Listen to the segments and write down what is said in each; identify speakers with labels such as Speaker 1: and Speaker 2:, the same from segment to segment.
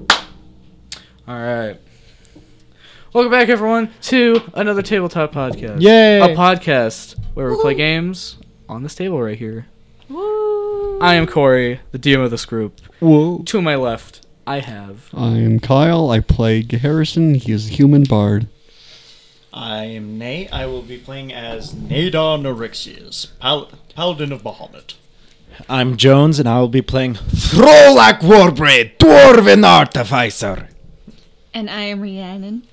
Speaker 1: All right. Welcome back, everyone, to another tabletop podcast.
Speaker 2: Yay!
Speaker 1: A podcast where we play games on this table right here. I am Corey, the DM of this group.
Speaker 2: Whoa.
Speaker 1: To my left, I have.
Speaker 2: I am Kyle. I play Harrison. He is a human bard.
Speaker 3: I am Nay. I will be playing as Nadar Norixius, Pal- Paladin of Bahamut.
Speaker 4: I'm Jones, and I will be playing Throlak Warbreed, Dwarven Artificer.
Speaker 5: And I am Rhiannon.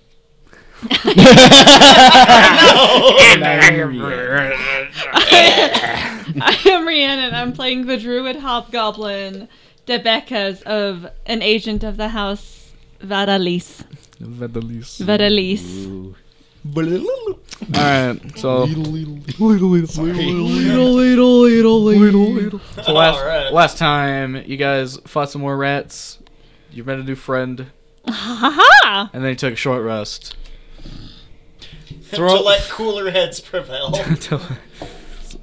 Speaker 5: I am Rhiannon. I'm playing the druid hobgoblin, Debecca's of an agent of the house Varalis.
Speaker 1: Vedalis.
Speaker 5: Varalis.
Speaker 1: All right. So, so last,
Speaker 3: All right.
Speaker 1: last time you guys fought some more rats. You met a new friend,
Speaker 5: Ha ha!
Speaker 1: and then you took a short rest.
Speaker 3: Throw- to let cooler heads prevail.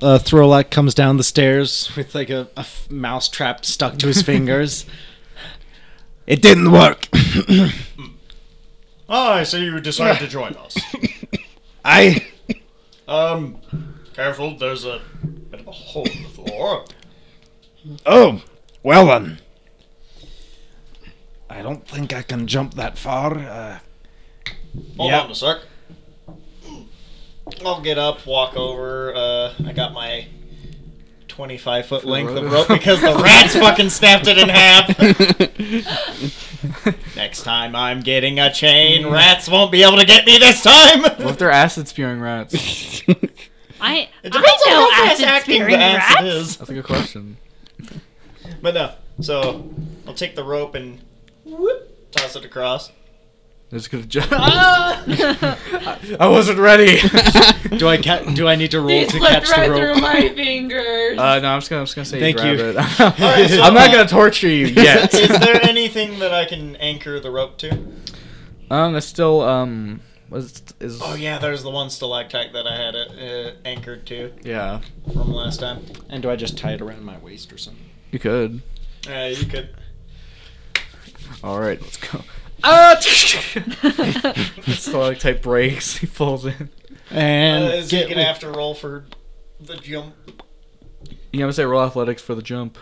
Speaker 4: Uh, Throlak comes down the stairs with like a, a f- mouse trap stuck to his fingers. It didn't work.
Speaker 3: Ah, so you decided to join us.
Speaker 4: I
Speaker 3: Um, careful, there's a bit of a hole in the floor.
Speaker 4: oh well then. I don't think I can jump that far. Uh,
Speaker 3: Hold
Speaker 4: Yeah.
Speaker 3: on a sec. I'll get up, walk over. Uh, I got my 25 foot length of rope because the rats fucking snapped it in half. Next time I'm getting a chain, rats won't be able to get me this time.
Speaker 1: What if they're acid spewing rats?
Speaker 5: I, I
Speaker 3: It depends on
Speaker 5: know
Speaker 3: how fast
Speaker 5: acid
Speaker 3: acting the
Speaker 5: spearing
Speaker 3: acid
Speaker 5: rats.
Speaker 3: is.
Speaker 1: That's a good question.
Speaker 3: But no, so I'll take the rope and whoop, toss it across.
Speaker 1: There's good job. I wasn't ready.
Speaker 4: do I ca- do I need to roll
Speaker 5: They
Speaker 4: to
Speaker 5: slipped
Speaker 4: catch
Speaker 5: right
Speaker 4: the rope?
Speaker 5: through my fingers.
Speaker 1: Uh, no, I'm just gonna, I'm just gonna say
Speaker 4: Thank
Speaker 1: you.
Speaker 4: you.
Speaker 1: grab it.
Speaker 3: Alright, so-
Speaker 1: I'm not gonna torture you yet.
Speaker 3: Is there anything that I can anchor the rope to?
Speaker 1: um, that's still um, was is
Speaker 3: Oh yeah, there's the one stalactite that I had it uh, anchored to
Speaker 1: yeah.
Speaker 3: from last time.
Speaker 4: And do I just tie it around my waist or something?
Speaker 1: You could.
Speaker 3: Yeah, you could.
Speaker 1: All right, let's go. Ah! Stalactite breaks. He falls in.
Speaker 3: Uh,
Speaker 4: And
Speaker 3: is he
Speaker 4: get
Speaker 3: gonna have to roll for the jump?
Speaker 1: You know, I'm gonna say roll athletics for the jump.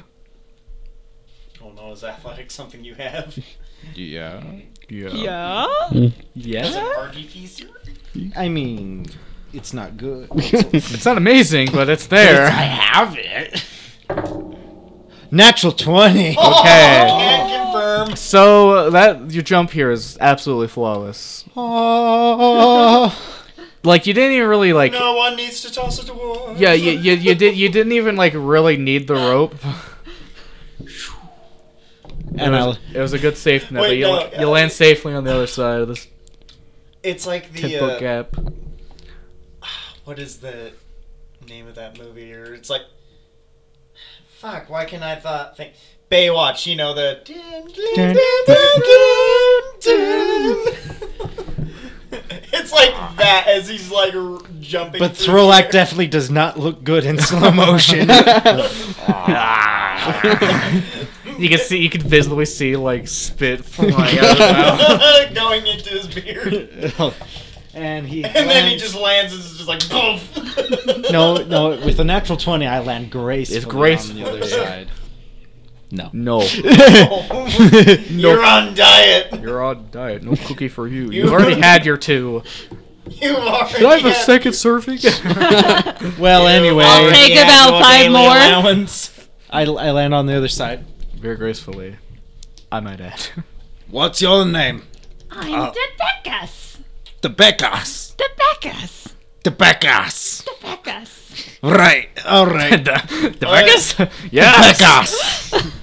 Speaker 3: Oh no, is athletics something you have?
Speaker 4: yeah.
Speaker 1: Yeah.
Speaker 5: yeah?
Speaker 3: Is it
Speaker 1: Yes.
Speaker 3: artificer?
Speaker 4: I mean, it's not good.
Speaker 1: It's not amazing, but it's there.
Speaker 4: have it. Natural 20. Oh.
Speaker 1: Okay.
Speaker 3: Can confirm.
Speaker 1: So that your jump here is absolutely flawless. Like you didn't even really like.
Speaker 3: No one needs to toss it away.
Speaker 1: Yeah, you, you, you did you didn't even like really need the rope.
Speaker 4: and
Speaker 1: it,
Speaker 4: I'll,
Speaker 1: was, it was a good safe net,
Speaker 3: Wait,
Speaker 1: but you,
Speaker 3: no,
Speaker 1: you
Speaker 3: uh,
Speaker 1: land safely on the other side of this
Speaker 3: It's like the
Speaker 1: ten foot
Speaker 3: uh,
Speaker 1: gap.
Speaker 3: what is the name of that movie? Or it's like, fuck. Why can I thought think Baywatch? You know the. it's like that as he's like r- jumping.
Speaker 4: but
Speaker 3: through
Speaker 4: Throlak
Speaker 3: the air.
Speaker 4: definitely does not look good in slow motion.
Speaker 3: uh,
Speaker 1: You can see you can visibly see like spit flying out of his mouth.
Speaker 3: going into his beard,
Speaker 4: and he.
Speaker 3: and then he
Speaker 4: lands-
Speaker 3: just lands and it's just like boom.
Speaker 4: No, no, with a natural 20, I land gracefully.
Speaker 1: It's graceful.
Speaker 4: On the other side. No.
Speaker 1: No,
Speaker 3: You're on diet.
Speaker 1: you're on diet. No cookie for you.
Speaker 3: You-
Speaker 1: You've already had your two.
Speaker 3: You are.
Speaker 1: Did I have a second serving?
Speaker 4: Well, anyway.
Speaker 5: I'll take
Speaker 4: the
Speaker 5: about
Speaker 4: annual
Speaker 5: five
Speaker 4: daily
Speaker 5: more.
Speaker 4: allowance. I, I land on the other side.
Speaker 1: Very gracefully, I might add.
Speaker 4: What's your name?
Speaker 5: I'm
Speaker 4: Uh,
Speaker 5: Debecca's.
Speaker 4: The Beckas.
Speaker 5: Debecca's.
Speaker 4: The Beckas.
Speaker 5: Debecca's.
Speaker 4: Right. All right.
Speaker 1: the the
Speaker 3: Alright.
Speaker 1: Vegas? Yes.
Speaker 4: Beckas.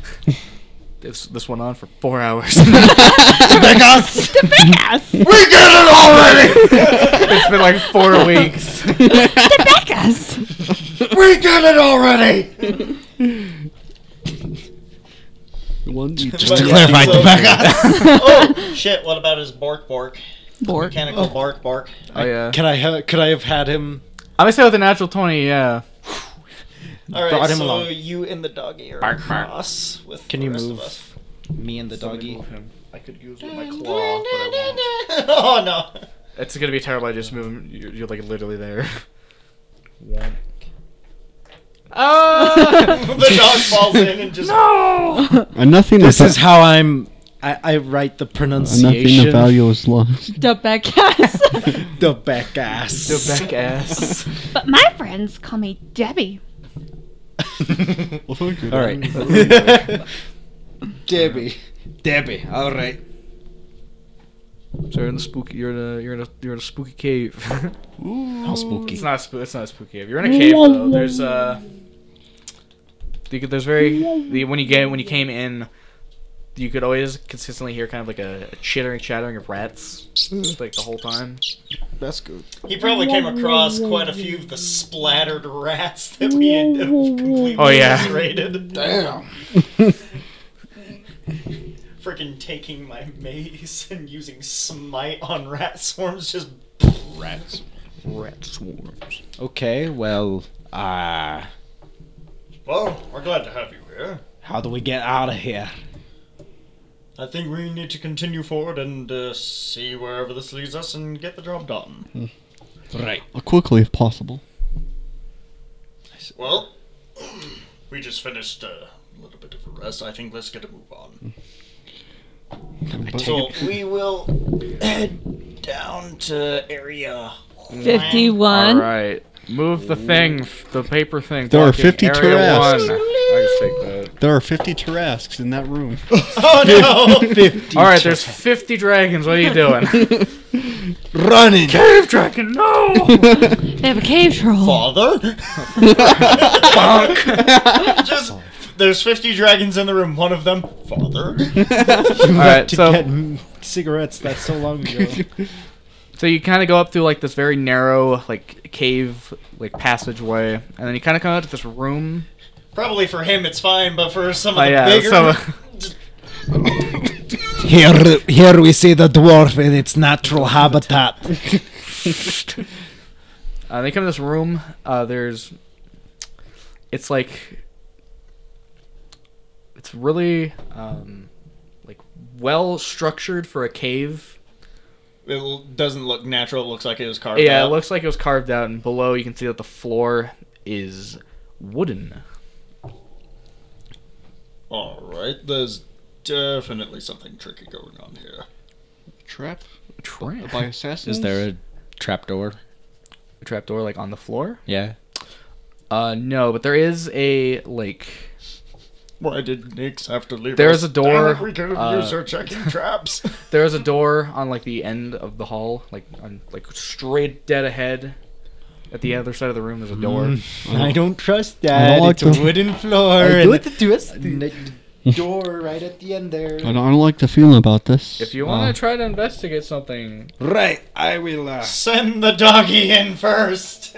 Speaker 1: This this went on for four hours.
Speaker 4: Beckas.
Speaker 5: Debecca's.
Speaker 4: We get it already.
Speaker 1: it's been like four weeks.
Speaker 5: Debecca's.
Speaker 4: we get it already.
Speaker 2: One, two,
Speaker 3: Just to
Speaker 4: clarify,
Speaker 3: the oh shit! What about his bark bark?
Speaker 5: Bork.
Speaker 3: Mechanical bark bark.
Speaker 1: Oh yeah.
Speaker 4: Can I have? Could I have had him?
Speaker 1: I'm gonna say with a natural twenty. Yeah.
Speaker 3: All right,
Speaker 4: Brought him
Speaker 3: so
Speaker 4: along.
Speaker 3: you and the doggy are
Speaker 4: Bark, bark.
Speaker 3: across with
Speaker 4: Can
Speaker 3: the
Speaker 4: you
Speaker 3: rest
Speaker 4: move?
Speaker 3: of us.
Speaker 4: Me and the doggy.
Speaker 3: I could use it with my claw, but I won't. oh no!
Speaker 1: It's gonna be terrible. I just move. him. You're, you're like literally there. Ah!
Speaker 3: the dog falls in and just.
Speaker 1: no!
Speaker 2: And nothing.
Speaker 4: This
Speaker 2: of
Speaker 4: is how I'm. I, I write the
Speaker 2: and nothing of
Speaker 4: pronunciation.
Speaker 2: value is lost.
Speaker 5: The Beckas.
Speaker 4: The back ass.
Speaker 1: The back ass.
Speaker 5: but my friends call me Debbie.
Speaker 4: All right. Debbie. Debbie. All right.
Speaker 1: So you're in the spooky. You're in a. You're in a. You're in a spooky cave.
Speaker 4: How spooky.
Speaker 1: It's not. Sp- it's not a spooky cave. You're in a cave though. There's uh. You could, there's very the, when you get when you came in, you could always consistently hear kind of like a, a chittering, chattering of rats, like the whole time.
Speaker 4: That's good.
Speaker 3: He probably came across quite a few of the splattered rats that we had completely
Speaker 1: Oh, yeah.
Speaker 3: obliterated.
Speaker 4: Damn.
Speaker 3: Freaking taking my mace and using smite on rat swarms, just
Speaker 4: Rats. Rat swarms. Okay, well, uh,
Speaker 3: well, we're glad to have you here.
Speaker 4: how do we get out of here?
Speaker 3: I think we need to continue forward and uh, see wherever this leads us and get the job done.
Speaker 4: Right.
Speaker 2: Quickly, if possible.
Speaker 3: Well, we just finished uh, a little bit of a rest. I think let's get a move on. So we will head down to area
Speaker 5: 51.
Speaker 1: All right, move the thing, f- the paper thing.
Speaker 2: There are
Speaker 1: blocking
Speaker 2: 50
Speaker 1: area
Speaker 2: Tarrasques.
Speaker 1: one. I just take that.
Speaker 2: There are 50 Tarasks in that room.
Speaker 3: Oh no!
Speaker 1: All right, there's 50 dragons. What are you doing?
Speaker 4: Running.
Speaker 1: cave dragon, no!
Speaker 5: They have a cave troll.
Speaker 3: Father? Just there's 50 dragons in the room. One of them, father.
Speaker 1: All right,
Speaker 4: to
Speaker 1: so
Speaker 4: get mm, cigarettes. That's so long ago.
Speaker 1: So you kind of go up through like this very narrow like cave like passageway, and then you kind of come out to this room.
Speaker 3: Probably for him it's fine, but for some of
Speaker 1: Oh
Speaker 3: the
Speaker 1: yeah,
Speaker 3: bigger,
Speaker 1: so
Speaker 4: here, here we see the dwarf in its natural habitat.
Speaker 1: uh, they come to this room. Uh, there's, it's like, it's really um, like well structured for a cave.
Speaker 3: it l- doesn't look natural. It looks like it was carved.
Speaker 1: Yeah, it
Speaker 3: out.
Speaker 1: looks like it was carved out, and below you can see that the floor is wooden.
Speaker 3: All right, there's definitely something tricky going on here.
Speaker 2: Trap
Speaker 1: Trap.
Speaker 2: by assassins.
Speaker 4: Is there a trapdoor?
Speaker 1: A trapdoor like on the floor?
Speaker 4: Yeah.
Speaker 1: Uh, no, but there is a like.
Speaker 3: Why did Nix have to leave?
Speaker 1: There's
Speaker 3: us?
Speaker 1: a door,
Speaker 3: Damn it, we could have
Speaker 1: uh,
Speaker 3: used our checking traps.
Speaker 1: There is a door on like the end of the hall, like on like straight dead ahead. At the other side of the room, there's a door.
Speaker 4: I don't trust
Speaker 2: I
Speaker 4: that.
Speaker 2: don't like
Speaker 4: it's a
Speaker 2: the-
Speaker 4: wooden floor.
Speaker 2: I don't
Speaker 4: door right at the end there.
Speaker 2: I don't, I don't like the feeling about this. Uh,
Speaker 1: If you
Speaker 4: Oh.
Speaker 1: want to try to investigate something,
Speaker 4: Right, I will. Uh,
Speaker 3: Send the doggy in first.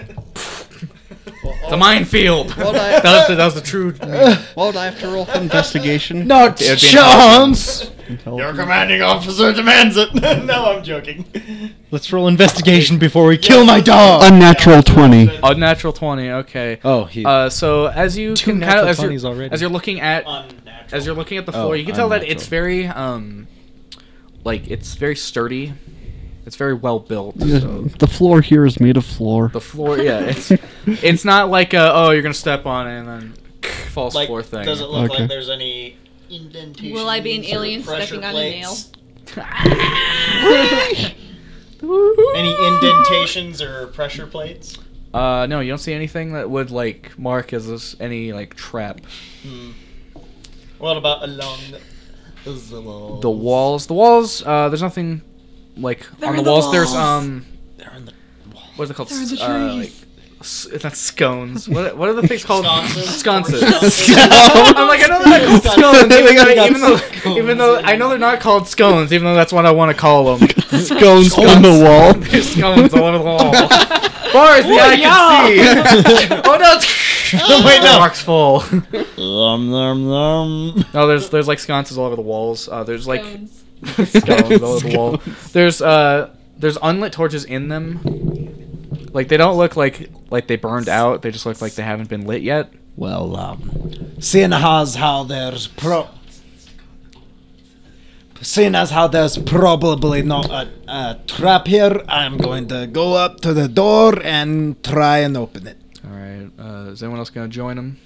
Speaker 1: the minefield. that, was the, that was the true.
Speaker 2: Well, I have to roll for investigation.
Speaker 4: not
Speaker 1: It would be
Speaker 4: chance.
Speaker 3: Your commanding officer demands it. no, I'm joking.
Speaker 4: Let's roll investigation before we kill my dog.
Speaker 2: Unnatural 20.
Speaker 1: Unnatural twenty. Okay.
Speaker 4: oh, he.
Speaker 1: Uh, so as you
Speaker 4: Two
Speaker 1: can kind of
Speaker 4: natural
Speaker 1: as you're,
Speaker 4: 20s already.
Speaker 1: as you're looking at
Speaker 3: Unnatural.
Speaker 1: as you're looking at the
Speaker 4: Oh,
Speaker 1: floor, you can tell that
Speaker 4: unnatural.
Speaker 1: it's very um, like it's very sturdy. It's very well built. So.
Speaker 2: The floor here is made of floor.
Speaker 1: The floor, yeah, it's it's not like a, oh you're gonna step on it and then false
Speaker 3: like,
Speaker 1: floor thing.
Speaker 3: Does it look
Speaker 2: Okay.
Speaker 3: like there's any indentations?
Speaker 5: Will I be an
Speaker 3: or
Speaker 5: alien
Speaker 3: pressure
Speaker 5: stepping on a
Speaker 3: plates? any indentations or pressure plates?
Speaker 1: Uh, no, you don't see anything that would like mark as this, any like trap.
Speaker 3: What about along the wall?
Speaker 1: The walls, the walls. Uh, there's nothing like on the,
Speaker 5: in the
Speaker 1: walls, There's
Speaker 5: walls.
Speaker 1: um,
Speaker 3: They're in the
Speaker 1: what's it called?
Speaker 5: They're in the
Speaker 1: Uh, like,
Speaker 5: trees.
Speaker 1: s- not scones. What, what are the things called?
Speaker 3: Sconces.
Speaker 1: Sconces. I'm like I know they're not called scones, even, though,
Speaker 3: Sconces. They
Speaker 1: even
Speaker 3: got
Speaker 1: though even though I know they're not called scones, even though that's what I want to call them.
Speaker 2: Scones on the wall.
Speaker 1: There's scones all over the wall. Far as the eye can see. oh no!
Speaker 3: Oh, wait, Oh, no.
Speaker 1: Mark's full.
Speaker 3: Um, um, um.
Speaker 1: No, there's there's like sconces all over the walls. Uh, there's like
Speaker 5: Bones.
Speaker 1: scones all over the wall. There's uh there's unlit torches in them. Like they don't look like like they burned out. They just look like they haven't been lit yet.
Speaker 4: well, um, seeing as how there's pro. Seeing as how there's probably not a, a trap here, I'm going to go up to the door and try and open it.
Speaker 1: All right. Uh, is anyone else gonna join him?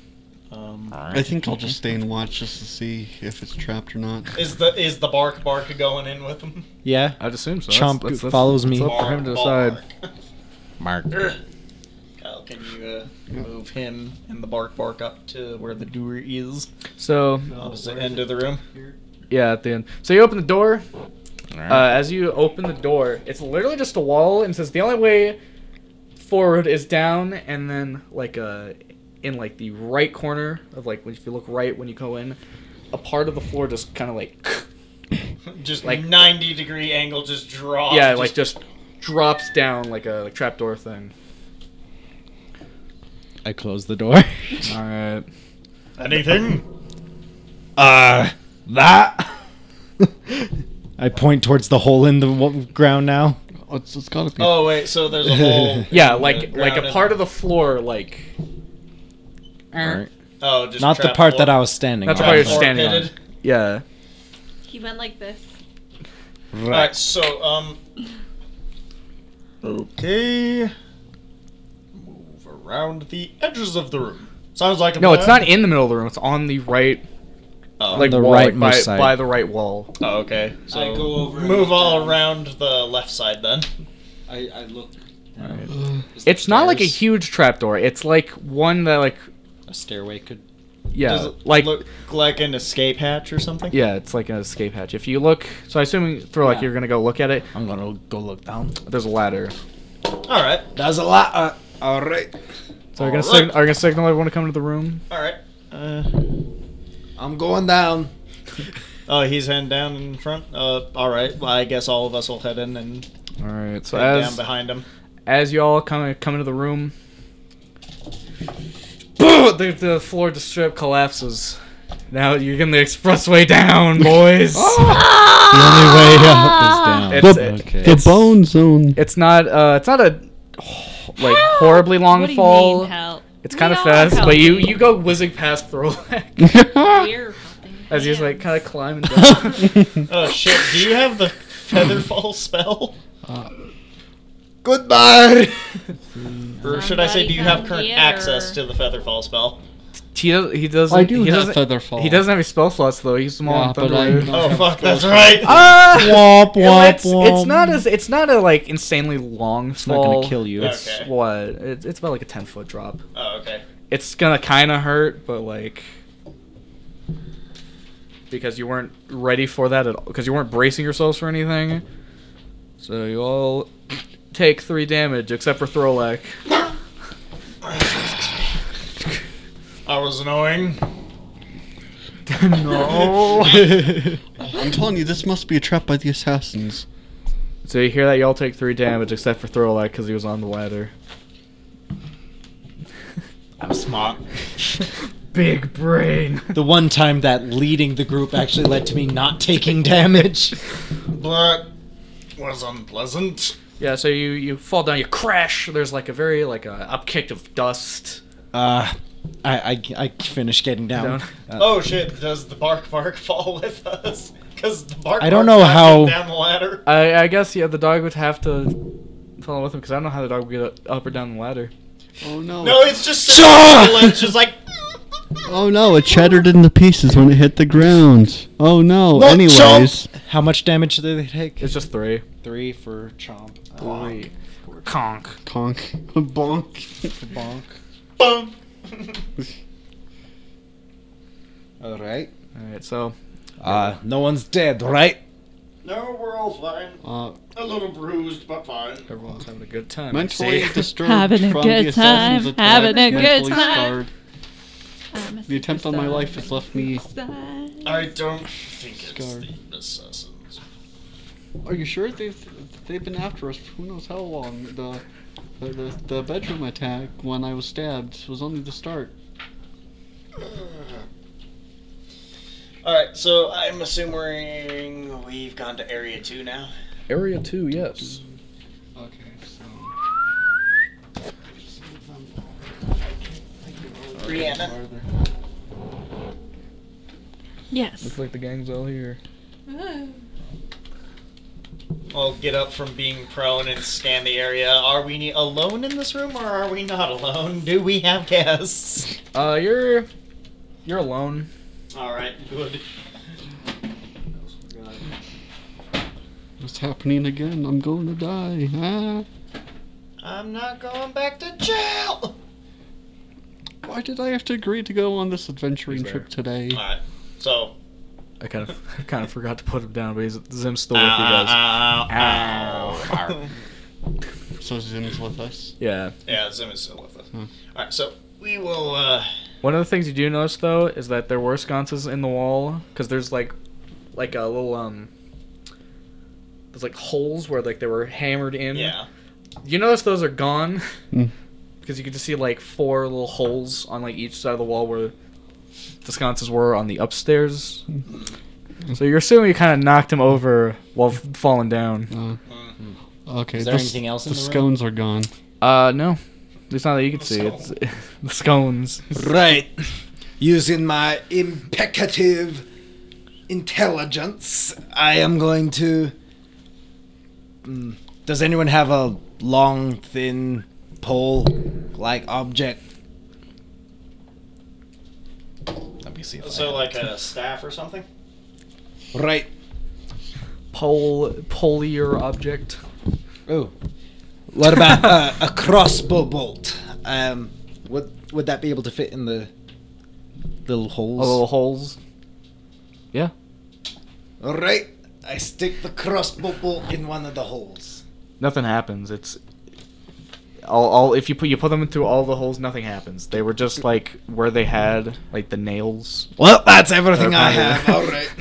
Speaker 3: Um,
Speaker 2: I think I'll just stay and watch just to see if it's trapped or not.
Speaker 3: is the is the bark bark going in with him?
Speaker 4: Yeah.
Speaker 1: I'd assume so.
Speaker 4: Chomp follows me.
Speaker 1: It's up for him to decide.
Speaker 4: Mark.
Speaker 3: Kyle, can you uh, move him and the bark bark up to where the door is?
Speaker 1: So
Speaker 3: Opposite end of the room.
Speaker 1: yeah, at the end. So you open the door. Uh, as you open the door, it's literally just a wall, and says the only way forward is down, and then like uh, in like the right corner of like if you look right when you go in, a part of the floor just kind of like
Speaker 3: Just
Speaker 1: Like-
Speaker 3: like 90 degree angle, Oh, just draw.
Speaker 1: yeah, like just drops down like a like, trapdoor thing.
Speaker 4: I close the door.
Speaker 1: All right.
Speaker 3: anything.
Speaker 4: Uh, that. I point towards the hole in the w- ground now.
Speaker 2: Oh, it's, it's gotta be.
Speaker 3: Oh wait, so there's a hole.
Speaker 1: Yeah,
Speaker 3: in
Speaker 1: like
Speaker 3: the
Speaker 1: like a
Speaker 3: ground
Speaker 1: part of the floor like.
Speaker 3: and- Oh, just
Speaker 4: Not the
Speaker 3: trap
Speaker 4: part
Speaker 3: floor-
Speaker 4: that I was standing
Speaker 1: Not the
Speaker 4: on.
Speaker 1: part you're
Speaker 3: trap floor
Speaker 1: standing on.
Speaker 3: pitted.
Speaker 1: Yeah.
Speaker 5: He went like this.
Speaker 3: All right, so um. Okay. Move around the edges of the room. Sounds like a
Speaker 1: No, it's
Speaker 3: plan.
Speaker 1: not in the middle of the room. It's on the right,
Speaker 3: Oh,
Speaker 1: like
Speaker 4: the
Speaker 1: wall, like,
Speaker 4: rightmost
Speaker 1: by,
Speaker 4: side.
Speaker 1: by the right wall.
Speaker 3: oh, okay. So
Speaker 6: I go over and
Speaker 3: Move
Speaker 6: look
Speaker 3: all
Speaker 6: down.
Speaker 3: around the left side then.
Speaker 6: I, I look. Is there
Speaker 1: It's not like a
Speaker 6: stairs?
Speaker 1: huge trapdoor. It's like one that like
Speaker 6: A stairway could.
Speaker 1: yeah,
Speaker 3: Does it
Speaker 1: like
Speaker 3: look like an escape hatch or something?
Speaker 1: yeah, it's like an escape hatch. If you look, so I assume through like
Speaker 4: Yeah.
Speaker 1: you're gonna go look at it.
Speaker 4: I'm gonna go look down.
Speaker 1: There's a ladder.
Speaker 3: All right.
Speaker 4: There's a lot. Uh, all right.
Speaker 1: So are you gonna
Speaker 3: Alright.
Speaker 1: sig- are you gonna signal everyone to come to the room?
Speaker 3: All right. Uh,
Speaker 4: I'm going down.
Speaker 3: oh, he's heading down in front. Uh, all right. Well, I guess all of us will head in and
Speaker 1: All right. So
Speaker 3: head down
Speaker 1: as
Speaker 3: behind him.
Speaker 1: as you all come come into the room, the, the floor just strip collapses. Now you're in the expressway down, boys.
Speaker 2: the only way
Speaker 5: Ah!
Speaker 1: It's-
Speaker 2: The,
Speaker 4: Okay.
Speaker 2: the bone zone.
Speaker 1: It's not uh it's not a h- like horribly long
Speaker 5: What do you
Speaker 1: fall.
Speaker 5: mean, help?
Speaker 1: It's
Speaker 5: We
Speaker 1: kind of
Speaker 5: are
Speaker 1: fast, but you
Speaker 5: helping.
Speaker 1: you go whizzing past Thorlak
Speaker 5: We're helping
Speaker 1: as he's like
Speaker 5: hands.
Speaker 1: kind of climbing down.
Speaker 3: Oh shit! Do you have the featherfall spell?
Speaker 4: Goodbye.
Speaker 3: Or should I say, do you have
Speaker 5: Somebody
Speaker 3: current
Speaker 5: come
Speaker 3: access to the
Speaker 5: here.
Speaker 3: featherfall spell?
Speaker 1: he does, he doesn't.
Speaker 2: I do
Speaker 1: he
Speaker 2: have
Speaker 1: doesn't,
Speaker 2: Featherfall.
Speaker 1: He doesn't have his spell slots though. He's small
Speaker 2: Yeah,
Speaker 1: on
Speaker 2: but
Speaker 1: Thunder
Speaker 2: I
Speaker 1: Wave.
Speaker 2: don't
Speaker 3: Oh
Speaker 2: have
Speaker 3: fuck,
Speaker 2: spell
Speaker 3: that's
Speaker 2: slots.
Speaker 3: right.
Speaker 1: Ah!
Speaker 4: womp womp
Speaker 1: it's, it's not as it's not a like insanely long
Speaker 4: It's not
Speaker 1: fall.
Speaker 4: gonna kill you. It's
Speaker 3: Okay.
Speaker 1: What? It's, it's about like a ten foot drop.
Speaker 3: Oh okay.
Speaker 1: It's gonna kind of hurt, but like because you weren't ready for that at all, because you weren't bracing yourselves for anything. So you all take three damage except for Throlak.
Speaker 3: I was annoying.
Speaker 2: I'm telling you, this must be a trap by the assassins.
Speaker 1: So you hear that y'all take three damage except for Throlak because he was on the ladder.
Speaker 3: I'm smart.
Speaker 1: Big brain.
Speaker 4: the one time that leading the group actually led to me not taking damage.
Speaker 3: But was unpleasant.
Speaker 1: Yeah, so you you fall down, you crash. There's like a very like a upkick of dust.
Speaker 4: Uh, I, I, I finished getting down.
Speaker 1: Down.
Speaker 4: Uh,
Speaker 3: Oh shit! Does the bark bark fall with us? Because the bark.
Speaker 4: I don't
Speaker 3: bark
Speaker 4: know
Speaker 3: got
Speaker 4: how-
Speaker 3: him down the ladder.
Speaker 1: I I guess yeah, the dog would have to follow with him because I don't know how the dog would get up, up or down the ladder.
Speaker 2: Oh no.
Speaker 3: No, it's just sitting on the ledge, just like.
Speaker 2: Oh no, it shattered into pieces when it hit the ground. Oh no,
Speaker 4: What,
Speaker 2: anyways.
Speaker 4: How much damage did they take?
Speaker 1: It's just three.
Speaker 4: three for Chomp. Uh,
Speaker 1: Three. Conk.
Speaker 2: Conk. Bonk.
Speaker 4: Bonk.
Speaker 3: Bum.
Speaker 4: All right.
Speaker 1: All right, so
Speaker 4: Uh, no one's dead, right?
Speaker 3: no, we're all fine.
Speaker 2: Uh,
Speaker 3: A little bruised, but fine.
Speaker 1: everyone's having a good time. I
Speaker 2: mentally
Speaker 1: see.
Speaker 2: disturbed
Speaker 5: Having a
Speaker 2: from
Speaker 5: good
Speaker 2: the assassins'
Speaker 5: time,
Speaker 2: attack,
Speaker 5: having a good
Speaker 2: mentally
Speaker 5: time.
Speaker 2: scarred.
Speaker 5: I'm a
Speaker 2: The attempt on my
Speaker 5: superstar.
Speaker 2: life has left me.
Speaker 5: Superstar.
Speaker 3: I don't think it's
Speaker 2: Scarred.
Speaker 3: the assassins.
Speaker 2: Are you sure they've they've been after us for who knows how long? The the, the, the bedroom attack when I was stabbed was only the start.
Speaker 3: All right, so I'm assuming we've gone to area two now.
Speaker 1: Area two, yes.
Speaker 2: Okay, so.
Speaker 3: Brianna.
Speaker 5: Yes.
Speaker 1: like the gang's all here.
Speaker 3: I'll get up from being prone and scan the area. Are we ne- alone in this room or are we not alone? Do we have guests?
Speaker 1: Uh, you're you're alone.
Speaker 3: Alright, good.
Speaker 2: It's happening again. I'm going to die. Ah,
Speaker 3: I'm not going back to jail!
Speaker 2: why did I have to agree to go on this adventuring
Speaker 1: He's there. Ah.
Speaker 2: trip today?
Speaker 3: Alright, so.
Speaker 1: I kind of I kind of forgot to put him down, but he's Zim's still
Speaker 3: Ow,
Speaker 1: with you guys.
Speaker 3: ow, ow,
Speaker 1: Ow.
Speaker 3: ow.
Speaker 2: So Zim's with us.
Speaker 1: Yeah.
Speaker 3: yeah, Zim is still with us.
Speaker 2: Hmm.
Speaker 3: Alright, so we will, uh.
Speaker 1: One of the things you do notice though is that there were sconces in the wall because there's like like a little um there's like holes where like they were hammered in.
Speaker 3: Yeah.
Speaker 1: You notice those are gone
Speaker 2: Hmm.
Speaker 1: because you can just see like four little holes on like each side of the wall where the sconces were on the upstairs. So you're assuming you kind of knocked him over while f- falling down.
Speaker 2: Uh, okay.
Speaker 6: Is there
Speaker 2: this-
Speaker 6: anything else
Speaker 2: The,
Speaker 6: in the room?
Speaker 2: scones are gone.
Speaker 1: Uh no, it's not that you can see. It's the scones.
Speaker 4: Right. Using my impecative intelligence, I am going to. Mm, Does anyone have a long, thin pole like object? Let me see. If I
Speaker 3: So,
Speaker 4: have
Speaker 3: like
Speaker 4: it.
Speaker 3: a staff or something?
Speaker 4: Right.
Speaker 1: Pole, polier object.
Speaker 4: Oh. What about uh, a crossbow bolt? Um, would, would that be able to fit in the little holes?
Speaker 1: All little holes. Yeah.
Speaker 4: All right, I stick the crossbow bolt in one of the holes.
Speaker 1: Nothing happens. It's all, all if you put you put them through all the holes, nothing happens. They were just like where they had like the nails.
Speaker 4: Well, that's everything
Speaker 1: I have.
Speaker 4: All right,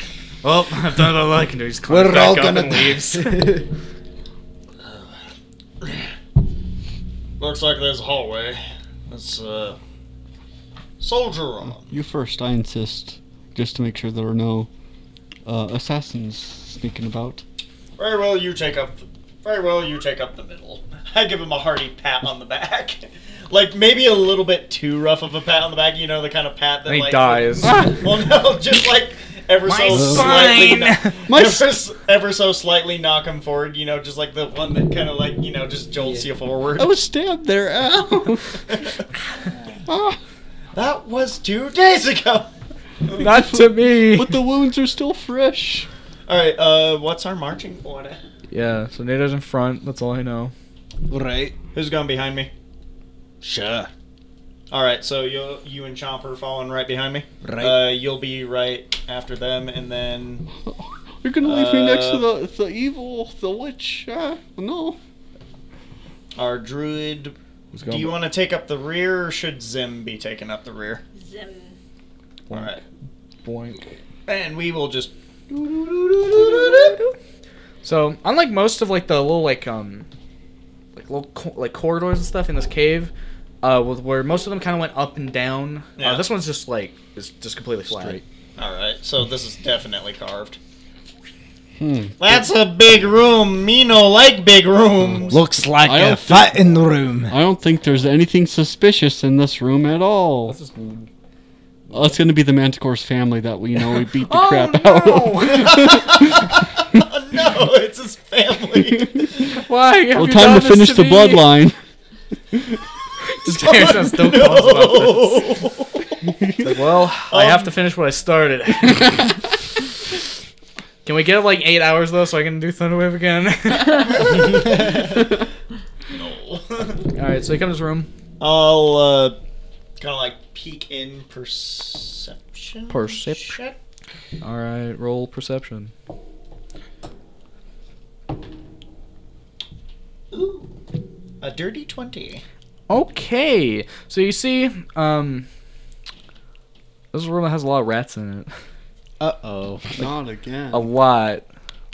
Speaker 1: Well, I've done all I can do. He's climbs
Speaker 4: we're
Speaker 1: back
Speaker 4: all
Speaker 1: up
Speaker 4: gonna
Speaker 1: and leaves.
Speaker 4: die.
Speaker 3: Looks like there's a hallway. Let's, uh. Soldier on.
Speaker 2: You first, I insist, just to make sure there are no uh, assassins sneaking about.
Speaker 3: Very well, you take up. Very well, you take up the middle. I give him a hearty pat on the back, like maybe a little bit too rough of a pat on the back. You know the kind of pat that
Speaker 1: And he
Speaker 3: like
Speaker 1: dies.
Speaker 3: well, no, just like ever
Speaker 1: My
Speaker 3: so
Speaker 1: spine!
Speaker 3: slightly,
Speaker 2: My
Speaker 3: ever,
Speaker 2: s-
Speaker 3: s- ever so slightly knock him forward. You know, just like the one that kind of like you know just jolts you forward.
Speaker 2: I was stabbed there. Ow! ah,
Speaker 3: that was two days ago.
Speaker 1: Not to me.
Speaker 2: but the wounds are still fresh.
Speaker 3: All right, uh, what's our marching order?
Speaker 1: yeah. So Nato's in front. That's all I know.
Speaker 4: right,
Speaker 3: Who's going behind me?
Speaker 4: sure.
Speaker 3: All right, so you you and Chomper following right behind me.
Speaker 4: Right.
Speaker 3: Uh, you'll be right after them, and then
Speaker 2: You're gonna leave me next to
Speaker 3: Uh,
Speaker 2: the the evil, the witch. Ah, no.
Speaker 3: our druid.
Speaker 1: Who's
Speaker 3: Do
Speaker 1: going
Speaker 3: you
Speaker 1: be-
Speaker 3: want to take up the rear, or should Zim be taking up the rear?
Speaker 5: Zim.
Speaker 3: All right,
Speaker 1: Boink.
Speaker 3: and we will just.
Speaker 1: So, unlike most of like the little like um, like little co- like corridors and stuff in this cave, uh, with, where most of them kind of went up and down.
Speaker 3: Yeah.
Speaker 1: Uh, this one's just like is just completely flat.
Speaker 4: Straight.
Speaker 3: All right, so this is definitely carved.
Speaker 2: Hmm.
Speaker 3: That's a big room. Me no like big rooms.
Speaker 4: Looks like
Speaker 2: I
Speaker 4: a
Speaker 2: don't
Speaker 4: fight in the room.
Speaker 2: I don't think there's anything suspicious in this room at all. That's gonna be the Manticore's family that we know we beat the
Speaker 1: Oh,
Speaker 2: crap
Speaker 3: Oh, no, it's his family.
Speaker 2: out.
Speaker 1: Why? have
Speaker 2: well,
Speaker 1: you
Speaker 2: time
Speaker 1: done
Speaker 2: to
Speaker 1: this
Speaker 2: finish the
Speaker 1: me?
Speaker 2: bloodline.
Speaker 1: Just kidding, it's not still calls about this. It's like, well, I have
Speaker 3: Um,
Speaker 1: to finish what I started. Can we get like eight hours though, so I can do Thunderwave again?
Speaker 3: no.
Speaker 1: All right, so he comes to the room.
Speaker 3: I'll uh, kind of like peek in perception.
Speaker 1: Percep-
Speaker 3: check?
Speaker 1: All right, roll perception.
Speaker 3: Ooh, a dirty twenty.
Speaker 1: Okay, so you see, um, this is a room that has a lot of rats in it.
Speaker 4: Uh oh.
Speaker 2: Not again.
Speaker 1: A lot,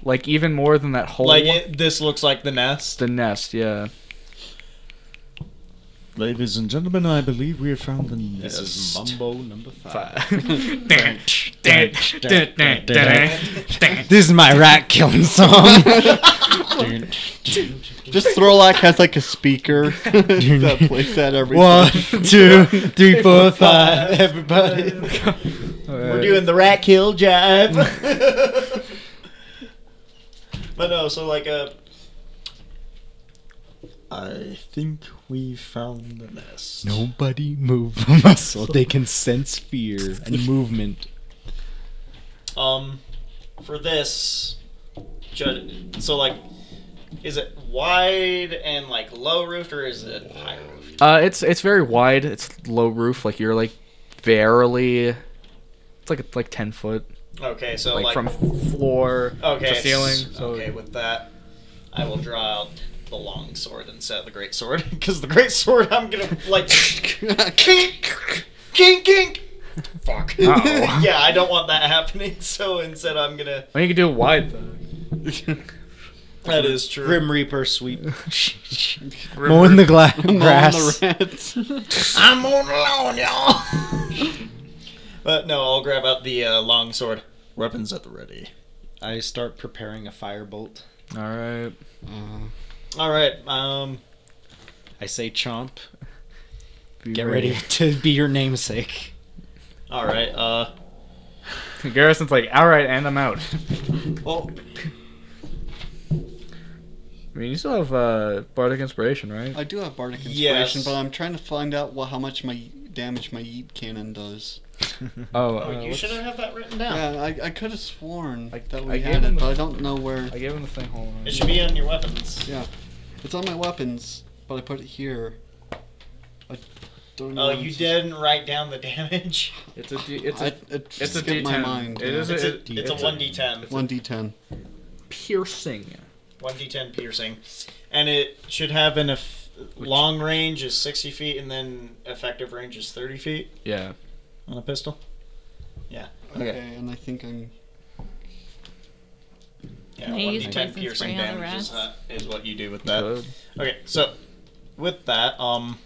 Speaker 1: like even more than that whole
Speaker 3: Like it, this looks like the nest.
Speaker 1: the nest. Yeah,
Speaker 3: Ladies and gentlemen, I believe we have found the nest.
Speaker 6: This is Mumbo number five.
Speaker 4: This is my rat killing song.
Speaker 2: Just Thorlock has like a speaker that plays that every
Speaker 4: One,
Speaker 2: time.
Speaker 4: two, three, four, five. Everybody.
Speaker 1: Mm.
Speaker 3: We're doing the rat kill jive. But no, so like uh I think we found the nest.
Speaker 4: Nobody move a muscle. They can sense fear and movement.
Speaker 3: Um, for this, ju- so like, is it wide and like low roofed or is it high roofed?
Speaker 1: Uh, it's it's very wide. It's low roof. Like you're like barely. It's like like ten foot,
Speaker 3: Okay, so
Speaker 1: like,
Speaker 3: like,
Speaker 1: from floor
Speaker 3: okay
Speaker 1: to ceiling.
Speaker 3: s-
Speaker 1: So
Speaker 3: Okay, with that, I will draw out the long sword instead of the great sword because the great sword I'm gonna like kink kink kink. Fuck.
Speaker 1: Uh-oh.
Speaker 3: yeah, I don't want that happening. So instead, I'm gonna.
Speaker 1: Well, you can do it wide though.
Speaker 3: That is true.
Speaker 4: Grim Reaper sweep. Mowing the gla- grass.
Speaker 2: On the rats.
Speaker 3: I'm on alone, y'all. but no, I'll grab out the uh, long sword. Weapons at the ready.
Speaker 4: I start preparing a firebolt.
Speaker 1: All right.
Speaker 2: Uh,
Speaker 3: All right. Um.
Speaker 4: I say chomp.
Speaker 1: Be
Speaker 4: Get ready to be your namesake.
Speaker 3: All right. Uh.
Speaker 1: Garrison's like, all right, and I'm out.
Speaker 3: Oh.
Speaker 1: I mean, you still have uh, bardic inspiration, right?
Speaker 2: I do have bardic
Speaker 3: Yes.
Speaker 2: inspiration, but I'm trying to find out what, how much my damage my yeet cannon does.
Speaker 1: Oh,
Speaker 3: oh,
Speaker 1: uh,
Speaker 3: you
Speaker 1: what's-
Speaker 3: should have that written down.
Speaker 2: Yeah, I, I could have sworn
Speaker 1: I-
Speaker 2: that
Speaker 1: I
Speaker 2: we
Speaker 1: gave
Speaker 2: had
Speaker 1: him
Speaker 2: it,
Speaker 1: the-
Speaker 2: but I don't know where.
Speaker 1: I gave him the thing. Hold on.
Speaker 3: It should be on your weapons.
Speaker 2: Yeah, it's on my weapons, but I put it here. I don't know.
Speaker 3: Oh, you didn't write down the damage.
Speaker 1: It's a. D- it's
Speaker 2: I,
Speaker 1: a.
Speaker 2: it
Speaker 1: It's a
Speaker 2: skipped my
Speaker 1: D10.
Speaker 2: mind.
Speaker 1: It
Speaker 2: yeah.
Speaker 1: is
Speaker 3: It's a,
Speaker 1: It-
Speaker 3: it's a
Speaker 1: it's a-
Speaker 3: 1d10.
Speaker 2: one d10.
Speaker 1: piercing.
Speaker 3: 1d10 piercing. And it should have an eff- long range is 60 feet and then effective range is 30 feet
Speaker 1: Yeah.
Speaker 3: on a pistol. Yeah.
Speaker 2: Okay. and I think I'm.
Speaker 3: Yeah,
Speaker 5: Can I use
Speaker 3: 1d10
Speaker 5: poison
Speaker 3: piercing
Speaker 5: spray on the
Speaker 3: damage is,
Speaker 5: rats?
Speaker 3: uh, is what you do with that.
Speaker 1: Good.
Speaker 3: Okay, so with that, um,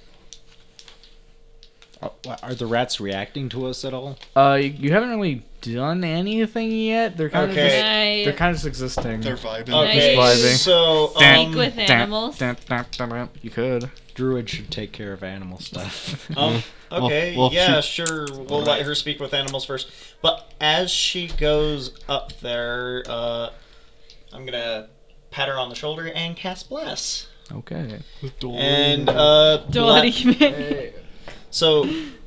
Speaker 4: Are, are the rats reacting to us at all?
Speaker 1: Uh, you, you haven't really done anything yet. They're kind
Speaker 3: Okay.
Speaker 1: of. Just, they're kind of just existing.
Speaker 2: They're vibing.
Speaker 3: Mm. okay,
Speaker 1: Nice.
Speaker 3: so
Speaker 1: Dun,
Speaker 5: Speak
Speaker 3: um,
Speaker 5: with animals.
Speaker 1: Dun, dun, dun, dun. You could.
Speaker 4: Druid should take care of animal stuff.
Speaker 3: um,
Speaker 1: Mm.
Speaker 3: okay,
Speaker 2: Well- well,
Speaker 3: yeah,
Speaker 2: she-
Speaker 3: sure, we'll let her speak with animals first. But as she goes up there, uh, I'm gonna pat her on the shoulder and cast bless.
Speaker 1: Okay.
Speaker 3: And uh,
Speaker 5: Bloody
Speaker 3: ble-
Speaker 5: man.
Speaker 3: so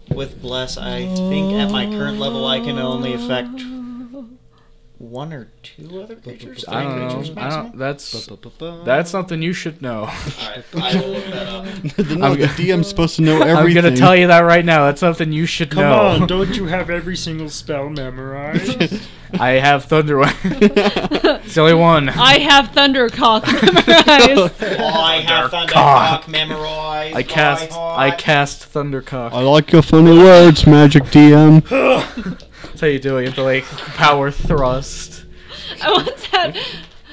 Speaker 3: with bless, I think at my current level, I can only affect one or two other creatures. Three
Speaker 1: I don't
Speaker 3: creatures
Speaker 1: know. I
Speaker 3: maximum.
Speaker 1: don't. That's that's
Speaker 4: That's
Speaker 1: something you should know.
Speaker 3: All right, I will look that up.
Speaker 2: no, the
Speaker 1: gonna-
Speaker 2: DM's supposed to know
Speaker 1: I'm
Speaker 2: everything.
Speaker 1: gonna tell you that right now. That's something you should
Speaker 6: Come
Speaker 1: know.
Speaker 6: on, don't you have every single spell memorized?
Speaker 1: I have Thunderwave. it's the only one.
Speaker 5: I have Thundercock memorized.
Speaker 3: Oh, I have found
Speaker 1: Cock.
Speaker 3: out cock memorized.
Speaker 1: I cast.
Speaker 3: by
Speaker 1: I
Speaker 3: heart.
Speaker 1: cast Thundercock.
Speaker 2: I like your funny words, Magic DM.
Speaker 1: That's how you do it. You have to like power thrust.
Speaker 5: I once had.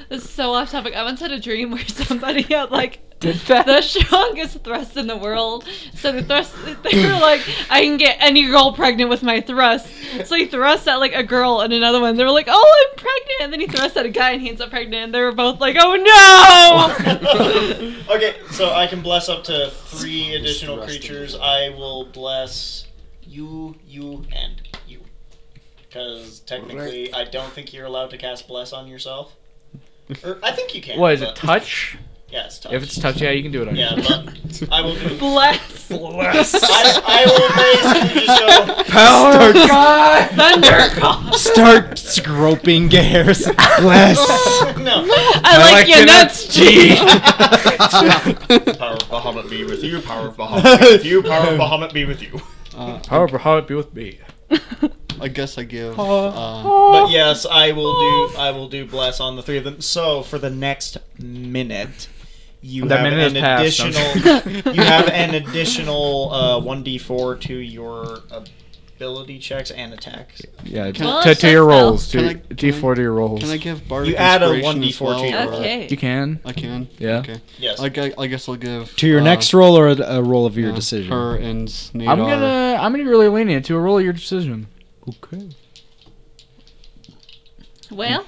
Speaker 5: This is so off topic. I once had a dream where somebody had like.
Speaker 1: Did that?
Speaker 5: The strongest thrust in the world. So the thrust, they were like, I can get any girl pregnant with my thrust. So he thrust at like a girl and another one. They were like, oh, I'm pregnant. And then he thrust at a guy and he ends up pregnant. And they were both like, oh no!
Speaker 3: okay, so I can bless up to three additional creatures. I will bless you, you, and you. Because technically, I don't think you're allowed to cast bless on yourself. Or I think you can.
Speaker 1: What is it?
Speaker 3: but-
Speaker 1: Touch?
Speaker 3: Yeah, it's touch.
Speaker 1: If it's touch, yeah, you can do it on
Speaker 3: yeah,
Speaker 1: yourself.
Speaker 3: but I will do.
Speaker 5: Bless.
Speaker 3: I, I will basically just go.
Speaker 1: Power God.
Speaker 5: Thundercock.
Speaker 4: Start groping Garrison. Bless.
Speaker 3: No.
Speaker 5: I, like, your nuts, G.
Speaker 3: Power of Bahamut be with you. Power of Bahamut be with you. Power of Bahamut be with you.
Speaker 2: Uh,
Speaker 1: However, how it be with me.
Speaker 2: I guess I give. Uh,
Speaker 3: But yes, I will do. I will do bless on the three of them. So for the next minute, you
Speaker 1: That
Speaker 3: have
Speaker 1: minute
Speaker 3: an
Speaker 1: has passed.
Speaker 3: additional. you have an additional uh, one d four to your ability checks and attacks.
Speaker 1: Yeah,
Speaker 2: Can
Speaker 5: I-
Speaker 1: to, to your
Speaker 5: Well,
Speaker 1: rolls.
Speaker 2: can I-
Speaker 1: To,
Speaker 2: can I-
Speaker 1: D4 to your rolls.
Speaker 2: can I give bardic
Speaker 3: You add a
Speaker 2: inspiration as
Speaker 3: 1d4 to
Speaker 2: well,
Speaker 3: your-
Speaker 2: or-
Speaker 5: Okay.
Speaker 1: you can.
Speaker 2: I can.
Speaker 1: Yeah.
Speaker 2: Okay.
Speaker 3: Yes.
Speaker 2: I, gu- I guess I'll give
Speaker 4: to your
Speaker 2: uh,
Speaker 4: next roll or a, a roll of your
Speaker 2: uh,
Speaker 4: decision?
Speaker 2: Her and Snadar.
Speaker 1: I'm gonna. I'm gonna be really lenient to a roll of your decision.
Speaker 4: Okay.
Speaker 5: Well,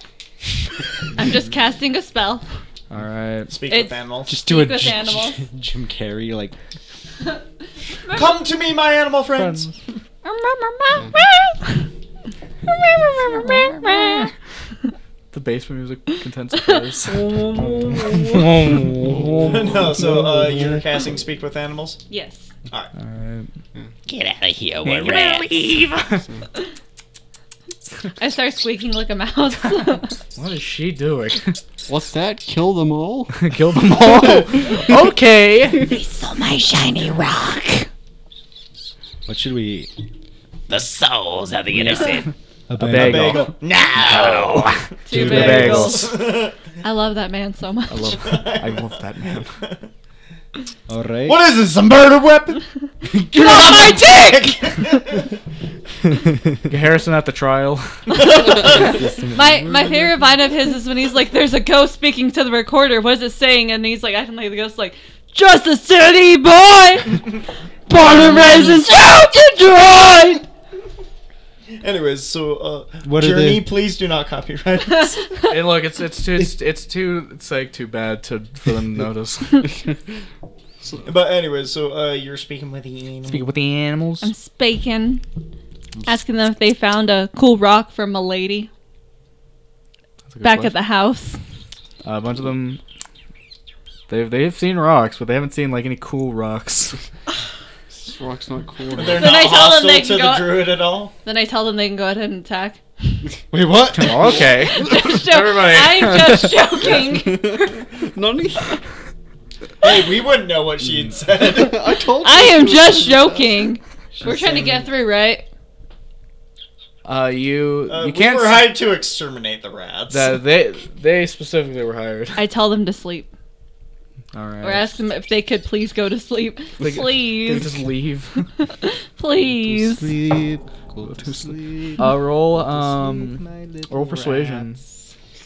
Speaker 5: I'm just casting a spell.
Speaker 1: All right.
Speaker 3: Speak
Speaker 5: It's-
Speaker 3: with animals.
Speaker 4: Just do a
Speaker 5: Speak with
Speaker 4: J-
Speaker 5: animals.
Speaker 4: J- Jim Carrey like
Speaker 3: Come to me, my animal friends.
Speaker 1: Friends. The basement music contents first.
Speaker 3: no, so uh, you're casting Speak with Animals?
Speaker 5: yes.
Speaker 1: Alright.
Speaker 5: I start squeaking like a mouse.
Speaker 1: What is she doing?
Speaker 2: What's that? Kill them all?
Speaker 1: Kill them all. okay.
Speaker 5: they saw my shiny rock.
Speaker 4: What should we eat?
Speaker 7: The souls of the innocent.
Speaker 4: A
Speaker 1: bagel.
Speaker 3: Bagel.
Speaker 7: No!
Speaker 1: Oh.
Speaker 5: Two,
Speaker 1: Two bagels.
Speaker 5: I love that man so much.
Speaker 1: I love that man.
Speaker 4: All right.
Speaker 3: what is this? A murder weapon?
Speaker 1: Get off my dick! Harrison at the trial.
Speaker 5: My my favorite line of his is when he's like, "There's a ghost speaking to the recorder. What is it saying?" And he's like, "I can like the ghost like." Just a city boy, born and raised in South Detroit.
Speaker 3: Anyways, so uh,
Speaker 4: What are
Speaker 3: Journey,
Speaker 4: they-
Speaker 3: please do not copyright. us.
Speaker 1: And look, it's it's too it's, it's too it's like too bad to for them to notice.
Speaker 3: but anyways, so uh, you're speaking with the animal.
Speaker 1: Speaking with the animals.
Speaker 5: I'm speaking, asking them if they found a cool rock from a lady back at the house.
Speaker 1: Uh, a bunch of them. They've they've seen rocks, but they haven't seen like any cool rocks.
Speaker 2: This rock's not cool.
Speaker 3: They're
Speaker 5: Then
Speaker 3: not
Speaker 5: I tell them
Speaker 3: hostile
Speaker 5: they
Speaker 3: to
Speaker 5: can
Speaker 3: the
Speaker 5: go-
Speaker 3: druid at all.
Speaker 5: Then I tell them they can go ahead and attack.
Speaker 4: Wait, what?
Speaker 1: oh, okay.
Speaker 5: Just jo-
Speaker 1: Everybody.
Speaker 5: I'm just joking.
Speaker 2: Nani?
Speaker 3: Hey, we wouldn't know what
Speaker 1: Mm.
Speaker 3: she had said.
Speaker 2: I told you.
Speaker 5: I am just joking. We're trying to get through, right?
Speaker 1: Uh, you
Speaker 3: Uh,
Speaker 1: you can't.
Speaker 3: we were
Speaker 1: s-
Speaker 3: hired to exterminate the rats.
Speaker 1: that they they specifically were hired.
Speaker 5: I tell them to sleep,
Speaker 1: All right.
Speaker 5: or ask them if they could please go to sleep.
Speaker 1: Like, They just
Speaker 5: Please,
Speaker 1: leave.
Speaker 5: please.
Speaker 2: Sleep. Go to sleep.
Speaker 1: Uh, roll um roll persuasion.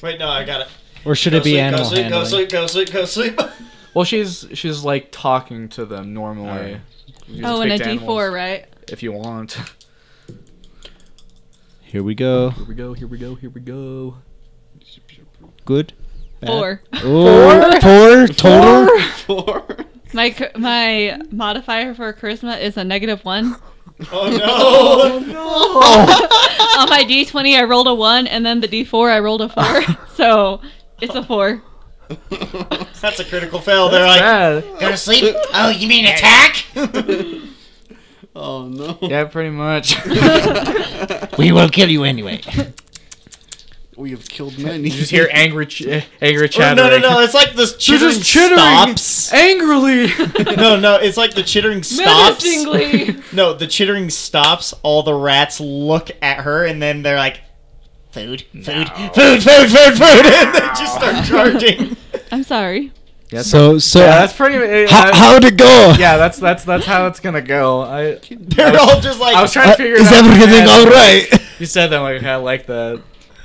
Speaker 3: Wait, no, I got it.
Speaker 4: Or should
Speaker 3: Go
Speaker 4: it be
Speaker 3: sleep,
Speaker 4: animal
Speaker 3: go sleep,
Speaker 4: handling?
Speaker 3: go sleep, go sleep, go sleep.
Speaker 1: Well, she's she's like talking to them normally.
Speaker 4: Alright.
Speaker 1: You can
Speaker 5: Oh, and a
Speaker 1: speak
Speaker 5: D
Speaker 1: to
Speaker 5: four,
Speaker 1: animals
Speaker 5: right?
Speaker 1: If you want.
Speaker 4: Here we go.
Speaker 1: Here we go. Here we go. Here we go.
Speaker 4: Good.
Speaker 1: Eh?
Speaker 4: Bad.
Speaker 5: Four.
Speaker 4: Oh, four. Total.
Speaker 2: Four.
Speaker 5: My ch- my modifier for charisma is a negative one.
Speaker 3: Oh no!
Speaker 5: On my D twenty, I rolled a one, and then the D four, I rolled a four. so it's a four.
Speaker 3: That's a critical fail. They're like,
Speaker 1: Yeah.
Speaker 7: Go to sleep? Oh, you mean attack?
Speaker 2: Oh no.
Speaker 1: Yeah, pretty much.
Speaker 7: We will kill you anyway.
Speaker 2: We have killed many.
Speaker 1: You just hear angry, ch- angry
Speaker 3: Oh,
Speaker 1: chattering.
Speaker 3: no, no, no! It's like this chittering,
Speaker 1: just chittering.
Speaker 3: stops.
Speaker 1: Angrily.
Speaker 3: No, no, it's like the chittering stops.
Speaker 5: Menacingly.
Speaker 3: No, the chittering stops. All the rats look at her, and then they're like, "Food, food, food, food, food, food!" And they just start charging.
Speaker 5: I'm sorry.
Speaker 4: So, so
Speaker 1: yeah, that's pretty. Uh,
Speaker 4: how, how'd it go?
Speaker 1: yeah, that's that's that's how it's gonna go. I
Speaker 3: They're all just like,
Speaker 1: I was trying
Speaker 4: Uh,
Speaker 1: to figure
Speaker 4: is
Speaker 1: it out.
Speaker 4: everything
Speaker 1: Yeah,
Speaker 4: all right?
Speaker 1: You said that like I like that.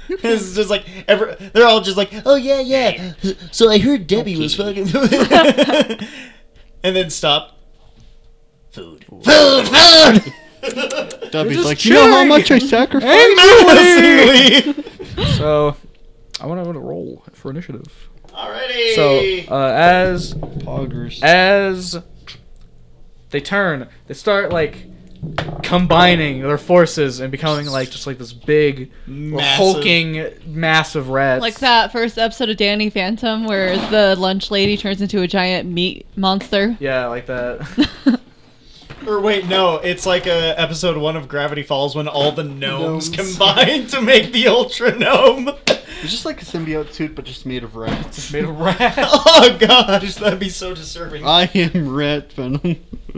Speaker 3: it's just like, every, they're all just like, "Oh yeah, yeah." So I heard Debbie was fucking, and then stop. Food, food, food.
Speaker 2: Debbie's like, you know how much I sacrificed?
Speaker 3: Honestly.
Speaker 1: So I want to roll for initiative.
Speaker 3: Alrighty.
Speaker 1: So uh, as
Speaker 2: Poggers.
Speaker 1: Eh. as they turn, they start like combining their forces and becoming like just like this big
Speaker 3: Massive.
Speaker 1: hulking mass of rats.
Speaker 5: Like that first episode of Danny Phantom where the lunch lady turns into a giant meat monster.
Speaker 1: Yeah, like that.
Speaker 3: Or wait, no, it's like uh episode one of Gravity Falls when all the gnomes, combine to make the Ultra Gnome.
Speaker 2: It's just like a symbiote suit, but just made of rats.
Speaker 1: Made of rats.
Speaker 3: oh gosh, that'd be so disturbing.
Speaker 1: Uh,
Speaker 2: I am rat venom.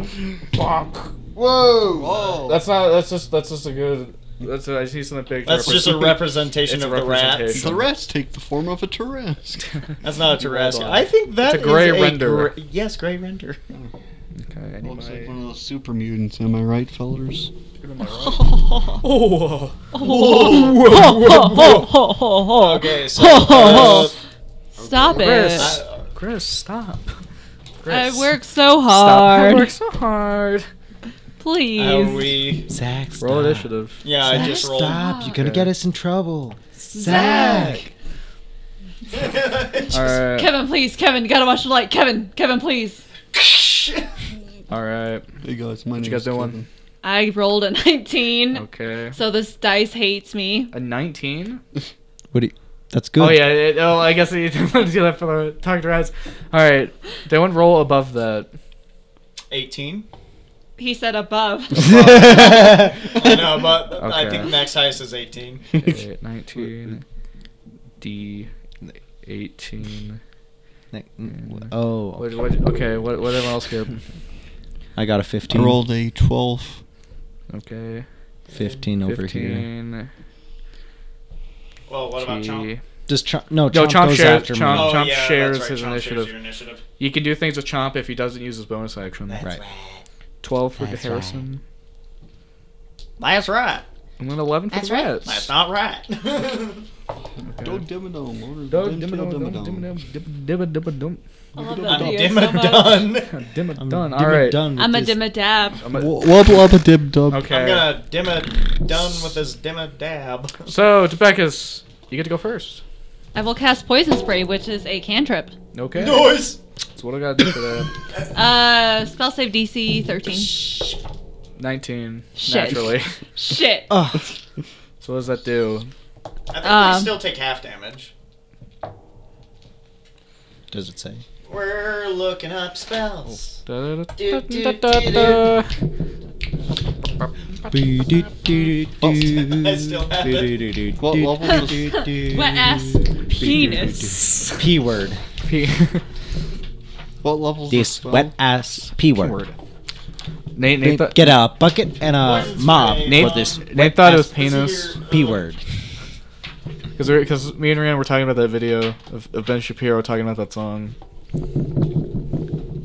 Speaker 3: Whoa!
Speaker 1: That's not. That's just. That's just a good. That's. A, I see something big.
Speaker 3: That's just a representation
Speaker 1: It's a
Speaker 3: of the rats.
Speaker 1: representation.
Speaker 2: The rats take the form of a Tarrasque.
Speaker 3: That's not a Tarrasque. I think that's
Speaker 1: a gray render.
Speaker 3: yes, gray render.
Speaker 1: Okay, I need
Speaker 2: Looks like
Speaker 1: my-
Speaker 2: one of those super mutants, am I right, fellers?
Speaker 1: Oh,
Speaker 5: Ho, ho, ho, ho, ho.
Speaker 3: Okay, so
Speaker 5: uh, Stop it.
Speaker 1: Chris, Chris, stop.
Speaker 5: I
Speaker 1: Chris,
Speaker 5: work so
Speaker 1: Stop. I
Speaker 5: hard.
Speaker 1: work so hard.
Speaker 5: Please.
Speaker 3: we?
Speaker 4: Zach, stop.
Speaker 1: Roll initiative.
Speaker 3: Yeah, I just rolled.
Speaker 4: Stop! You're gonna
Speaker 1: Okay.
Speaker 4: get us in trouble.
Speaker 5: Zach.
Speaker 1: All right.
Speaker 5: Kevin, please. Kevin, you gotta watch the light. Kevin, Kevin, please.
Speaker 1: All right.
Speaker 2: Hey guys, my
Speaker 1: you
Speaker 2: name's
Speaker 1: guys doing?
Speaker 2: Kevin.
Speaker 5: I rolled a 19,
Speaker 1: Okay.
Speaker 5: so this dice hates me.
Speaker 1: A 19.
Speaker 4: What do you, That's good.
Speaker 1: Oh yeah. It, oh, I guess you didn't do that for the talk to rats. All right. They won't roll above that.
Speaker 3: 18.
Speaker 5: He said above.
Speaker 3: I know, but I think
Speaker 1: Okay.
Speaker 3: max highest is 18.
Speaker 1: Okay, 19 D 18.
Speaker 4: Oh,
Speaker 1: What, what, okay, what what everyone else get?
Speaker 4: I got a
Speaker 2: I
Speaker 4: 15.
Speaker 2: rolled a 12.
Speaker 1: Okay.
Speaker 4: 15 over here.
Speaker 1: 15.
Speaker 3: Well, what about
Speaker 1: T-
Speaker 3: Chomp?
Speaker 4: Does Chomp? No, Chomp,
Speaker 1: No, Chomp
Speaker 4: goes
Speaker 1: shares-
Speaker 4: after
Speaker 1: Chomp-
Speaker 4: me.
Speaker 3: oh,
Speaker 1: Chomp
Speaker 3: yeah,
Speaker 1: shares
Speaker 3: that's right.
Speaker 1: his
Speaker 3: Chomp
Speaker 1: initiative.
Speaker 3: Shares your initiative.
Speaker 1: You can do things with Chomp if he doesn't use his bonus action.
Speaker 4: Right.
Speaker 1: 12 for
Speaker 7: That's
Speaker 1: Harrison.
Speaker 3: That's right.
Speaker 1: And then 11 for
Speaker 7: That's
Speaker 1: the
Speaker 7: right.
Speaker 1: rats.
Speaker 3: That's not right.
Speaker 1: Okay.
Speaker 2: Dog Dimmadome. Order
Speaker 1: Dog,
Speaker 2: Dim
Speaker 1: dimma,
Speaker 2: Dog
Speaker 1: dum, dum,
Speaker 2: Dimmadome.
Speaker 1: dum, dum, dimma, dimma, dum,
Speaker 5: I love that
Speaker 3: I'm
Speaker 5: video
Speaker 3: dim
Speaker 5: so
Speaker 3: and
Speaker 5: much.
Speaker 3: done.
Speaker 1: dimma,
Speaker 4: I'm
Speaker 1: done.
Speaker 4: dimmed
Speaker 1: All right.
Speaker 4: done with
Speaker 5: I'm a
Speaker 4: this.
Speaker 5: dim a dab.
Speaker 1: I'm a-
Speaker 2: Wo- Wubble up a dib dub.
Speaker 1: okay.
Speaker 3: I'm gonna dim a done with this dim a dab.
Speaker 1: So, Tobacchus, you get to go first.
Speaker 5: I will cast poison spray, which is a cantrip.
Speaker 1: Okay.
Speaker 3: Noise.
Speaker 1: So, what do I gotta do for that?
Speaker 5: Uh, spell save DC 13.
Speaker 1: 19.
Speaker 5: Shit.
Speaker 1: Naturally.
Speaker 5: Shit.
Speaker 1: Oh, So, what does that do?
Speaker 3: I think
Speaker 5: Um,
Speaker 3: we still take half damage.
Speaker 4: Does it say?
Speaker 3: We're looking up spells.
Speaker 1: Da, da, da,
Speaker 3: Do, do,
Speaker 1: da, da,
Speaker 3: do,
Speaker 1: da.
Speaker 4: Oh,
Speaker 3: I still have it.
Speaker 2: What level is
Speaker 5: Wet ass penis.
Speaker 4: P word.
Speaker 1: P-
Speaker 2: What level is
Speaker 4: This wet ass P word.
Speaker 1: Nate, Nate, thought
Speaker 4: Get a bucket and a
Speaker 3: Poison
Speaker 4: mop
Speaker 3: spray.
Speaker 4: for
Speaker 3: Nate-
Speaker 4: this
Speaker 1: Nate thought it was
Speaker 3: This
Speaker 1: penis.
Speaker 3: is your, uh,
Speaker 4: P word.
Speaker 1: Because because me and Ryan were talking about that video of, of Ben Shapiro talking about that song,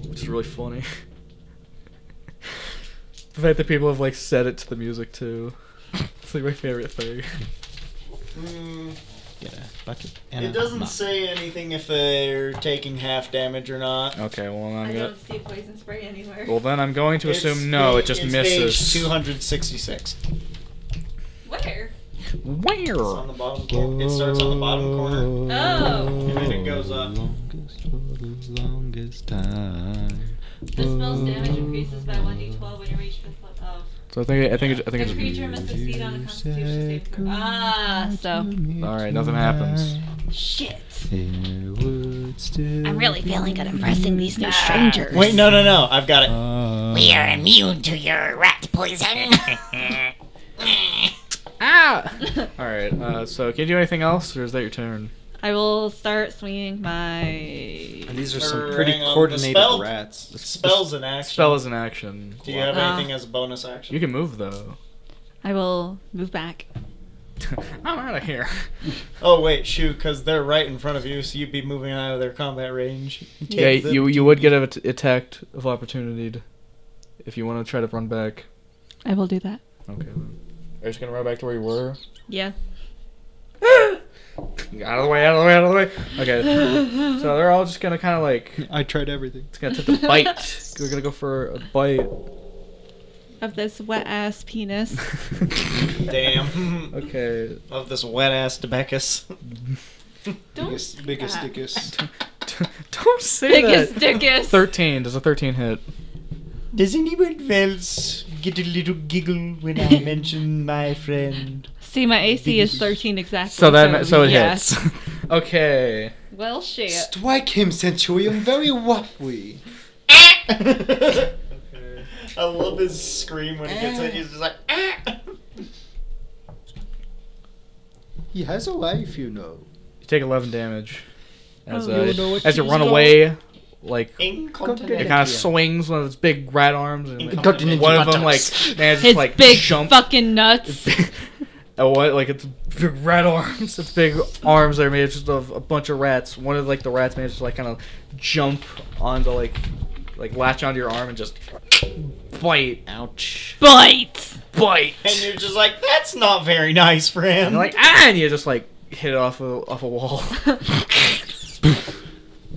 Speaker 1: which is really funny. the fact that people have like said it to the music too. It's like my favorite thing. Oh.
Speaker 3: Mm,
Speaker 4: Get a bucket and
Speaker 3: It
Speaker 4: a
Speaker 3: doesn't
Speaker 4: mop.
Speaker 3: say anything if they're taking half damage or not.
Speaker 1: Okay, well I'm gonna.
Speaker 5: see poison spray anywhere.
Speaker 1: Well then I'm going to
Speaker 3: It's
Speaker 1: assume no,
Speaker 3: page-
Speaker 1: it just
Speaker 3: it's
Speaker 1: misses.
Speaker 3: Page 266.
Speaker 5: Where?
Speaker 3: It's on the bottom cor- It starts on the bottom corner.
Speaker 5: Oh.
Speaker 3: And then it goes up.
Speaker 4: Longest, the longest time.
Speaker 5: The spell's damage increases by 1d12 when you reach fifth level. Oh.
Speaker 1: So Uh, I think I think it, I think
Speaker 5: The
Speaker 1: it just.
Speaker 5: creature must succeed on a constitution save throw. Ah, so.
Speaker 1: All right, nothing happens.
Speaker 5: Shit.
Speaker 4: It would still
Speaker 8: I'm really feeling good impressing these new strangers.
Speaker 3: Wait, no, no, no. I've got
Speaker 4: Uh,
Speaker 3: it.
Speaker 8: Uh, We are immune to your rat poison.
Speaker 1: All right, uh, so can you do anything else, or is that your turn?
Speaker 5: I will start swinging my.
Speaker 4: And these are
Speaker 3: Or
Speaker 4: some pretty
Speaker 3: hang on, uh, the
Speaker 4: coordinated
Speaker 3: spell-
Speaker 4: rats.
Speaker 3: Spells in action.
Speaker 1: Spell is an action.
Speaker 3: Do you have
Speaker 5: Ah.
Speaker 3: anything as a bonus action?
Speaker 1: You can move though.
Speaker 5: I will move back.
Speaker 1: I'm out of here.
Speaker 3: Oh wait, shoot, because they're right in front of you, so you'd be moving out of their combat range.
Speaker 1: Yeah,
Speaker 3: Take them.
Speaker 1: you you would get a t- attacked of opportunity to- if you want to try to run back.
Speaker 5: I will do that.
Speaker 1: Okay. Then. Are you just gonna run back to where you were?
Speaker 5: Yeah.
Speaker 1: Out of the way! Out of the way! Out of the way! Okay. so they're all just gonna kind of like
Speaker 4: I tried everything.
Speaker 1: it's gonna take the bite. We're gonna go for a bite.
Speaker 5: Of this wet ass penis.
Speaker 3: Damn.
Speaker 1: Okay.
Speaker 3: of this wet ass Debeckus.
Speaker 5: Don't.
Speaker 4: Biggest,
Speaker 5: Ah.
Speaker 4: biggest.
Speaker 1: Don't say
Speaker 5: Biggest
Speaker 1: that.
Speaker 5: dickest.
Speaker 1: Thirteen. Does a thirteen hit?
Speaker 3: Does anyone else get a little giggle when I mention my friend?
Speaker 5: See, my AC is 13 exactly.
Speaker 1: So that so it
Speaker 5: yeah.
Speaker 1: hits. okay.
Speaker 5: Well, shit.
Speaker 4: Strike him, Centurion, very waffly.
Speaker 3: I love his scream when he gets it. He's just like, ah!
Speaker 4: He has a life, you know.
Speaker 1: You take eleven damage as
Speaker 4: Oh, you
Speaker 1: uh,
Speaker 4: know what
Speaker 1: as you
Speaker 4: she's
Speaker 1: run
Speaker 4: got.
Speaker 1: away, like It
Speaker 3: Incontinent.
Speaker 1: kind of swings one of its big rat arms, and like,
Speaker 3: Incontinent
Speaker 1: one of them like
Speaker 4: buttocks.
Speaker 1: man
Speaker 5: His
Speaker 1: just like
Speaker 5: big
Speaker 1: jump.
Speaker 5: fucking nuts.
Speaker 1: Oh, what? Like it's big rat arms. Its big arms are made just of a bunch of rats. One of like the rats manages to like kind of jump onto like like latch onto your arm and just bite,
Speaker 4: Ouch.
Speaker 5: Bite.
Speaker 1: bite.
Speaker 3: And you're just like, that's not very nice, friend.
Speaker 1: And you're like ah, and you just like hit it off a off a wall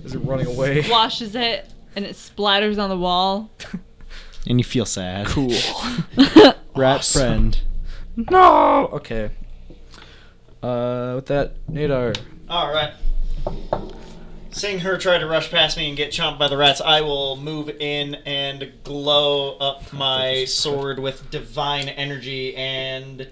Speaker 1: as you're running away.
Speaker 5: Washes it and it splatters on the wall.
Speaker 4: And you feel sad.
Speaker 1: Cool.
Speaker 4: Rat friend.
Speaker 1: no. Okay. Uh, with that, Nadar.
Speaker 3: All right. Seeing her try to rush past me and get chomped by the rats, I will move in and glow up my sword with divine energy and.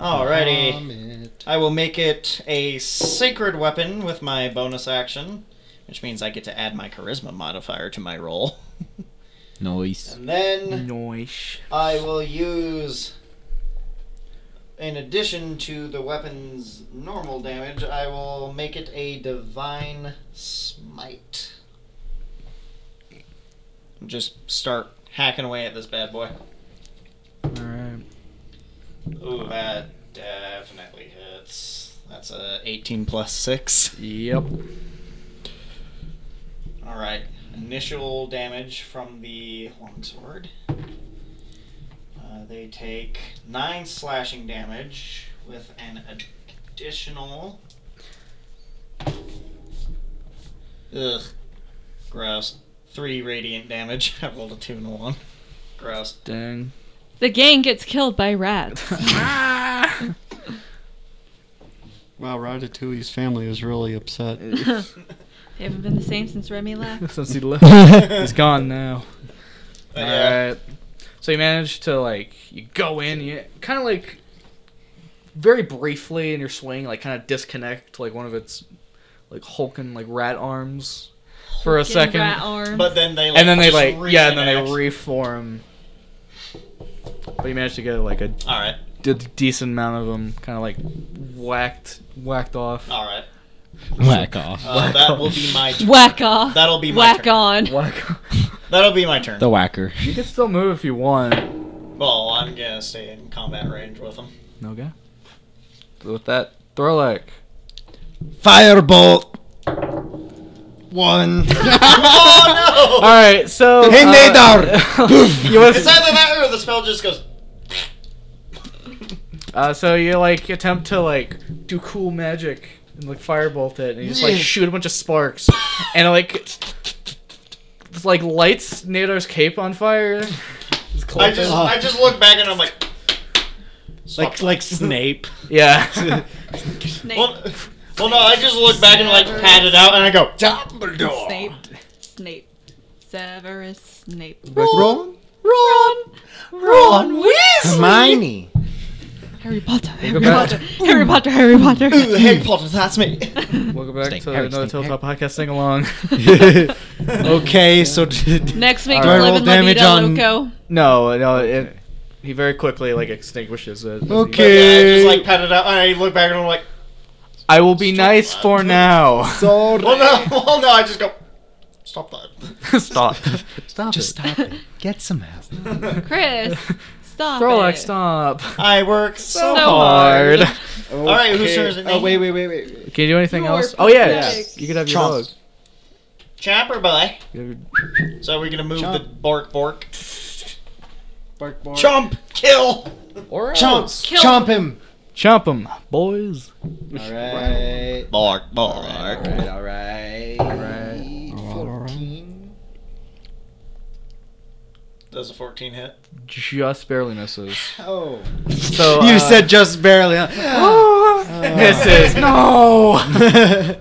Speaker 3: Alrighty. Um,
Speaker 4: Vomit.
Speaker 3: I will make it a sacred weapon with my bonus action, which means I get to add my charisma modifier to my roll.
Speaker 9: Nice.
Speaker 3: And then
Speaker 1: Noish.
Speaker 3: I will use, in addition to the weapon's normal damage, I will make it a divine smite. Just start hacking away at this bad boy.
Speaker 1: Alright.
Speaker 3: Ooh, that definitely hits. That's a 18 plus 6.
Speaker 1: Yep.
Speaker 3: Alright. Initial damage from the longsword. Uh, they take 9 slashing damage with an additional. Ugh. Gross. 3 radiant damage. I rolled a 2 and a 1. Gross.
Speaker 1: Dang.
Speaker 5: The gang gets killed by rats.
Speaker 2: Wow, Ratatouille's family is really upset.
Speaker 5: They haven't been the same since Remy left.
Speaker 1: Since he left, he's gone now.
Speaker 3: But yeah.
Speaker 1: Alright. So you manage to like you go in, you kind of like very briefly in your swing, like kind of disconnect like one of its like hulking like rat arms for a
Speaker 5: Fucking
Speaker 1: second,
Speaker 5: Rat arm.
Speaker 3: But then they like.
Speaker 1: and then they
Speaker 3: just
Speaker 1: like yeah, and then
Speaker 3: reenact.
Speaker 1: they reform. But you manage to get like a
Speaker 3: Alright.
Speaker 1: d- decent amount of them, kind of like whacked whacked off.
Speaker 3: Alright.
Speaker 9: Whack off.
Speaker 3: Uh, that will be my turn.
Speaker 5: Whack off.
Speaker 3: That'll be my
Speaker 5: Whack
Speaker 3: turn.
Speaker 5: on.
Speaker 1: Whack. off.
Speaker 3: That'll be my turn.
Speaker 9: The whacker.
Speaker 1: You can still move if you want.
Speaker 3: Well, I'm gonna stay in combat range with him.
Speaker 1: Okay. With that, throw like.
Speaker 4: Firebolt. One.
Speaker 3: oh
Speaker 1: All right, so
Speaker 4: Hey,
Speaker 1: uh,
Speaker 4: Nadar!
Speaker 1: you
Speaker 3: It's
Speaker 1: was,
Speaker 3: either that or the spell just goes.
Speaker 1: uh, so you like attempt to like do cool magic and like firebolt it, and you just like shoot a bunch of sparks, and it, like it's, like lights Nadar's cape on fire. It's
Speaker 3: I just,
Speaker 1: cloaking.
Speaker 3: I just look back and I'm like.
Speaker 4: like like Snape.
Speaker 1: yeah.
Speaker 5: Snape.
Speaker 3: Well, well, no, I just look back and like pat it out and I go.
Speaker 5: Snape. Snape. Severus Snape.
Speaker 4: Ron.
Speaker 5: Ron. Ron. Weasley.
Speaker 4: Hermione.
Speaker 5: Harry Potter. Harry
Speaker 1: go back.
Speaker 5: Potter. Harry Potter. Harry Potter.
Speaker 3: Ooh, Harry Potter, that's me.
Speaker 1: Welcome back
Speaker 9: Snake
Speaker 1: to
Speaker 9: Harry,
Speaker 1: another
Speaker 9: Snake
Speaker 1: Tabletop podcast sing along.
Speaker 4: okay, so did,
Speaker 5: Next week,
Speaker 1: All
Speaker 5: we're
Speaker 1: right.
Speaker 5: living
Speaker 4: Roll
Speaker 5: La Vida
Speaker 4: damage
Speaker 5: Loco.
Speaker 1: no, no, it, he very quickly like extinguishes it.
Speaker 3: But
Speaker 4: Okay.
Speaker 3: yeah, I just like pat it out and I look back and I'm like,
Speaker 1: I will be nice for now.
Speaker 4: so
Speaker 3: well, no, well, no, I just go. Stop that.
Speaker 1: Stop.
Speaker 4: stop just stop it. Get some help.
Speaker 5: Chris, stop.
Speaker 1: Throw
Speaker 5: it.
Speaker 1: like stop.
Speaker 3: I work so.
Speaker 5: So
Speaker 1: hard.
Speaker 5: hard.
Speaker 3: All right, who's turn is it?
Speaker 2: Oh, wait, wait, wait, wait.
Speaker 1: Can you do anything
Speaker 5: Your
Speaker 1: else? Oh yeah,
Speaker 5: pathetic.
Speaker 1: you could have your
Speaker 4: Chomp.
Speaker 1: dog.
Speaker 3: Chopper boy.
Speaker 1: You have your-
Speaker 3: So we're gonna move the
Speaker 2: Chomp.
Speaker 3: bork bork.
Speaker 2: Bark, bark.
Speaker 3: Chomp, kill.
Speaker 4: Chomp,
Speaker 5: Kill-
Speaker 4: chomp him.
Speaker 1: Chomp them, boys.
Speaker 9: Alright.
Speaker 3: Bark bark.
Speaker 9: Alright, alright.
Speaker 1: Alright.
Speaker 3: Does a 14 hit?
Speaker 1: Just barely misses.
Speaker 9: Oh.
Speaker 1: So
Speaker 4: you
Speaker 1: uh,
Speaker 4: said just barely. huh?
Speaker 1: misses. Ah. No.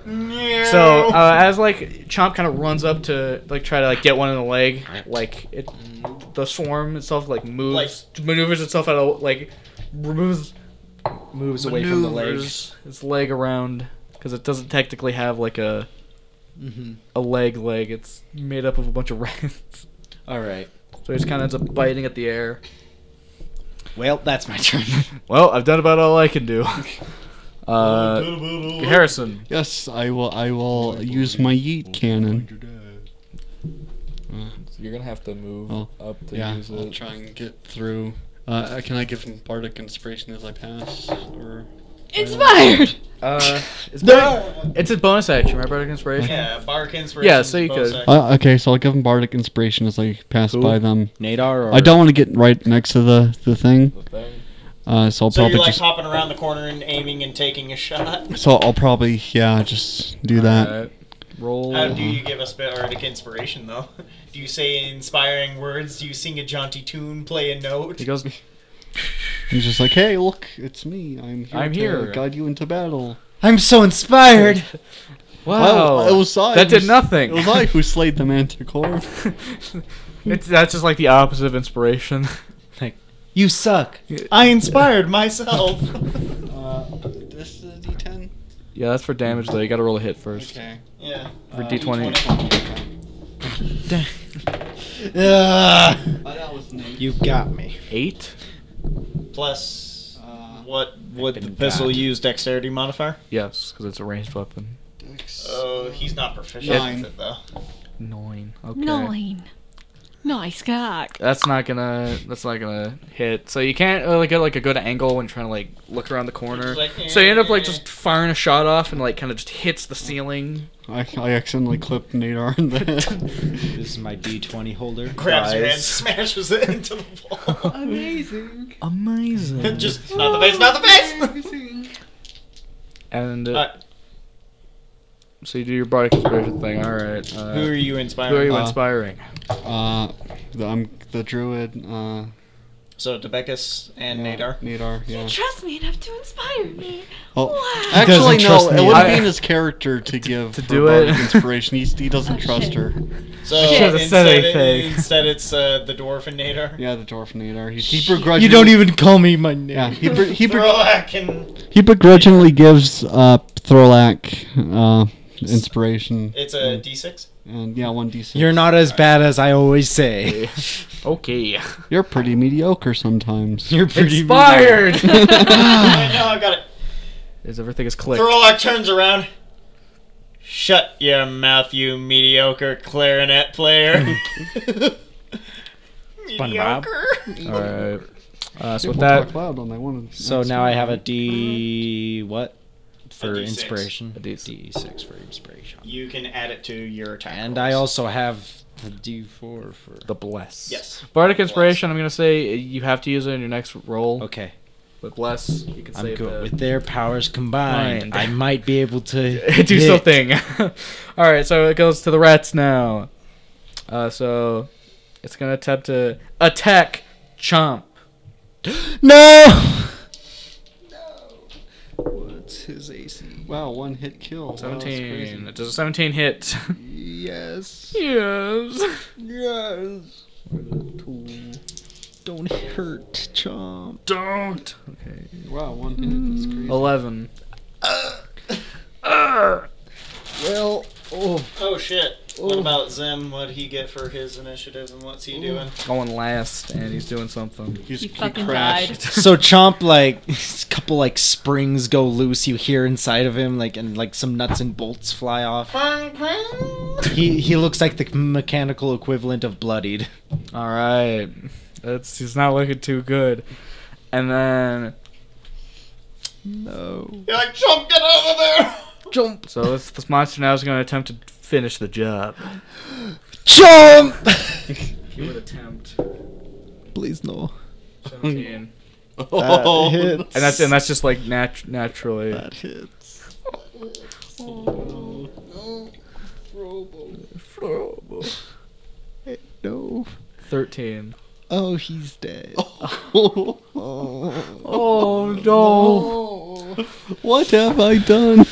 Speaker 4: Oh.
Speaker 3: No.
Speaker 1: So uh, as like Chomp kind of runs up to like try to like get one in the leg, like it, the swarm itself like moves, maneuvers itself out of like removes
Speaker 4: Moves away from the leg.
Speaker 1: maneuvers its leg around because it doesn't technically have like a
Speaker 4: Mm-hmm.
Speaker 1: a leg leg. It's made up of a bunch of rats.
Speaker 4: All right.
Speaker 1: So he just kind of ends up biting at the air.
Speaker 4: Well, that's my turn.
Speaker 1: Well, I've done about all I can do. Uh, Harrison.
Speaker 2: Yes, I will. I will use my yeet cannon.
Speaker 1: You're gonna have to move
Speaker 2: Oh,
Speaker 1: up to
Speaker 2: Yeah, I'll try and get through. Uh, can I give him bardic inspiration as I pass? Or
Speaker 5: Inspired.
Speaker 1: Uh, it's, bardic- it's a bonus action, right? Bardic inspiration.
Speaker 3: Yeah, bark inspiration.
Speaker 1: Yeah, so you
Speaker 3: bonus
Speaker 1: could.
Speaker 3: action.
Speaker 2: uh, okay, so I'll give him bardic inspiration as I pass
Speaker 9: Cool.
Speaker 2: by them.
Speaker 9: Nadar or
Speaker 2: I don't want to get right next to the the thing, uh, so I'll
Speaker 3: So
Speaker 2: probably
Speaker 3: you're like
Speaker 2: just.
Speaker 3: hopping around the corner and aiming and taking a shot.
Speaker 2: So I'll probably yeah, just do that.
Speaker 1: Alright. Roll.
Speaker 3: How do you give us bardic inspiration though? Do you say inspiring words? Do you sing a jaunty tune? Play a note?
Speaker 1: He goes.
Speaker 2: He's just like, hey, look, it's me. I'm here.
Speaker 1: I'm
Speaker 2: to
Speaker 1: here."
Speaker 2: guide you into battle.
Speaker 4: I'm so inspired.
Speaker 1: Wow.
Speaker 2: Well, it was I
Speaker 1: Oh. that
Speaker 2: who
Speaker 1: did
Speaker 2: s-
Speaker 1: nothing.
Speaker 2: It was I who slayed the Manticore.
Speaker 1: it's that's just like the opposite of inspiration.
Speaker 4: You suck.
Speaker 3: I inspired myself.
Speaker 2: Uh, this
Speaker 1: Yeah, that's for damage though. You gotta roll a hit first.
Speaker 2: Okay.
Speaker 3: Yeah.
Speaker 1: For D20.
Speaker 2: Uh, that was neat.
Speaker 4: You got me.
Speaker 1: Eight.
Speaker 3: Plus,
Speaker 2: Uh,
Speaker 3: what would the pistol use? Dexterity modifier?
Speaker 1: Yes, because it's a ranged weapon.
Speaker 2: dex.
Speaker 3: Oh, he's not proficient
Speaker 2: Nine.
Speaker 3: with it though.
Speaker 1: Nine. Okay.
Speaker 5: Nine. Nice cock.
Speaker 1: That's not gonna. That's not gonna hit. So you can't uh, like get like a good angle when trying to like look around the corner.
Speaker 3: It's like,
Speaker 1: so you end up like
Speaker 3: eh.
Speaker 1: just firing a shot off and like kind of just hits the ceiling.
Speaker 2: I, I accidentally clipped Nadar in the head.
Speaker 4: This is my D20 holder.
Speaker 3: Grabs your hand,
Speaker 4: Guys.
Speaker 3: smashes it into the wall.
Speaker 2: Amazing.
Speaker 1: Amazing.
Speaker 3: Just not the face, not the face.
Speaker 1: and uh,
Speaker 3: Alright,
Speaker 1: so you do your body conspiration thing. All right. Uh,
Speaker 3: who are you
Speaker 1: who are
Speaker 3: inspiring?
Speaker 1: you
Speaker 2: Uh,
Speaker 1: inspiring?
Speaker 2: Uh, the, I'm the druid. Uh,
Speaker 3: So Debeckus and
Speaker 2: yeah,
Speaker 3: Nadar.
Speaker 2: Nadar.
Speaker 5: You
Speaker 2: Yeah.
Speaker 5: trust me enough to inspire me.
Speaker 2: Oh,
Speaker 5: Wow.
Speaker 2: actually, no.
Speaker 4: trust
Speaker 2: It
Speaker 4: me.
Speaker 2: would have
Speaker 1: I-
Speaker 2: been his character to give
Speaker 1: to
Speaker 2: her
Speaker 1: do
Speaker 2: bardic
Speaker 1: it.
Speaker 2: inspiration. He, he doesn't
Speaker 5: Oh,
Speaker 2: trust
Speaker 5: shit.
Speaker 2: her.
Speaker 3: So
Speaker 5: I should've
Speaker 3: instead,
Speaker 1: said anything.
Speaker 3: instead it's uh, the dwarf and Nadar.
Speaker 2: Yeah, the dwarf Nadar. He, he begrudgingly.
Speaker 4: You don't even call me my name.
Speaker 2: Yeah, he, be- he, be-
Speaker 3: Thorlak and
Speaker 2: he begrudgingly gives uh Thorlak uh inspiration
Speaker 3: it's a D6.
Speaker 2: and yeah one d six.
Speaker 4: You're not as bad as I always say.
Speaker 1: Okay.
Speaker 2: You're pretty mediocre sometimes.
Speaker 4: You're pretty
Speaker 1: Inspired.
Speaker 3: I know I've got it.
Speaker 1: Is everything is clicked?
Speaker 3: Thorlak turns around. Shut your mouth, you mediocre clarinet player. mediocre.
Speaker 1: All right. Uh, so with
Speaker 2: People
Speaker 1: that,
Speaker 2: talk loud on that one.
Speaker 4: So now I have a D what for
Speaker 3: A D6.
Speaker 4: inspiration?
Speaker 1: A D6.
Speaker 4: D6 for inspiration.
Speaker 3: You can add it to your attack.
Speaker 4: And I
Speaker 3: rolls.
Speaker 4: also have the D4 for
Speaker 1: the bless.
Speaker 3: Yes.
Speaker 1: Bardic inspiration. I'm gonna say you have to use it in your next roll.
Speaker 4: Okay,
Speaker 1: But bless, you can
Speaker 4: I'm
Speaker 1: save
Speaker 4: good.
Speaker 1: the-
Speaker 4: With their powers combined,
Speaker 1: Mind.
Speaker 4: I might be able to
Speaker 1: do
Speaker 4: hit.
Speaker 1: something. All right, so it goes to the rats now. Uh, so it's gonna attempt to attack Chomp.
Speaker 4: No.
Speaker 9: What's his AC?
Speaker 2: Wow, one hit kill. Wow, that's
Speaker 1: Seventeen.
Speaker 2: crazy.
Speaker 1: Does a seventeen hit?
Speaker 9: Yes.
Speaker 1: yes.
Speaker 9: Yes. Don't hurt, chomp.
Speaker 6: Don't.
Speaker 1: Okay.
Speaker 2: Wow, one hit. That's crazy.
Speaker 1: Eleven.
Speaker 9: Well, oh,
Speaker 3: Oh shit. What about Zim? What'd he get for his initiative and what's he doing?
Speaker 1: Going last, and he's doing something.
Speaker 2: He's,
Speaker 5: He fucking died.
Speaker 4: so Chomp like a couple like springs go loose. You hear inside of him like and like some nuts and bolts fly off. He he looks like the mechanical equivalent of bloodied.
Speaker 1: All right. That's he's not looking too good. And then
Speaker 3: You're like, Chomp, get out of there!
Speaker 1: jump. So this, this monster now is going to attempt to finish the job.
Speaker 4: Chomp.
Speaker 1: He would attempt.
Speaker 4: Please no.
Speaker 1: Seventeen.
Speaker 2: Oh,
Speaker 4: hits.
Speaker 1: and that's and that's just like nat- naturally.
Speaker 4: That hits.
Speaker 9: no.
Speaker 1: Thirteen.
Speaker 9: Oh, he's dead. Oh.
Speaker 1: Oh no!
Speaker 2: what have I done?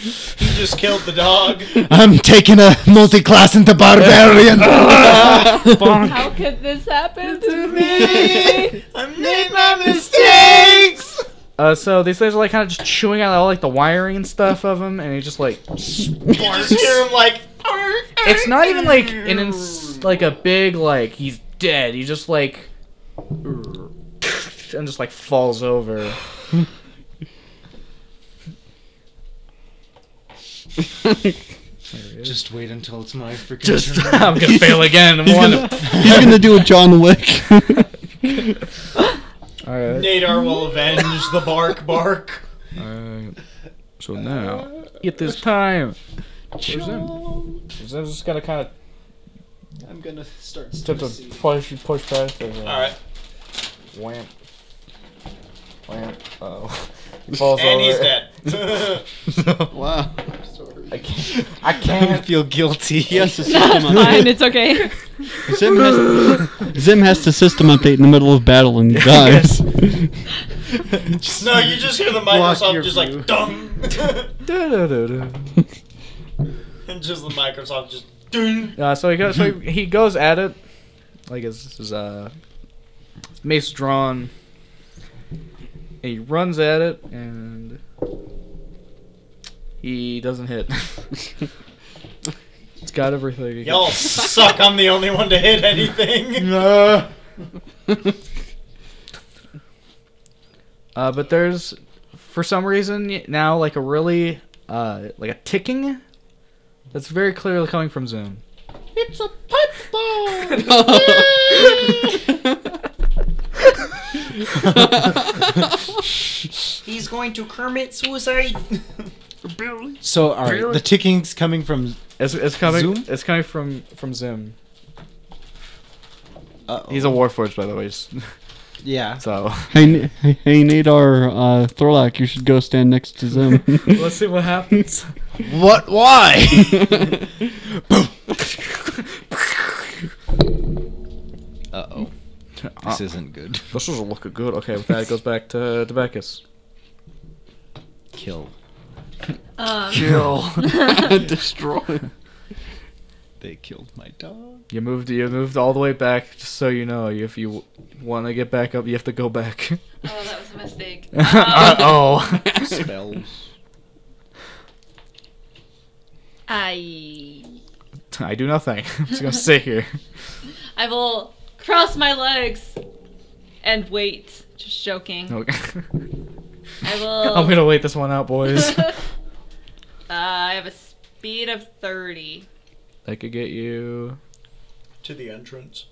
Speaker 3: He just killed the dog.
Speaker 4: I'm taking a multi-class into barbarian.
Speaker 5: How could this happen to me?
Speaker 3: I made my mistakes!
Speaker 1: Uh, so these things are like kind of just chewing out all like the wiring and stuff of him, and he just like
Speaker 3: You just hear him like,
Speaker 1: it's not even like an ins- like a big like he's dead. He just like and just like falls over.
Speaker 4: Just wait until it's my freaking
Speaker 1: Just
Speaker 4: turn.
Speaker 1: I'm gonna fail again. One.
Speaker 2: He's gonna do a John Wick.
Speaker 1: All right.
Speaker 3: Nadar will avenge the bark bark.
Speaker 1: Alright. So now, at this time, I'm just gonna kind of
Speaker 4: I'm gonna start.
Speaker 1: attempt to push, push past it.
Speaker 3: Alright.
Speaker 1: Wham. Wham. Oh. He falls
Speaker 3: And
Speaker 1: over.
Speaker 3: he's dead.
Speaker 2: wow.
Speaker 1: I can't.
Speaker 4: feel guilty.
Speaker 2: Yes, a
Speaker 5: No,
Speaker 2: system
Speaker 5: it's fine. It's okay.
Speaker 2: update. Zim has, Zim has to system update in the middle of battle and he dies.
Speaker 3: no, you just hear the Microsoft just like, dung!
Speaker 1: Da-da-da-da.
Speaker 3: and just the Microsoft just, dung!
Speaker 1: Uh, so he goes. So he, he goes at it. Like his, his uh, mace drawn. And he runs at it and He doesn't hit. it's got everything.
Speaker 3: Y'all suck. I'm the only one to hit anything.
Speaker 1: Uh, but there's, for some reason, now like a really, uh, like a ticking, that's very clearly coming from Zoom.
Speaker 3: He's going to Kermit suicide.
Speaker 4: So, all right, the ticking's coming from.
Speaker 1: It's, it's coming.
Speaker 4: Zoom?
Speaker 1: It's coming from from Zoom.
Speaker 4: Uh,
Speaker 1: He's a Warforged, by the way. s-
Speaker 4: yeah.
Speaker 1: So
Speaker 2: Hey, N- hey, hey Nadar, uh, Thorlak, you should go stand next to Zim.
Speaker 1: let's see what happens.
Speaker 4: What? Why? uh oh, this isn't good.
Speaker 1: This doesn't look good. Okay, with that it goes back to Debacus.
Speaker 4: Kill.
Speaker 5: Um, Oh,
Speaker 2: Destroy.
Speaker 4: They killed my dog.
Speaker 1: You moved. You moved all the way back. Just so you know, if you want to get back up, you have to go back.
Speaker 5: oh, that was a mistake.
Speaker 1: uh oh.
Speaker 4: Spells.
Speaker 5: I
Speaker 1: I do nothing. I'm just gonna sit here.
Speaker 5: I will cross my legs and wait. Just joking.
Speaker 1: Okay.
Speaker 5: I will.
Speaker 1: Oh. I'm gonna wait this one out, boys.
Speaker 5: uh, I have a speed of thirty.
Speaker 1: That could get you.
Speaker 3: to the entrance.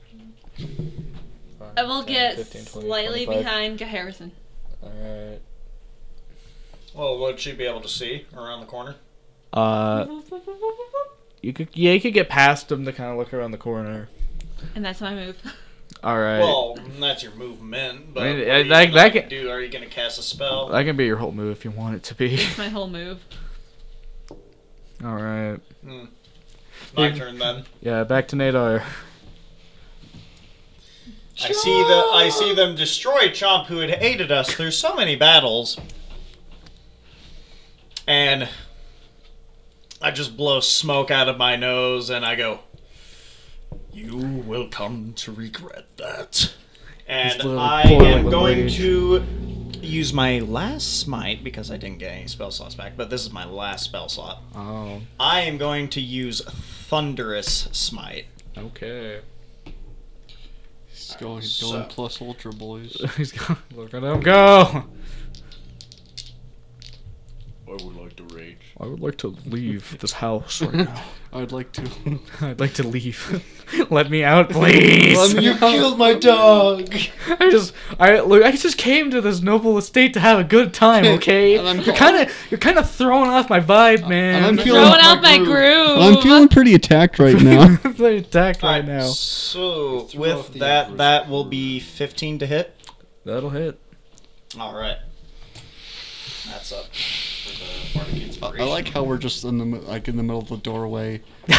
Speaker 5: I will get slightly behind Harrison.
Speaker 1: Alright.
Speaker 3: Well, would she be able to see around the corner?
Speaker 1: Uh, you could yeah, you could get past him to kind of look around the corner.
Speaker 5: And that's my move.
Speaker 1: All right,
Speaker 3: Well, that's your movement, but
Speaker 1: I mean,
Speaker 3: what
Speaker 1: I-
Speaker 3: are you
Speaker 1: that-
Speaker 3: gonna
Speaker 1: that can-
Speaker 3: do? Are you gonna cast a spell?
Speaker 1: that can be your whole move if you want it to be.
Speaker 5: It's my whole move.
Speaker 1: All right,
Speaker 3: Hmm. My turn then.
Speaker 1: yeah, back to Nadar.
Speaker 3: I see the I see them destroy Chomp, who had aided us through so many battles, and I just blow smoke out of my nose, and I go, "You will come to regret that." And
Speaker 1: He's literally
Speaker 3: I
Speaker 1: boiling
Speaker 3: am
Speaker 1: with
Speaker 3: going
Speaker 1: rage.
Speaker 3: to use my last smite because I didn't get any spell slots back, but this is my last spell slot.
Speaker 1: Oh,
Speaker 3: I am going to use thunderous smite.
Speaker 1: okay.
Speaker 2: He's going,
Speaker 3: So-
Speaker 2: going plus ultra, boys.
Speaker 1: He's gone. Look at him go.
Speaker 3: I would like to rage.
Speaker 1: I would like to leave this house right now.
Speaker 2: I'd like to.
Speaker 1: I'd like to leave. Let me out, please.
Speaker 4: You killed my dog.
Speaker 1: I just, I look, I just came to this noble estate to have a good time, okay?
Speaker 2: And I'm
Speaker 1: you're kind of, you're kind of throwing off my vibe, man.
Speaker 2: I'm feeling-
Speaker 5: Throwing
Speaker 2: Throwing
Speaker 5: out
Speaker 2: out
Speaker 5: my groove.
Speaker 2: I'm feeling pretty attacked right now.
Speaker 1: I'm feeling attacked right
Speaker 3: Alright,
Speaker 1: now.
Speaker 3: So
Speaker 2: Throw off
Speaker 3: with
Speaker 2: the
Speaker 3: that,
Speaker 2: average.
Speaker 3: that will be 15 to hit.
Speaker 1: That'll hit.
Speaker 3: All right, that's up. For the bardic
Speaker 2: I
Speaker 3: inspiration.
Speaker 2: like how we're just in the mi- like in the middle of the doorway.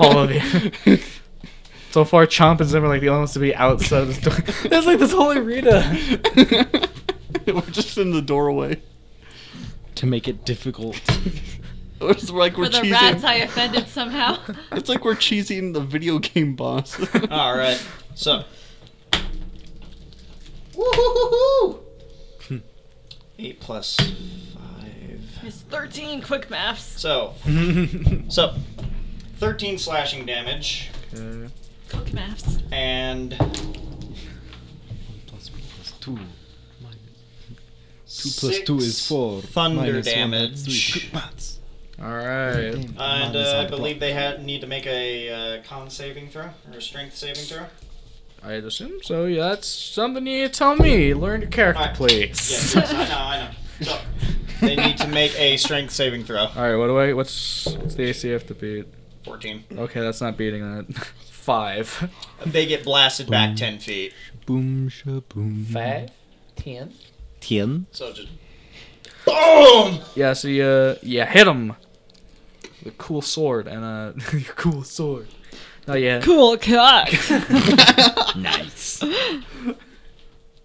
Speaker 1: All of you. So far, Chomp and Zim are like the only ones to be outside of this door. That's like this whole arena.
Speaker 2: we're just in the doorway.
Speaker 4: To make it difficult.
Speaker 2: It's like we're
Speaker 5: For the
Speaker 2: cheesing.
Speaker 5: rats I offended somehow.
Speaker 2: It's like we're cheesing the video game boss.
Speaker 3: All right, so. Eight plus five.
Speaker 5: It's thirteen quick maths.
Speaker 3: So, so, 13 slashing damage,
Speaker 5: Quick maths.
Speaker 3: and
Speaker 4: plus one plus two. Two plus two is
Speaker 3: six
Speaker 4: four.
Speaker 3: Thunder
Speaker 4: minus one
Speaker 3: damage.
Speaker 4: is three. Good maths.
Speaker 1: All right.
Speaker 3: And
Speaker 4: Minus
Speaker 3: uh, I
Speaker 4: one
Speaker 3: believe they had need to make a uh, con saving throw or a strength saving throw.
Speaker 1: I assume so. Yeah, that's something you need to tell me. Learn your character,
Speaker 3: Alright.
Speaker 1: please.
Speaker 3: Yes, yes, I know, I know. So they need to make a strength saving throw.
Speaker 1: All right. What do I? What's what's the AC I have to beat?
Speaker 3: 14.
Speaker 1: Okay, that's not beating that. Five.
Speaker 3: They get blasted
Speaker 1: Mm.
Speaker 3: back 10 feet.
Speaker 4: Boom shaboom.
Speaker 7: Five, ten.
Speaker 4: Tien.
Speaker 3: So just. Boom!
Speaker 1: Yeah. So you uh, yeah hit him. The cool sword and uh, your cool sword. No, yeah.
Speaker 5: Cool cock.
Speaker 4: Nice.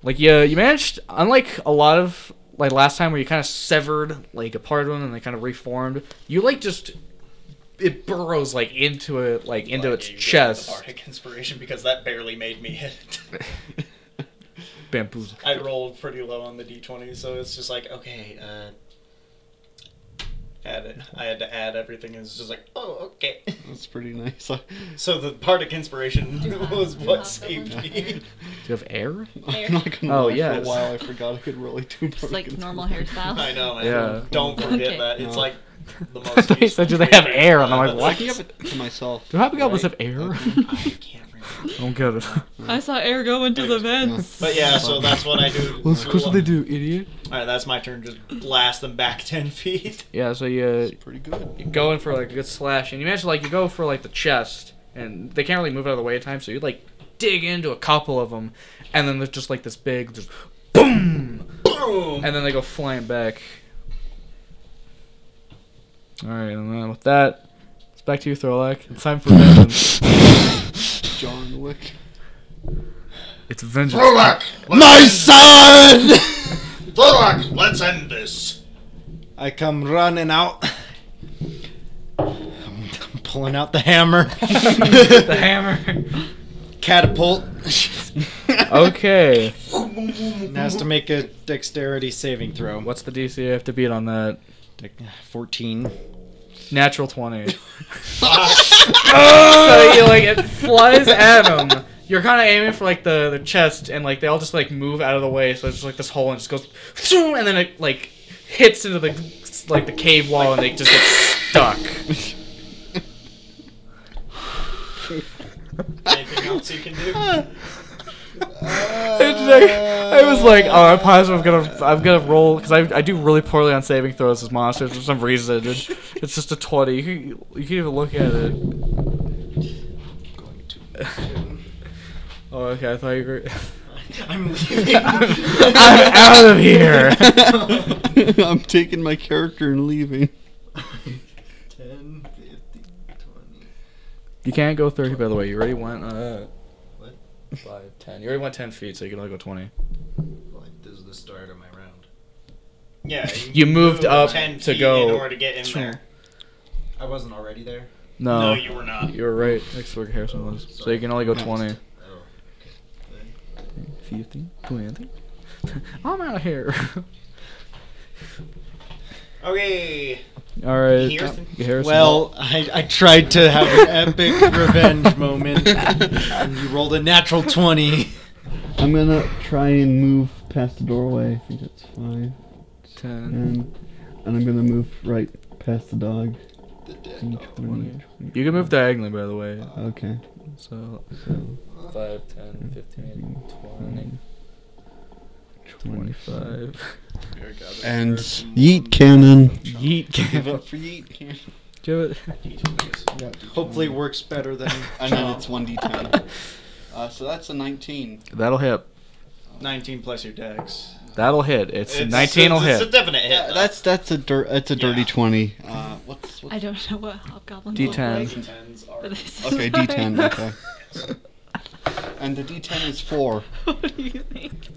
Speaker 1: Like yeah, you managed. Unlike a lot of like last time where you kind of severed like a part of them and they kind of reformed. You like just it burrows like into it like into
Speaker 3: Like,
Speaker 1: its
Speaker 3: you gave me the
Speaker 1: chest.
Speaker 3: bardic inspiration because that barely made me hit.
Speaker 1: Bamboozle.
Speaker 3: I rolled pretty low on the d20, so it's just like, okay, uh. add it. I had to add everything, and it's just like, oh, okay.
Speaker 2: That's pretty nice. I,
Speaker 3: So the bardic inspiration was
Speaker 5: do
Speaker 3: what
Speaker 5: have
Speaker 3: saved
Speaker 5: someone
Speaker 3: me.
Speaker 1: Do you have air?
Speaker 2: I'm not gonna
Speaker 1: Oh,
Speaker 2: lie, for
Speaker 1: yes.
Speaker 2: a while I forgot I could really do
Speaker 5: Just like
Speaker 2: bargains.
Speaker 5: normal hairstyles.
Speaker 3: I know, man.
Speaker 1: Yeah.
Speaker 3: Don't forget
Speaker 5: Okay.
Speaker 3: that. It's
Speaker 2: No.
Speaker 3: like the most.
Speaker 1: They said, "Do they have air?" And I'm like,
Speaker 2: I
Speaker 1: what?
Speaker 2: can give it to myself. uh,
Speaker 1: Do hobgoblins
Speaker 2: right?
Speaker 1: have air?
Speaker 3: I can't remember.
Speaker 1: I don't get it.
Speaker 5: I saw air go into the vents.
Speaker 3: But yeah, so that's what I do.
Speaker 1: Well, of course they do, idiot.
Speaker 3: All right, that's my turn. Just blast them back ten feet.
Speaker 1: Yeah, so you, uh,
Speaker 2: Pretty good.
Speaker 1: you go in for like a good slash, and you imagine like you go for like the chest, and they can't really move out of the way in time, so you like dig into a couple of them, and then there's just like this big, just boom,
Speaker 3: Boom.
Speaker 1: and then they go flying back. All right, and then with that, it's back to you, Thorlak. It's time for vengeance.
Speaker 2: John Wick.
Speaker 1: it's vengeance.
Speaker 3: Thorlock,
Speaker 4: My son!
Speaker 3: Thorlock, let's end this.
Speaker 4: I come running out. I'm pulling out the hammer.
Speaker 1: the hammer.
Speaker 4: Catapult. Oh.
Speaker 1: Okay,
Speaker 4: And has to make a dexterity saving throw.
Speaker 1: what's the DC I have to beat on that?
Speaker 4: Dec- 14.
Speaker 1: Natural twenty. so you like it flies at him. You're kind of aiming for like the, the chest, and like they all just like move out of the way. So it's just like this hole, and it just goes, zoom, and then it like hits into the like the cave wall, and they just get stuck.
Speaker 3: Anything else you can do?
Speaker 1: It's like- I was like, oh, I'm positive I'm gonna I'm gonna roll because I, I do really poorly on saving throws as monsters for some reason. It, it's just a twenty. You can, you can even look at it. oh, okay. I thought you were.
Speaker 3: I'm leaving.
Speaker 1: I'm out of here.
Speaker 2: I'm taking my character and leaving.
Speaker 3: 10, 15, 20.
Speaker 1: You can't go 30, by the way. You already went, uh... What? 5, 10. You already went 10 feet, so you can only go 20.
Speaker 3: Like, this is the start of my round. Yeah.
Speaker 1: You moved
Speaker 3: moved
Speaker 1: up
Speaker 3: 10
Speaker 1: to
Speaker 3: feet
Speaker 1: go-
Speaker 3: In order to get in there.
Speaker 4: I wasn't already there.
Speaker 1: No.
Speaker 3: No, you were not.
Speaker 1: you were right. Next to where Harrison was. So you can only go 20.
Speaker 3: Oh.
Speaker 1: 15, 20. I'm out of here.
Speaker 3: Okay.
Speaker 1: All right.
Speaker 3: Harrison?
Speaker 1: Harrison.
Speaker 4: Well, I, I tried to have an epic revenge moment, and you rolled a natural 20.
Speaker 2: I'm gonna try and move past the doorway. I think that's fine.
Speaker 1: 10.
Speaker 2: And and I'm gonna move right past the dog.
Speaker 1: Twenty. You can move diagonally, by the way.
Speaker 2: Okay.
Speaker 1: So,
Speaker 2: So
Speaker 1: 5, 10, 15, 20, 25.
Speaker 2: and yeet cannon.
Speaker 1: Yeet. Give up for yeet. Give it.
Speaker 4: Hopefully, it works better than.
Speaker 2: And then it's one d10. Uh, so that's a 19.
Speaker 1: That'll hit.
Speaker 3: 19 plus your dex.
Speaker 1: That'll hit. It's, 19 will
Speaker 3: it's,
Speaker 1: hit.
Speaker 3: It's a definite hit.
Speaker 2: Yeah, that's that's a dirt. That's a dirty
Speaker 3: Yeah.
Speaker 2: 20. Uh, what's, what's
Speaker 5: I don't know what hobgoblins look
Speaker 1: D10.
Speaker 5: like.
Speaker 3: Tens are
Speaker 5: but this is
Speaker 2: okay?
Speaker 5: what I-
Speaker 2: D10. Okay. And the d10 is four.
Speaker 5: what do you think?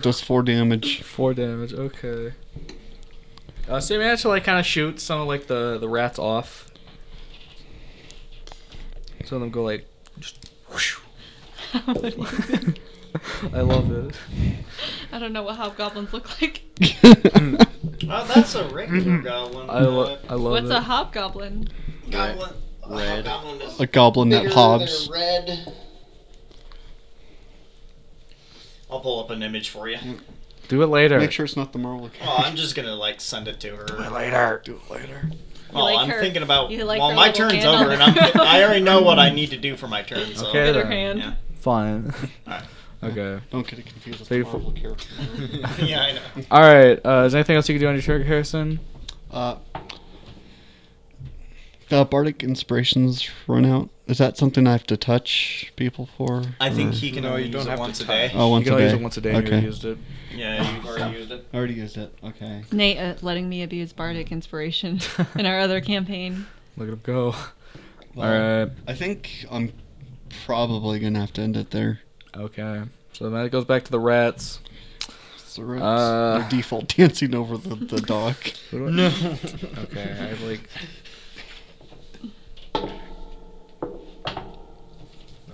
Speaker 2: Does four damage.
Speaker 1: Four damage. Okay. Uh, so you managed to like kind of shoot some of like the the rats off. Some of them go like. Just whoosh.
Speaker 5: How do you think?
Speaker 1: I love it.
Speaker 5: I don't know what hobgoblins look like.
Speaker 3: Oh, that's a regular
Speaker 5: Mm-hmm.
Speaker 3: goblin.
Speaker 1: I, lo- I love
Speaker 5: What's
Speaker 1: it.
Speaker 5: a hobgoblin?
Speaker 3: goblin. Red. goblin is
Speaker 2: a goblin that
Speaker 3: bigger,
Speaker 2: hobs.
Speaker 3: they're red. I'll pull up an image for you.
Speaker 5: Mm.
Speaker 1: Do it later.
Speaker 2: Make sure it's not the Merle.
Speaker 3: Oh, I'm just gonna like send it to her.
Speaker 2: Do it later.
Speaker 3: Oh,
Speaker 5: like
Speaker 3: I'm
Speaker 5: her-
Speaker 3: thinking about.
Speaker 5: you like
Speaker 3: well,
Speaker 5: her
Speaker 3: my
Speaker 5: little
Speaker 3: turn's
Speaker 5: hand on
Speaker 3: over,
Speaker 5: the
Speaker 3: and I'm.
Speaker 5: ground.
Speaker 3: I already know what I need to do for my turn. So.
Speaker 1: Okay.
Speaker 5: Other
Speaker 1: Yeah.
Speaker 5: hand.
Speaker 3: Yeah.
Speaker 1: Fine. okay.
Speaker 2: Don't get it confused with
Speaker 1: So you
Speaker 2: the
Speaker 1: fo-
Speaker 2: Marvel character.
Speaker 3: yeah, I know.
Speaker 1: All right. Uh, is there anything else you can do on your trigger, Harrison?
Speaker 2: Uh, uh, bardic inspirations run out. Is that something I have to touch people for?
Speaker 3: I
Speaker 2: or-
Speaker 3: think he can
Speaker 4: No,
Speaker 3: only
Speaker 4: you
Speaker 3: use
Speaker 4: don't
Speaker 3: it
Speaker 4: have to
Speaker 3: once a
Speaker 4: touch.
Speaker 3: day.
Speaker 2: Oh, once
Speaker 1: you can
Speaker 2: a
Speaker 1: only
Speaker 2: day.
Speaker 1: use it once a day. and You
Speaker 2: Okay.
Speaker 1: already used it.
Speaker 3: Yeah, you've already used it.
Speaker 2: I already used it. Okay.
Speaker 5: Nate uh, letting me abuse bardic inspiration in our other campaign.
Speaker 1: Look at him go.
Speaker 2: Well,
Speaker 1: All right.
Speaker 2: I think I'm probably gonna have to end it there.
Speaker 1: Okay. So then it goes back to the rats.
Speaker 2: It's the rats.
Speaker 1: Uh,
Speaker 2: They're default dancing over the, the dog.
Speaker 1: No. okay, I have like.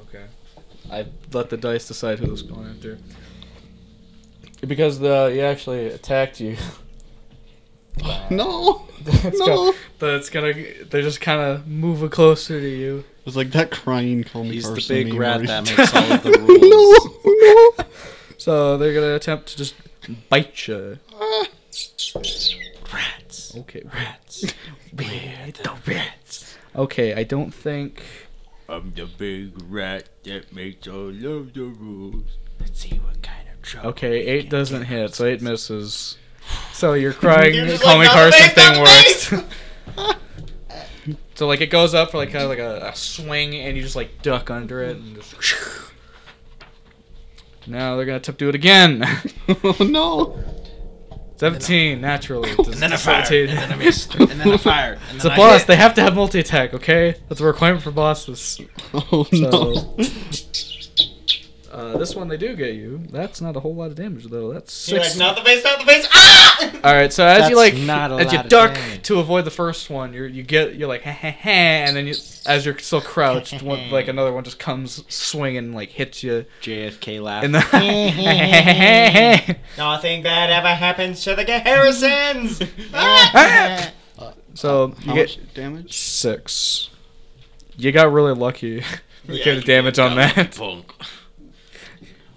Speaker 1: Okay. I let the dice decide who was going after. Because the he actually attacked you.
Speaker 2: no.
Speaker 1: It's
Speaker 2: No.
Speaker 1: gonna, that's gonna they just kind of move closer to you.
Speaker 2: It's like that crying calm
Speaker 4: He's the
Speaker 2: person
Speaker 4: big
Speaker 2: meme
Speaker 4: rat
Speaker 2: where
Speaker 4: that
Speaker 2: he's-
Speaker 4: makes all of the
Speaker 2: Oh,
Speaker 4: rules.
Speaker 1: So they're gonna attempt to just bite you. Rats. Okay, rats. We're the rats. Okay, I don't think.
Speaker 7: I'm the big rat that makes all of the rules. Let's see what kind of trouble.
Speaker 1: Okay, eight doesn't hit, so eight misses. So your crying
Speaker 3: You're just
Speaker 1: calming
Speaker 3: like, "Not
Speaker 1: Carson
Speaker 3: the bait,
Speaker 1: thing
Speaker 3: not the
Speaker 1: works. so like it goes up for like kind of like a, a swing, and you just like duck under it, and just. Now they're gonna attempt to do it again.
Speaker 2: oh no!
Speaker 1: Seventeen naturally. And
Speaker 7: then a fire, and then a mist, and then a fire. And
Speaker 1: It's a
Speaker 7: then I
Speaker 1: boss.
Speaker 7: hit.
Speaker 1: They have to have multi attack. Okay, that's a requirement for bosses.
Speaker 2: Oh no!
Speaker 1: Uh, this one they do get you. That's not a whole lot of damage though. That's
Speaker 3: You're
Speaker 1: six.
Speaker 3: like, not the face, not the face. Ah!
Speaker 1: All right, so as you
Speaker 4: That's
Speaker 1: like,
Speaker 4: not a
Speaker 1: as you
Speaker 4: lot of
Speaker 1: duck
Speaker 4: damage.
Speaker 1: to avoid the first one, you you get you're like ha ha ha, and then you, as you're still crouched, one, like another one just comes swinging like hits you
Speaker 4: JFK laugh.
Speaker 1: in the.
Speaker 3: Nothing bad ever happens to the Garrisons. Ah!
Speaker 1: Ah! so you
Speaker 2: How
Speaker 1: get
Speaker 2: much damage?
Speaker 1: six. You got really lucky. you get the damage on that.
Speaker 7: Punk.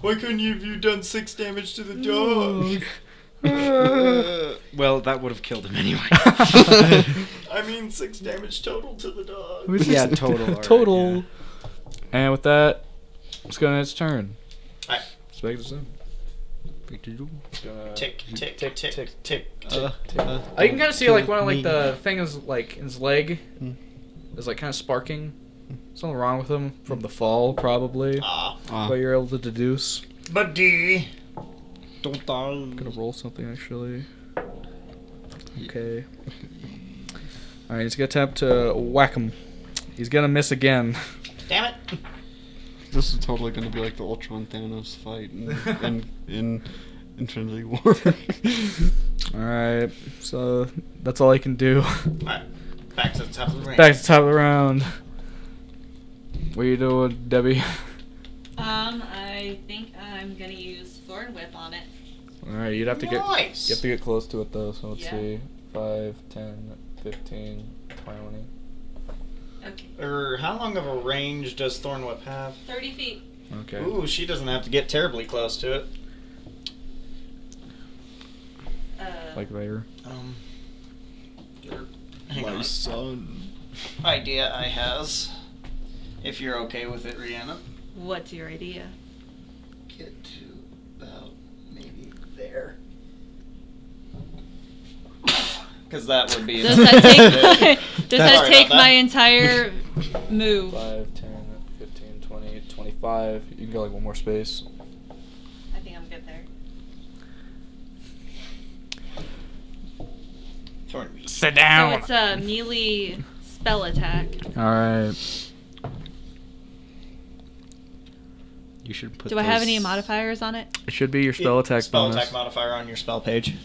Speaker 3: Why couldn't you have you done six damage to the dog?
Speaker 4: well, that would have killed him anyway.
Speaker 3: I mean, six damage total to the dog.
Speaker 4: yeah, total. alright,
Speaker 1: total.
Speaker 4: yeah.
Speaker 1: And with that, it's going to its turn.
Speaker 3: Alright.
Speaker 1: Spectre's in.
Speaker 3: Tick, tick, tick, tick, tick, tick. Uh.
Speaker 1: Oh, you can kind of see like one of like the thing is like in his leg is like kind of sparking. Something wrong with him from the fall, probably.
Speaker 3: Ah.
Speaker 1: But you're able to deduce.
Speaker 3: Buddy.
Speaker 4: Don't
Speaker 1: I'm gonna roll something actually. Okay. All right, he's gonna attempt to whack him. He's gonna miss again.
Speaker 3: Damn it.
Speaker 2: This is totally gonna be like the Ultron Thanos fight in, in, in Infinity War.
Speaker 1: All right, so that's all I can do.
Speaker 3: Alright. Back to the top of the ring.
Speaker 1: Back to the top of the round. What are you doing, Debbie?
Speaker 5: Um, I think I'm gonna use Thorn Whip on it.
Speaker 1: All right, you'd have to get
Speaker 3: Nice.
Speaker 1: You have to get close to it though, so let's
Speaker 5: Yeah.
Speaker 1: see. 5, 10, 15, 20.
Speaker 5: Okay.
Speaker 3: Or Er, how long of a range does Thorn Whip have?
Speaker 5: 30 feet.
Speaker 1: Okay.
Speaker 3: Ooh, she doesn't have to get terribly close to it.
Speaker 5: Uh,
Speaker 1: Like there.
Speaker 3: Um. er, Hang
Speaker 4: My
Speaker 3: on.
Speaker 4: son.
Speaker 3: Idea I has. If you're okay with it, Rihanna.
Speaker 5: what's your idea?
Speaker 3: Get to about maybe there. Because that would be.
Speaker 5: Does that take
Speaker 3: it.
Speaker 5: my, does that
Speaker 3: Sorry
Speaker 5: take
Speaker 3: about
Speaker 5: my
Speaker 3: that.
Speaker 5: entire move?
Speaker 1: 5, 10, 15, 20, 25. You can go like one more space.
Speaker 5: I think I'm good there.
Speaker 3: Thorn Whip.
Speaker 7: Sit
Speaker 5: So
Speaker 7: down.
Speaker 5: it's
Speaker 8: uh,
Speaker 5: a melee spell attack.
Speaker 1: Alright.
Speaker 4: You should put.
Speaker 5: Do I have
Speaker 4: those-
Speaker 5: any modifiers on it?
Speaker 1: It should be your spell attack
Speaker 3: Spell
Speaker 1: bonus.
Speaker 3: attack modifier on your spell page.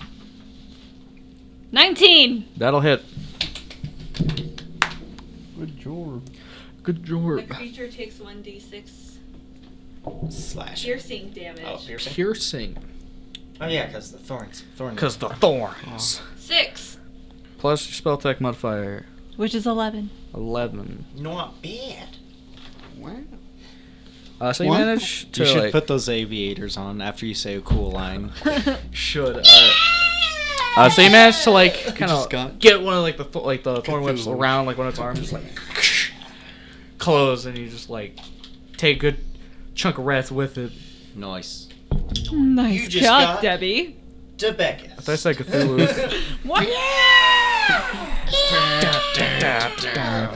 Speaker 5: 19.
Speaker 1: That'll hit.
Speaker 2: Good job.
Speaker 1: Good job.
Speaker 5: creature takes 1d6
Speaker 3: Slash.
Speaker 5: piercing damage.
Speaker 3: Oh, piercing.
Speaker 1: Piercing.
Speaker 3: Oh yeah, because the thorns. Thorn.
Speaker 1: Because the thorns.
Speaker 5: Six,
Speaker 1: Plus your spell attack modifier.
Speaker 5: which is 11.
Speaker 1: 11.
Speaker 3: Not bad.
Speaker 2: Wow.
Speaker 1: Uh, so you
Speaker 2: What?
Speaker 1: manage to
Speaker 4: You should
Speaker 1: like,
Speaker 4: put those aviators on after you say a cool line.
Speaker 1: should. Uh, uh, so you managed to like kind
Speaker 2: just
Speaker 1: of
Speaker 2: got-
Speaker 1: get one of like the th- like the thorn whips
Speaker 2: Cthulhu.
Speaker 1: around like one of its arms, just like close, and you just like take a good chunk of rats with it.
Speaker 4: nice.
Speaker 5: nice
Speaker 3: You just
Speaker 5: job,
Speaker 3: got-
Speaker 5: Debbie.
Speaker 3: Debeckus.
Speaker 1: If I said Cthulhu.
Speaker 5: What?
Speaker 1: All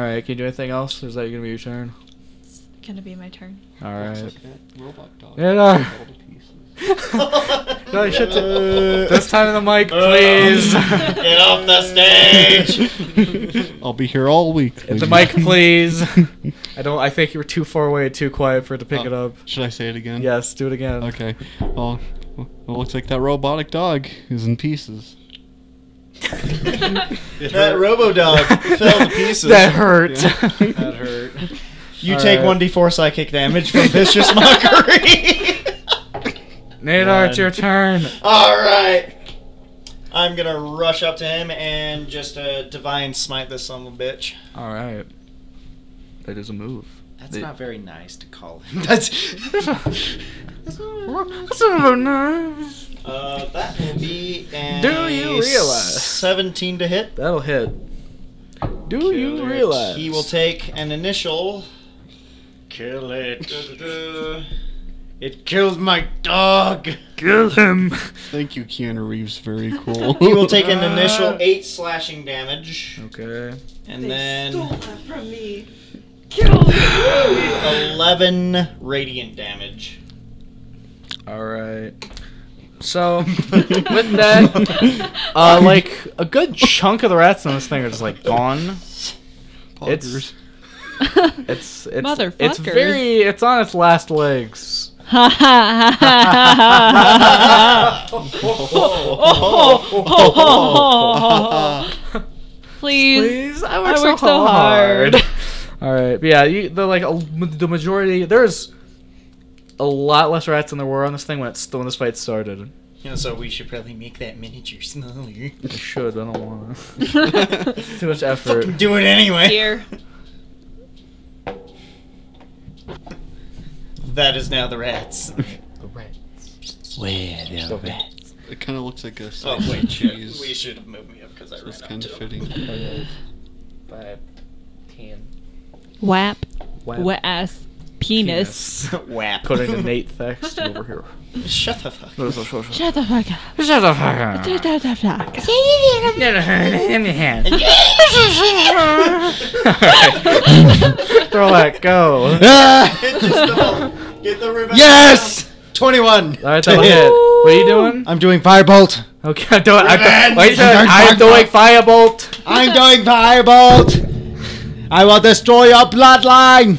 Speaker 1: right, can you do anything else? Or is that gonna be your turn?
Speaker 5: Gonna be my turn.
Speaker 1: All
Speaker 2: Looks
Speaker 1: right.
Speaker 2: like that robot dog.
Speaker 1: Yeah, no.
Speaker 2: All the pieces.
Speaker 1: No, you should this time in the mic, please.
Speaker 3: Uh, Get off the stage.
Speaker 2: I'll be here all week.
Speaker 1: the
Speaker 2: ladies.
Speaker 1: mic, please. I don't. I think you were too far away, and too quiet for it to pick
Speaker 2: Oh,
Speaker 1: it up.
Speaker 2: Should I say it again?
Speaker 1: Yes, do it again.
Speaker 2: Okay. Well, well, it looks like that robotic dog is in pieces.
Speaker 3: that RoboDog fell to pieces.
Speaker 1: That hurt.
Speaker 4: That hurt.
Speaker 3: you
Speaker 1: All
Speaker 3: take
Speaker 1: right.
Speaker 3: one d4 psychic damage from vicious mockery.
Speaker 1: Nadar, it's your turn.
Speaker 3: All right. I'm gonna rush up to him and just uh, divine smite this son of a bitch.
Speaker 1: All right. That is a move.
Speaker 4: That's
Speaker 1: They-
Speaker 4: not very nice to call him. That's
Speaker 3: Uh, that will be an
Speaker 1: Do you realize?
Speaker 3: 17 to hit.
Speaker 1: That'll hit. Do you realize
Speaker 3: He will take an initial.
Speaker 4: kill it.
Speaker 3: Duh-duh-duh.
Speaker 4: It killed my dog.
Speaker 6: Kill him.
Speaker 2: Thank you, Keanu Reeves. Very cool.
Speaker 3: He will take an initial 8 slashing damage.
Speaker 1: Okay.
Speaker 3: And
Speaker 5: They stole
Speaker 3: then
Speaker 5: that from me. Kill him.
Speaker 3: 11 radiant damage.
Speaker 1: All right. So with that, uh, like a good chunk of the rats on this thing are just like gone. It's
Speaker 2: Oh,
Speaker 1: it's it's it's
Speaker 5: Motherfuckers.
Speaker 1: very it's on its last legs.
Speaker 5: Ha ha ha ha ha ha Please.
Speaker 1: Please, I work,
Speaker 5: I work
Speaker 1: so,
Speaker 5: so
Speaker 1: hard.
Speaker 5: hard.
Speaker 1: All right, but yeah, you, the like a, the majority there's a lot less rats than there were on this thing when it's when this fight started.
Speaker 3: You know, so we should probably make that miniature smaller.
Speaker 1: I should, I don't want to. Too much effort.
Speaker 3: Fucking do it anyway.
Speaker 5: Here.
Speaker 3: That is now the rats.
Speaker 2: It kind of looks like a
Speaker 3: Oh,
Speaker 2: slice
Speaker 3: wait,
Speaker 2: of
Speaker 3: shit.
Speaker 2: cheese.
Speaker 3: We should have moved me up because I
Speaker 2: so it's
Speaker 3: ran up
Speaker 2: kind of
Speaker 3: to him.
Speaker 2: fitting.
Speaker 5: Whap.
Speaker 1: Whap.
Speaker 5: Wet ass. Penis.
Speaker 3: Whap.
Speaker 1: According to Nate Thext over here.
Speaker 3: Shut the fuck up.
Speaker 5: Shut the fuck up.
Speaker 1: Shut the fuck
Speaker 5: Shut the fuck up.
Speaker 1: Throw that, go.
Speaker 3: Get the, get the ribbon.
Speaker 4: yes, twenty-one.
Speaker 1: Alright, that'll hit. What are you doing?
Speaker 4: I'm doing firebolt.
Speaker 1: Okay, I don't. I don't
Speaker 4: Man,
Speaker 1: wait,
Speaker 4: you're
Speaker 1: I'm, I'm doing
Speaker 4: dark
Speaker 1: firebolt.
Speaker 4: I'm doing firebolt. I will destroy your bloodline.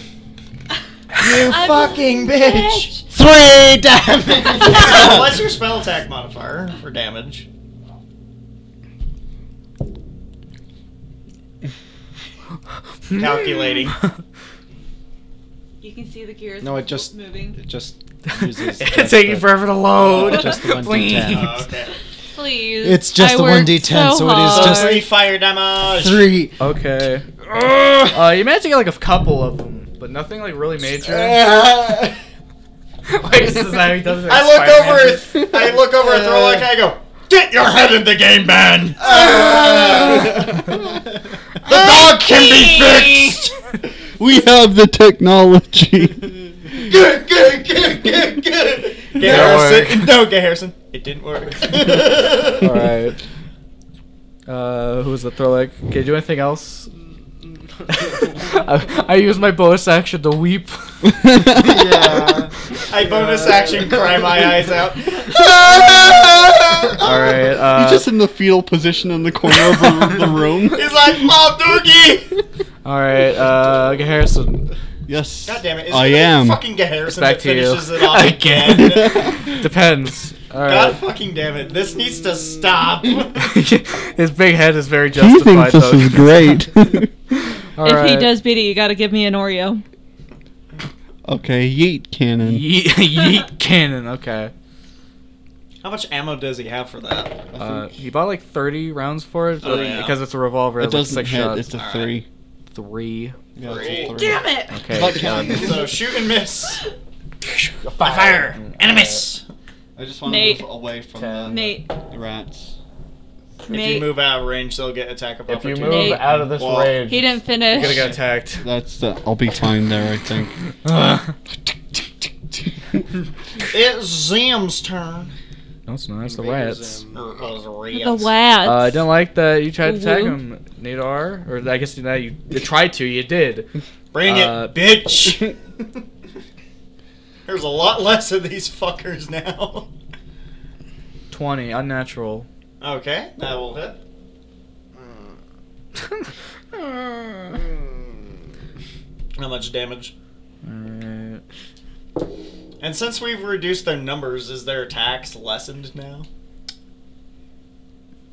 Speaker 3: You fucking bitch.
Speaker 4: Three damage.
Speaker 3: What's your spell attack modifier for damage?
Speaker 4: Hmm.
Speaker 3: Calculating. Oh,
Speaker 5: You can see the gears
Speaker 4: No, it just-
Speaker 5: moving.
Speaker 4: Just uses
Speaker 1: it's taking
Speaker 4: the-
Speaker 1: forever to load.
Speaker 4: Just the 1d10.
Speaker 1: Please.
Speaker 3: Oh, okay.
Speaker 5: Please.
Speaker 4: It's just
Speaker 5: I
Speaker 4: the
Speaker 5: worked
Speaker 4: 1d10, so it is
Speaker 3: So
Speaker 4: just-
Speaker 5: hard.
Speaker 3: three fire damage.
Speaker 4: three.
Speaker 1: Okay. Uh, you managed to get like a couple of them, but nothing like really major. Like, this is how he does it, like,
Speaker 3: I look
Speaker 1: Spider-Man.
Speaker 3: over. at- I look over at Thorlock and I go, "Get your head in the game, man." "Ah!"
Speaker 4: The dog can be fixed.
Speaker 2: We have the technology.
Speaker 3: good, good, good, good, good. Get Harrison. No, get Harrison. It didn't work.
Speaker 1: All right. Uh, who was the throw leg? Okay, do anything else? I, I use my bonus action to weep.
Speaker 2: yeah.
Speaker 3: I
Speaker 4: Uh,
Speaker 3: bonus action cry my eyes out.
Speaker 1: All right. Uh,
Speaker 2: He's just in the fetal position in the corner of the, the room.
Speaker 3: He's like, "Mom, Doogie."
Speaker 1: all right. Uh, okay, Harrison.
Speaker 2: Yes.
Speaker 3: God damn it! Is
Speaker 2: I
Speaker 3: it gonna be
Speaker 2: am.
Speaker 3: Fucking get Harrison
Speaker 1: Back
Speaker 3: that
Speaker 1: to you.
Speaker 3: finishes it off again.
Speaker 1: Depends. All
Speaker 3: God
Speaker 1: right.
Speaker 3: fucking damn it! This needs to stop.
Speaker 1: His big head is very
Speaker 2: He
Speaker 1: justified.
Speaker 2: thinks this
Speaker 1: though.
Speaker 2: is great.
Speaker 1: All
Speaker 5: If he
Speaker 1: right.
Speaker 5: does beat it, you gotta give me an Oreo.
Speaker 2: okay, yeet cannon.
Speaker 1: Yeet, yeet cannon. Okay.
Speaker 3: How much ammo does he have for that?
Speaker 1: Uh, he bought like 30 rounds for it
Speaker 3: Oh,
Speaker 1: but-
Speaker 3: yeah.
Speaker 1: because it's a revolver.
Speaker 2: It
Speaker 1: It like
Speaker 2: doesn't
Speaker 1: six
Speaker 2: hit.
Speaker 1: shots.
Speaker 2: It's a
Speaker 3: Alright.
Speaker 2: three.
Speaker 1: Three.
Speaker 2: Yeah,
Speaker 3: Three.
Speaker 2: it's a three.
Speaker 5: Damn it!
Speaker 1: Okay.
Speaker 2: Fuck yeah.
Speaker 3: So shoot and miss. By fire and a miss.
Speaker 2: I just want
Speaker 5: Nate.
Speaker 2: to move away from
Speaker 1: Ten.
Speaker 2: the,
Speaker 5: Nate.
Speaker 2: the rats.
Speaker 3: If you
Speaker 5: Nate.
Speaker 3: move out of range, they'll get attack of
Speaker 1: If you
Speaker 3: opportunity.
Speaker 1: move
Speaker 5: Nate.
Speaker 1: out of this
Speaker 3: Well,
Speaker 1: range,
Speaker 5: He didn't
Speaker 1: you're gonna
Speaker 5: finish.
Speaker 1: get attacked.
Speaker 2: That's the. I'll be fine there, I think.
Speaker 3: It's Zim's turn.
Speaker 1: no, it's not. It's the rats.
Speaker 3: Or, oh, it's
Speaker 5: The
Speaker 3: Rhea's.
Speaker 5: lads.
Speaker 1: Uh, I don't like that you tried to tag
Speaker 5: Woo.
Speaker 1: him, Nadar. Or I guess now you, you tried to. You did.
Speaker 3: Bring
Speaker 1: Uh,
Speaker 3: it, bitch. There's a lot less of these fuckers now.
Speaker 1: Twenty unnatural.
Speaker 3: Okay, that will hit. How much damage?
Speaker 1: Alright.
Speaker 3: And since we've reduced their numbers, is their attacks lessened now?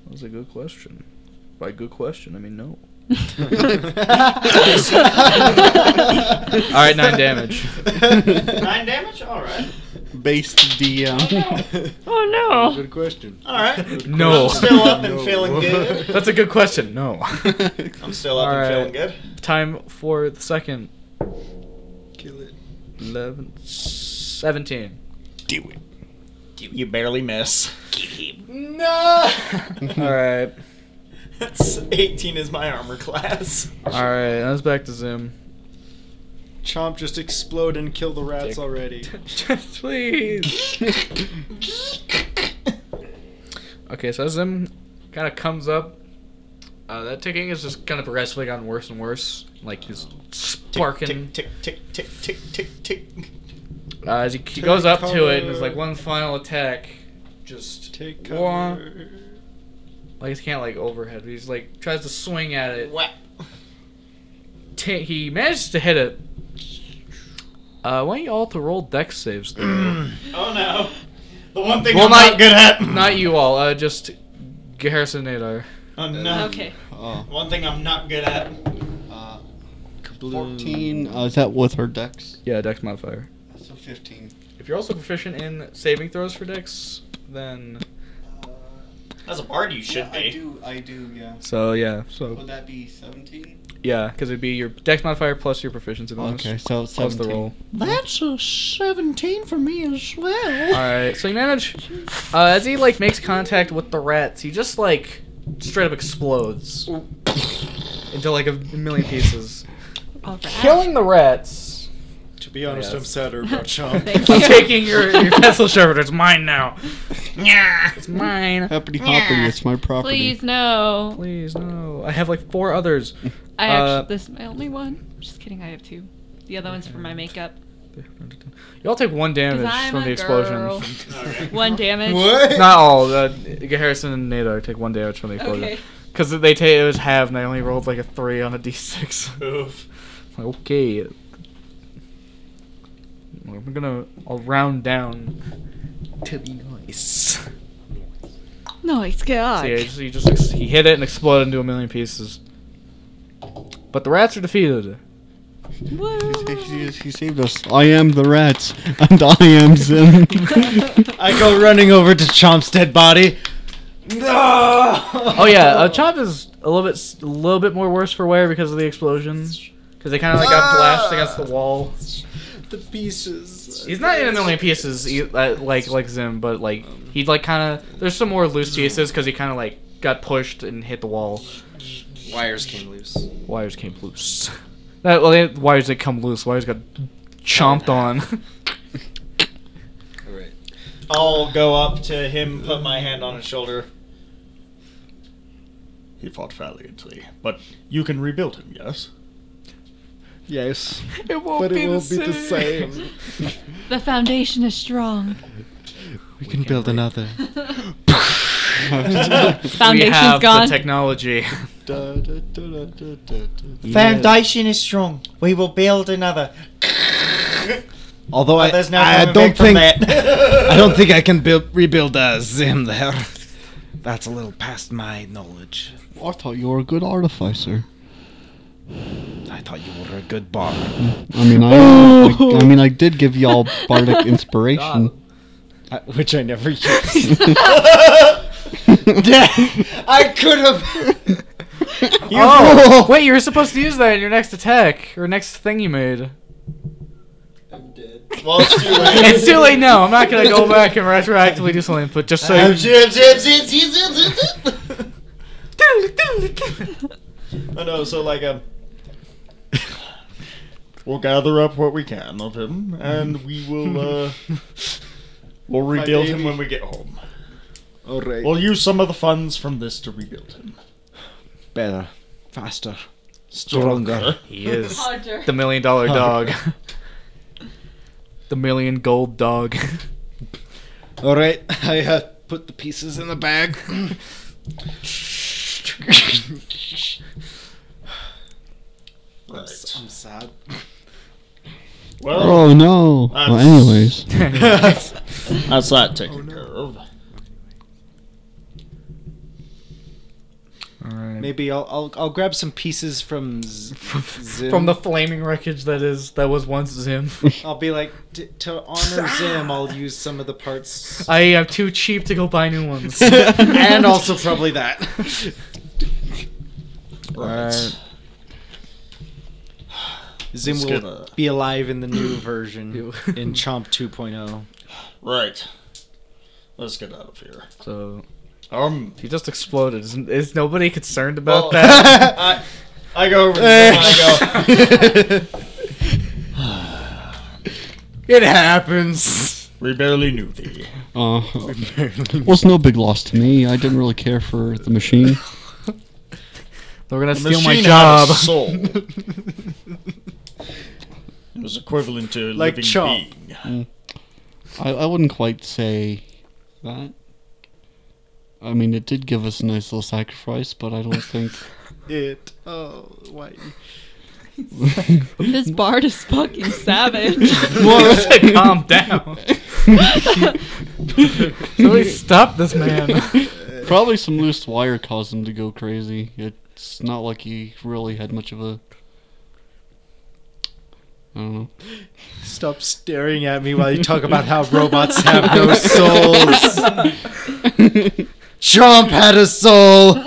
Speaker 1: That was a good question. By good question, I mean no.
Speaker 4: All
Speaker 1: All right, nine damage.
Speaker 3: Nine damage? Alright.
Speaker 2: based DM.
Speaker 5: Oh no.
Speaker 7: Good question.
Speaker 3: All right.
Speaker 1: No.
Speaker 3: I'm still up and
Speaker 7: No.
Speaker 3: feeling good.
Speaker 1: That's a good question. No.
Speaker 3: I'm still up
Speaker 1: All
Speaker 3: and feeling
Speaker 1: right.
Speaker 3: good.
Speaker 1: Time for the second.
Speaker 7: Kill it.
Speaker 1: 11, 17.
Speaker 3: Do it. You barely miss.
Speaker 1: No.
Speaker 2: Hmm.
Speaker 1: All right.
Speaker 3: That's 18 is my armor class.
Speaker 1: All right. Let's back to Zoom.
Speaker 7: Chomp just explode and kill the rats
Speaker 1: Dick.
Speaker 7: already.
Speaker 1: Please. Okay, so as Zim kind of comes up, uh, that ticking is just kind of progressively gotten worse and worse. Like he's sparking.
Speaker 3: Tick, tick, tick, tick, tick, tick, tick.
Speaker 1: Uh, as he, he goes up to it, and there's like one final attack. Just
Speaker 7: Take
Speaker 1: Wah.
Speaker 7: cover.
Speaker 1: like he can't like overhead. but He's like tries to swing at it.
Speaker 3: Whack.
Speaker 1: Ta he manages to hit it. Uh, why don't you all to roll dex saves? though?
Speaker 3: Oh no. The one thing
Speaker 1: Well,
Speaker 3: I'm
Speaker 1: not-
Speaker 3: not, good at.
Speaker 1: Not you all. Uh, just Garrison Nadar.
Speaker 3: Oh no.
Speaker 5: Okay.
Speaker 2: oh,
Speaker 3: One thing I'm not good at.
Speaker 2: uh, 14. Uh, is that with her dex?
Speaker 1: Yeah, dex modifier.
Speaker 2: So 15.
Speaker 1: If you're also proficient in saving throws for dex, then
Speaker 3: As a bard, you should
Speaker 2: I
Speaker 3: be.
Speaker 2: do, I do, yeah.
Speaker 1: so yeah, so
Speaker 2: Would that be 17?
Speaker 1: yeah, because it'd be your dex modifier plus your proficiency bonus.
Speaker 2: Okay, so it's
Speaker 1: Plus the
Speaker 2: 17.
Speaker 1: roll.
Speaker 4: That's a 17 for me as well.
Speaker 1: Alright, so you manage. Uh, as he, like, makes contact with the rats, he just, like, straight up explodes into, like, a million pieces.
Speaker 5: All right.
Speaker 1: Killing the rats.
Speaker 7: To be honest,
Speaker 1: Yes.
Speaker 7: I'm sadder about Chomp.
Speaker 5: Thank
Speaker 1: I'm
Speaker 5: you.
Speaker 1: taking your, your pestle shepherd. It's mine now.
Speaker 8: Nyah.
Speaker 1: It's mine.
Speaker 2: Happy Hoppity, it's my property.
Speaker 5: Please no.
Speaker 1: Please, no. I have, like, four others.
Speaker 5: I
Speaker 1: Uh,
Speaker 5: actually this is my only one. Just kidding. I have two. The other one's for my makeup.
Speaker 1: You all take one damage
Speaker 5: 'Cause I'm
Speaker 1: from
Speaker 5: a
Speaker 1: the explosion.
Speaker 5: girl.
Speaker 3: Okay.
Speaker 5: One damage.
Speaker 1: Not all. Uh, Harrison and Nato take one damage from the
Speaker 5: Okay.
Speaker 1: explosion. Because they take it was half, and I only rolled, like, a three on a d6.
Speaker 3: Oof.
Speaker 1: Okay. I'm gonna I'll round down to the noise.
Speaker 5: Nice guy.
Speaker 1: So yeah, just, he just ex- he hit it and exploded into a million pieces. But the rats are defeated.
Speaker 2: He, he- he saved us. I am the rats, and I am Zim.
Speaker 4: I go running over to Chomp's dead body. No!
Speaker 1: Oh yeah, uh, Chomp is a little bit s- a little bit more worse for wear because of the explosions. Because they kind of like got blasted against the wall.
Speaker 7: the pieces.
Speaker 1: He's not in a million pieces e- uh, like like Zim, but like he like kind of there's some more loose pieces because he kind of like got pushed and hit the wall.
Speaker 4: Wires came loose.
Speaker 1: wires came loose. That, well, they, wires did come loose. Wires got chomped on.
Speaker 7: Alright.
Speaker 3: I'll go up to him, put my hand on his shoulder. He fought valiantly, but you can rebuild him, yes?
Speaker 9: Yes.
Speaker 1: it won't
Speaker 9: But it will be the same.
Speaker 5: The foundation is strong.
Speaker 2: we can build another.
Speaker 1: we
Speaker 5: Foundation's
Speaker 1: have the
Speaker 5: gone.
Speaker 1: technology.
Speaker 2: Da, da, da, da, da, da, da.
Speaker 3: Foundation is strong. We will build another.
Speaker 4: Although I,
Speaker 3: There's nothing
Speaker 4: I don't
Speaker 3: from
Speaker 4: think
Speaker 3: that.
Speaker 4: I don't think I can build rebuild uh, Zim there. That's a little past my knowledge.
Speaker 2: I thought you were a good artificer.
Speaker 4: I thought you were a good bar.
Speaker 2: I mean, I, I, I mean, I did give y'all bardic inspiration.
Speaker 4: I- which I never used.
Speaker 3: I could have.
Speaker 1: oh, wait, you were supposed to use that in your next attack or next thing you made.
Speaker 3: Well, it's too late.
Speaker 1: It's too late now. I'm not gonna go back and retroactively do something, but just so.
Speaker 3: I'm
Speaker 1: You,
Speaker 3: zip, zip, zip, zip, zip, zip, zip. I know, so like um We'll gather up what we can of him and we will uh We'll rebuild him when we get home.
Speaker 9: Alright.
Speaker 3: We'll use some of the funds from this to rebuild him.
Speaker 4: Better, faster, stronger.
Speaker 1: he is
Speaker 5: Roger.
Speaker 1: the million dollar dog. the million gold dog.
Speaker 4: All right, I uh, put the pieces in the bag.
Speaker 3: Right.
Speaker 4: I'm sad.
Speaker 3: Well,
Speaker 2: Oh no. Well,
Speaker 3: That's-
Speaker 2: anyways,
Speaker 3: that's
Speaker 4: Oh,
Speaker 3: that taken care of.
Speaker 1: All right.
Speaker 4: Maybe I'll I'll, I'll grab some pieces from Z- Zim.
Speaker 1: From the flaming wreckage that is that was once Zim.
Speaker 4: I'll be like "D- to honor Zim. I'll use some of the parts
Speaker 1: I am too cheap to go buy new ones.
Speaker 4: and also probably that.
Speaker 1: Alright.
Speaker 4: Zim
Speaker 3: Let's
Speaker 4: will
Speaker 3: get a-
Speaker 4: be alive in the new version
Speaker 1: Ew.
Speaker 4: in Chomp oh. 2.0.
Speaker 3: Right. Let's get out of here.
Speaker 1: So
Speaker 3: Um.
Speaker 1: he just exploded. Is, is nobody concerned about
Speaker 3: well,
Speaker 1: that?
Speaker 3: I, I go over to
Speaker 1: Eh.
Speaker 3: him and I go.
Speaker 4: It happens.
Speaker 3: We barely knew thee.
Speaker 2: Uh, was no big loss to me. I didn't really care for the machine.
Speaker 1: They're gonna
Speaker 3: The
Speaker 1: steal my
Speaker 3: machine had a
Speaker 1: job.
Speaker 3: soul. it was equivalent to a
Speaker 4: Like
Speaker 3: living
Speaker 4: Chomp.
Speaker 3: being.
Speaker 2: I, I wouldn't quite say that. I mean, it did give us a nice little sacrifice, but I don't think.
Speaker 4: It. Oh, why?
Speaker 5: This bard is fucking savage.
Speaker 1: Melissa, calm down. Somebody stop this man.
Speaker 2: Probably some loose wire caused him to go crazy. It's not like he really had much of a. I don't know.
Speaker 4: Stop staring at me while you talk about how robots have no souls. Chomp had a soul.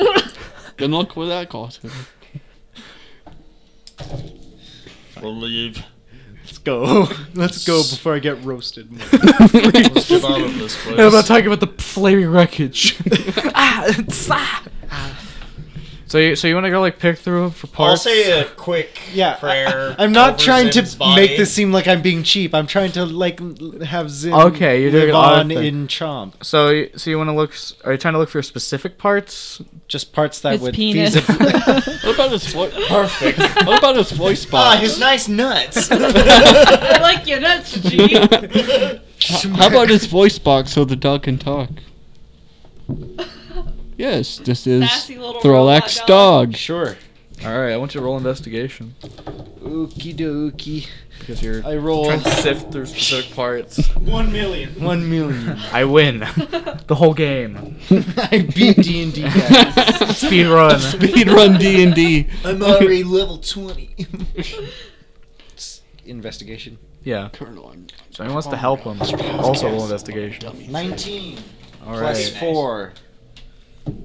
Speaker 2: Good luck with that cost him.
Speaker 3: We'll leave.
Speaker 4: Let's go. Let's go before I get roasted.
Speaker 3: Let's get out of this place.
Speaker 1: I'm not talking about the flaming wreckage. ah, it's, ah. So you so you want to go like pick through for
Speaker 3: I'll
Speaker 1: parts?
Speaker 3: say a quick
Speaker 4: Yeah,
Speaker 3: prayer.
Speaker 4: I, am not
Speaker 3: over
Speaker 4: trying
Speaker 3: Zim's
Speaker 4: to
Speaker 3: body.
Speaker 4: make this seem like I'm being cheap. I'm trying to like l- have Zim.
Speaker 1: Okay, you're doing
Speaker 4: live
Speaker 1: an odd
Speaker 4: on
Speaker 1: thing.
Speaker 4: in Chomp.
Speaker 1: so you- so you want to look? s- Are you trying to look for specific parts?
Speaker 4: Just parts that
Speaker 5: His
Speaker 4: would
Speaker 5: penis.
Speaker 4: feasibly.
Speaker 2: What about his voice? Perfect. What about his voice
Speaker 3: Ah,
Speaker 2: box?
Speaker 3: his nice nuts.
Speaker 5: I like your nuts, G.
Speaker 2: How about his voice box so the dog can talk? Yes, this is
Speaker 5: Sassy little
Speaker 2: Thorlax
Speaker 5: robot dog.
Speaker 2: dog.
Speaker 4: sure.
Speaker 1: All right, I want you to roll investigation
Speaker 4: Okie dokie.
Speaker 1: because you're
Speaker 4: I roll
Speaker 1: trying to sift through specific parts.
Speaker 3: One million.
Speaker 4: one million.
Speaker 1: I win the whole game.
Speaker 4: I beat D and D guys.
Speaker 1: Speed run.
Speaker 2: Speed run D and D.
Speaker 3: I'm already level 20.
Speaker 4: Investigation.
Speaker 1: Yeah.
Speaker 2: Colonel, I'm
Speaker 1: So he wants to help him. Also roll investigation.
Speaker 4: Nineteen
Speaker 1: All
Speaker 4: plus
Speaker 1: right.
Speaker 4: four.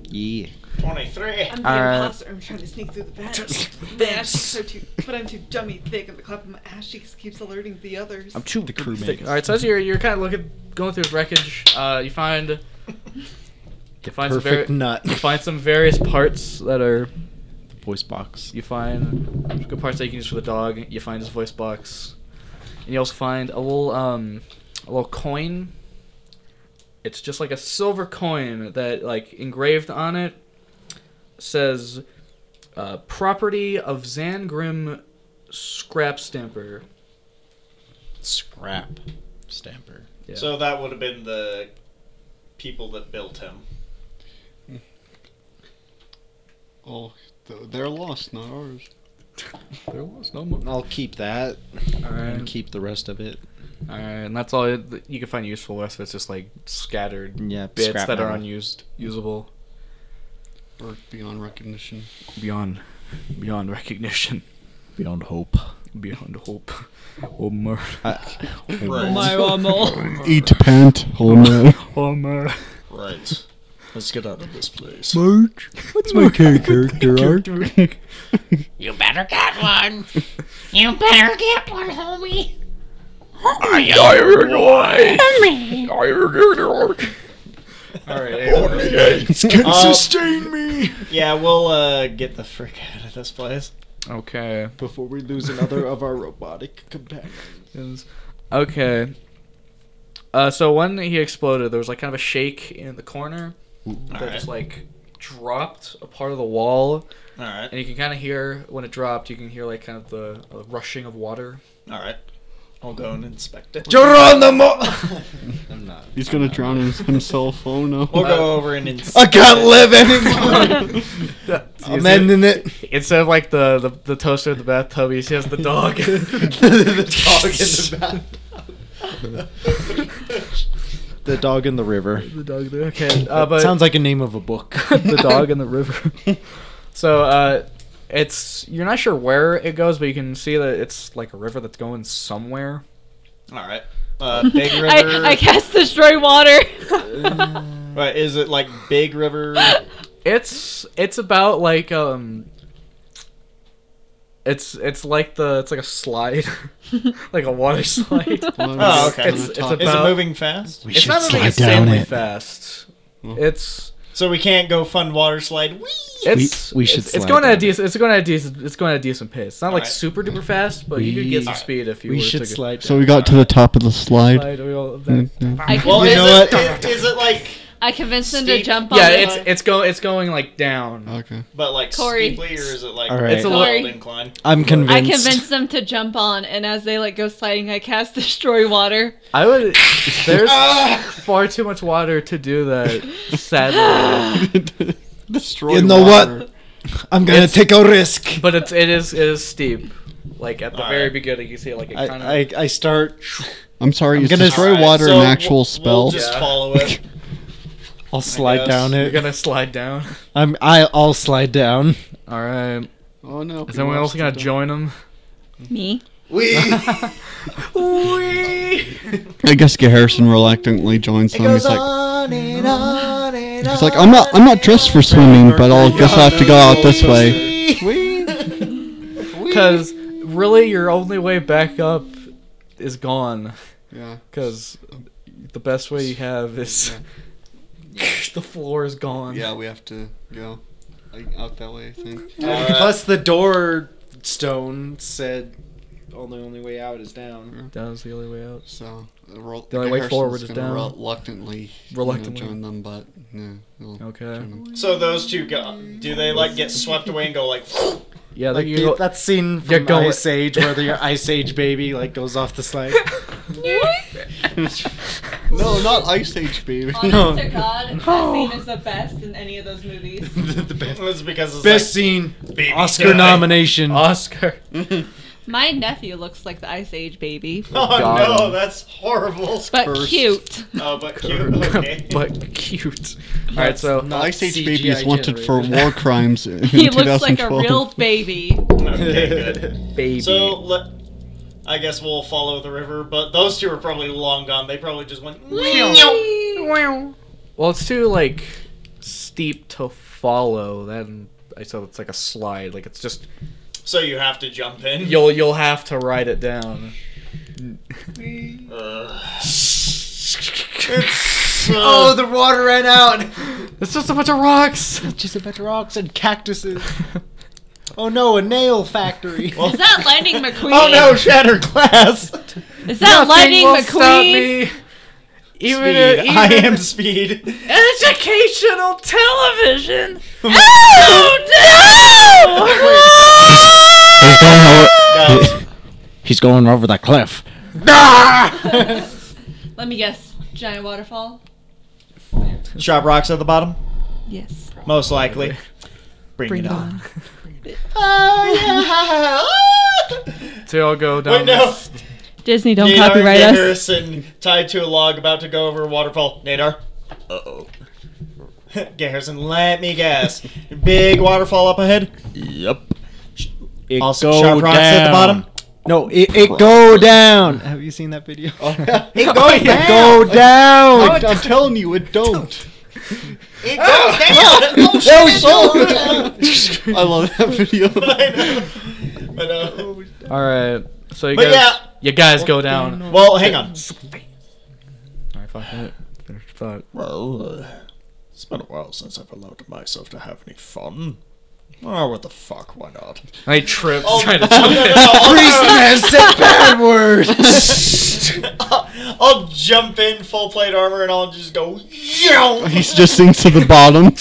Speaker 4: Yeah.
Speaker 3: 23.
Speaker 5: I'm the
Speaker 1: Alright.
Speaker 5: imposter. I'm trying to sneak through the vents. My ass cheeks are too, but I'm too dummy thick, and the clap of my ass cheeks keeps alerting the others.
Speaker 1: I'm too
Speaker 4: The crewmates.
Speaker 1: thick. All right, so as you're you're kind of looking going through wreckage, uh, you find you find some very,
Speaker 4: Perfect nut.
Speaker 1: you find some various parts that are
Speaker 4: Voice box.
Speaker 1: you find good parts that you can use for the dog. You find his voice box, and you also find a little um a little coin. It's just like a silver coin that like engraved on it says uh, property of Zangrim scrap stamper.
Speaker 4: Scrap. Stamper.
Speaker 1: Yeah.
Speaker 3: So that would have been the people that built him.
Speaker 2: Oh, th- they're lost, not ours.
Speaker 1: There was no more.
Speaker 4: I'll keep that
Speaker 1: All right.
Speaker 4: and keep the rest of it.
Speaker 1: All right, and that's all it- you can find useful. The rest of it's just like scattered
Speaker 4: Yeah.
Speaker 1: bits
Speaker 4: scrap
Speaker 1: that are
Speaker 4: metal.
Speaker 1: unused, usable
Speaker 2: Or beyond recognition.
Speaker 1: beyond beyond recognition,
Speaker 9: Beyond hope.
Speaker 1: beyond hope, Homer,
Speaker 3: Right.
Speaker 5: My mama.
Speaker 2: Eat pant, Homer.
Speaker 1: Homer.
Speaker 3: Right. Let's get out of this place.
Speaker 9: What's my character art?
Speaker 8: You better get one. You better get one, homie. Homie.
Speaker 1: All right, Oh.
Speaker 3: Uh,
Speaker 9: Sustain me!
Speaker 3: yeah, we'll uh, get the frick out of this place.
Speaker 1: okay,
Speaker 4: Before we lose another of our robotic companions.
Speaker 1: Is- okay. Uh, so when he exploded, there was like kind of a shake in the corner that
Speaker 3: Alright.
Speaker 1: just like dropped a part of the wall,
Speaker 3: Alright.
Speaker 1: and you can kind of hear when it dropped. You can hear like kind of the uh, rushing of water.
Speaker 3: Alright. I'll go and inspect it.
Speaker 4: Geronimo! I'm not.
Speaker 2: He's gonna drown his, himself. Oh no.
Speaker 3: We'll go over and inspect
Speaker 4: I can't
Speaker 3: it.
Speaker 4: live anymore. I'm ending it.
Speaker 1: Instead of like the, the, the toaster in the bathtub, he has the dog.
Speaker 4: the dog in the bath. the dog in the river.
Speaker 1: the dog there. Okay. Uh, but
Speaker 4: Sounds like a name of a book.
Speaker 1: the dog in the river. So uh, it's you're not sure where it goes, but you can see that it's like a river that's going somewhere.
Speaker 3: All right. Uh, Big River.
Speaker 5: I, I cast destroy water.
Speaker 3: Right, is it like Big River?
Speaker 1: It's it's about like um. It's it's like the it's like a slide, like a water slide.
Speaker 3: Oh, okay.
Speaker 1: It's- it's
Speaker 3: Is it
Speaker 1: about-
Speaker 3: moving fast?
Speaker 4: We
Speaker 1: it's
Speaker 4: should
Speaker 1: not moving
Speaker 4: slide down
Speaker 1: insanely
Speaker 4: it.
Speaker 1: fast. It's
Speaker 3: So we can't go fun water slide. Whee!
Speaker 1: it's
Speaker 4: we should
Speaker 1: it's, it's
Speaker 4: slide
Speaker 1: going at a
Speaker 4: down it.
Speaker 1: decent it's going at a decent it's going at a decent pace. It's not like
Speaker 3: Alright.
Speaker 1: super duper fast, but you could
Speaker 4: We-
Speaker 1: get some speed if you
Speaker 4: We
Speaker 1: were
Speaker 4: should
Speaker 1: to get-
Speaker 4: slide.
Speaker 2: So we got to the top of the slide.
Speaker 1: slide. we all- that-
Speaker 2: Mm-hmm.
Speaker 5: I, convinced,
Speaker 3: Well, is,
Speaker 2: know
Speaker 3: it,
Speaker 2: what?
Speaker 3: i- is it like,
Speaker 5: I convinced him to
Speaker 3: Steep.
Speaker 5: jump on
Speaker 1: Yeah,
Speaker 5: it.
Speaker 1: it's it's going it's going like down.
Speaker 2: Okay.
Speaker 3: but like
Speaker 5: Corey.
Speaker 3: steeply, or is it like
Speaker 4: All right.
Speaker 1: It's a
Speaker 3: wild
Speaker 5: little-
Speaker 3: incline?
Speaker 4: I'm convinced.
Speaker 5: I convinced them to jump on, and as they like go sliding, I cast destroy water.
Speaker 1: I would.
Speaker 4: Ah!
Speaker 1: There's far too much water to do that. Sadly,
Speaker 2: Destroy
Speaker 4: You know what?
Speaker 2: water.
Speaker 4: I'm gonna
Speaker 1: It's-
Speaker 4: take a risk.
Speaker 1: but it's it is it is steep. Like at the very
Speaker 3: Alright.
Speaker 1: beginning, you see like it
Speaker 4: I,
Speaker 1: kind of.
Speaker 4: I, I start.
Speaker 2: I'm sorry,
Speaker 4: I'm
Speaker 2: is
Speaker 4: gonna-
Speaker 2: destroy
Speaker 3: Alright,
Speaker 2: water
Speaker 3: so
Speaker 2: an
Speaker 3: we'll-
Speaker 2: actual spell?
Speaker 3: We'll just
Speaker 1: Yeah.
Speaker 3: follow it.
Speaker 4: I'll slide
Speaker 3: guess.
Speaker 4: down
Speaker 1: you're
Speaker 4: it.
Speaker 1: gonna slide down.
Speaker 4: I'm. I, I'll slide down.
Speaker 1: All right.
Speaker 2: Oh no.
Speaker 1: Is anyone else gonna join them?
Speaker 5: Me.
Speaker 2: I guess Harrison reluctantly joins them. He's like,
Speaker 4: on and on and
Speaker 2: he's like, I'm not, I'm not dressed for swimming, but I'll guess I have to go out this way.
Speaker 1: Because really, your only way back up is gone.
Speaker 2: Yeah.
Speaker 1: Because the best way you have is the floor is gone.
Speaker 2: Yeah, we have to go like, out that way. I think.
Speaker 4: Plus the door stone said, "Only only way out is down."
Speaker 1: Down's the only way out.
Speaker 2: So uh, roll,
Speaker 1: The only way
Speaker 2: Harrison's
Speaker 1: forward is
Speaker 2: gonna
Speaker 1: down.
Speaker 2: Reluctantly, you know,
Speaker 1: Reluctantly.
Speaker 2: join them, but yeah, we'll
Speaker 1: Okay.
Speaker 2: join them.
Speaker 3: So those two go. Do they like get swept away and go like?
Speaker 1: Yeah.
Speaker 4: Like
Speaker 1: you
Speaker 4: the,
Speaker 1: go-
Speaker 4: that scene
Speaker 1: You're
Speaker 4: from
Speaker 1: going-
Speaker 4: Ice Age where the Ice Age baby like goes off the slide.
Speaker 2: No, not Ice Age, baby.
Speaker 5: Honest to God, that scene is the best in any of those movies.
Speaker 4: the best,
Speaker 3: It's because it's
Speaker 4: best scene,
Speaker 3: like, baby
Speaker 4: Oscar
Speaker 3: die.
Speaker 4: nomination.
Speaker 1: Oscar.
Speaker 5: My nephew looks like the Ice Age baby,
Speaker 3: Oh
Speaker 1: God.
Speaker 3: no, that's horrible.
Speaker 5: but
Speaker 2: Cursed.
Speaker 5: cute.
Speaker 3: Oh, but cute. Okay.
Speaker 1: but cute. All right, so
Speaker 4: not
Speaker 2: Ice Age
Speaker 4: CGI
Speaker 2: baby is wanted for
Speaker 4: generated.
Speaker 2: war crimes in
Speaker 5: He
Speaker 2: 2012.
Speaker 5: looks like a real baby.
Speaker 3: okay, good.
Speaker 1: baby.
Speaker 3: So let, I guess we'll follow the river, but those two are probably long gone. They probably just went.
Speaker 1: well, it's too like steep to follow. Then I so it's like a slide. Like it's just
Speaker 3: So you have to jump in.
Speaker 1: you'll you'll have to ride it down.
Speaker 3: Ugh.
Speaker 4: Oh, the water ran out.
Speaker 1: It's just a bunch of rocks.
Speaker 4: Just a bunch of rocks and cactuses. oh no, a nail factory.
Speaker 5: Is that Lightning McQueen?
Speaker 4: oh no, shattered glass.
Speaker 5: Is that Lightning
Speaker 1: will stop
Speaker 5: McQueen?
Speaker 1: me. Even,
Speaker 3: Speed.
Speaker 1: a, even
Speaker 3: I am speed.
Speaker 1: educational television.
Speaker 5: Oh,
Speaker 9: He's going over,
Speaker 3: Guys,
Speaker 9: he's going over the cliff.
Speaker 5: Let me guess. Giant waterfall.
Speaker 3: Sharp rocks at the bottom,
Speaker 5: Yes.
Speaker 3: most likely. Bring, it, on. Oh,
Speaker 1: So y'all go down.
Speaker 3: Wait, no.
Speaker 1: this-
Speaker 5: Disney, don't
Speaker 3: Nadar and
Speaker 5: copyright us.
Speaker 3: Garrison tied to a log, about to go over a waterfall. Nadar. Uh oh. Garrison, let me guess. Big waterfall up ahead.
Speaker 9: Yep.
Speaker 4: It
Speaker 3: Also, sharp rocks at the bottom.
Speaker 4: No, it, it go down. Have you seen that video?
Speaker 3: Oh.
Speaker 2: it
Speaker 4: It go down. Go down.
Speaker 2: I'm telling you, it don't.
Speaker 3: It goes down.
Speaker 4: Oh,
Speaker 2: I love that video.
Speaker 3: I know. I
Speaker 4: Oh,
Speaker 3: know.
Speaker 1: All right. So you
Speaker 3: But
Speaker 1: guys,
Speaker 3: yeah.
Speaker 1: you guys go down. All
Speaker 3: Well, hang on.
Speaker 1: right, fuck it. Finish your thought.
Speaker 7: Well, uh, it's been a while since I've allowed myself to have any fun. Oh, what the fuck? Why not?
Speaker 1: I tripped
Speaker 3: Oh,
Speaker 1: trying to
Speaker 3: no, no, no, I'll-
Speaker 4: Priest man said bad words.
Speaker 3: I'll, I'll jump in full plate armor and I'll just go. Yow!
Speaker 2: He's just sinks to the bottom.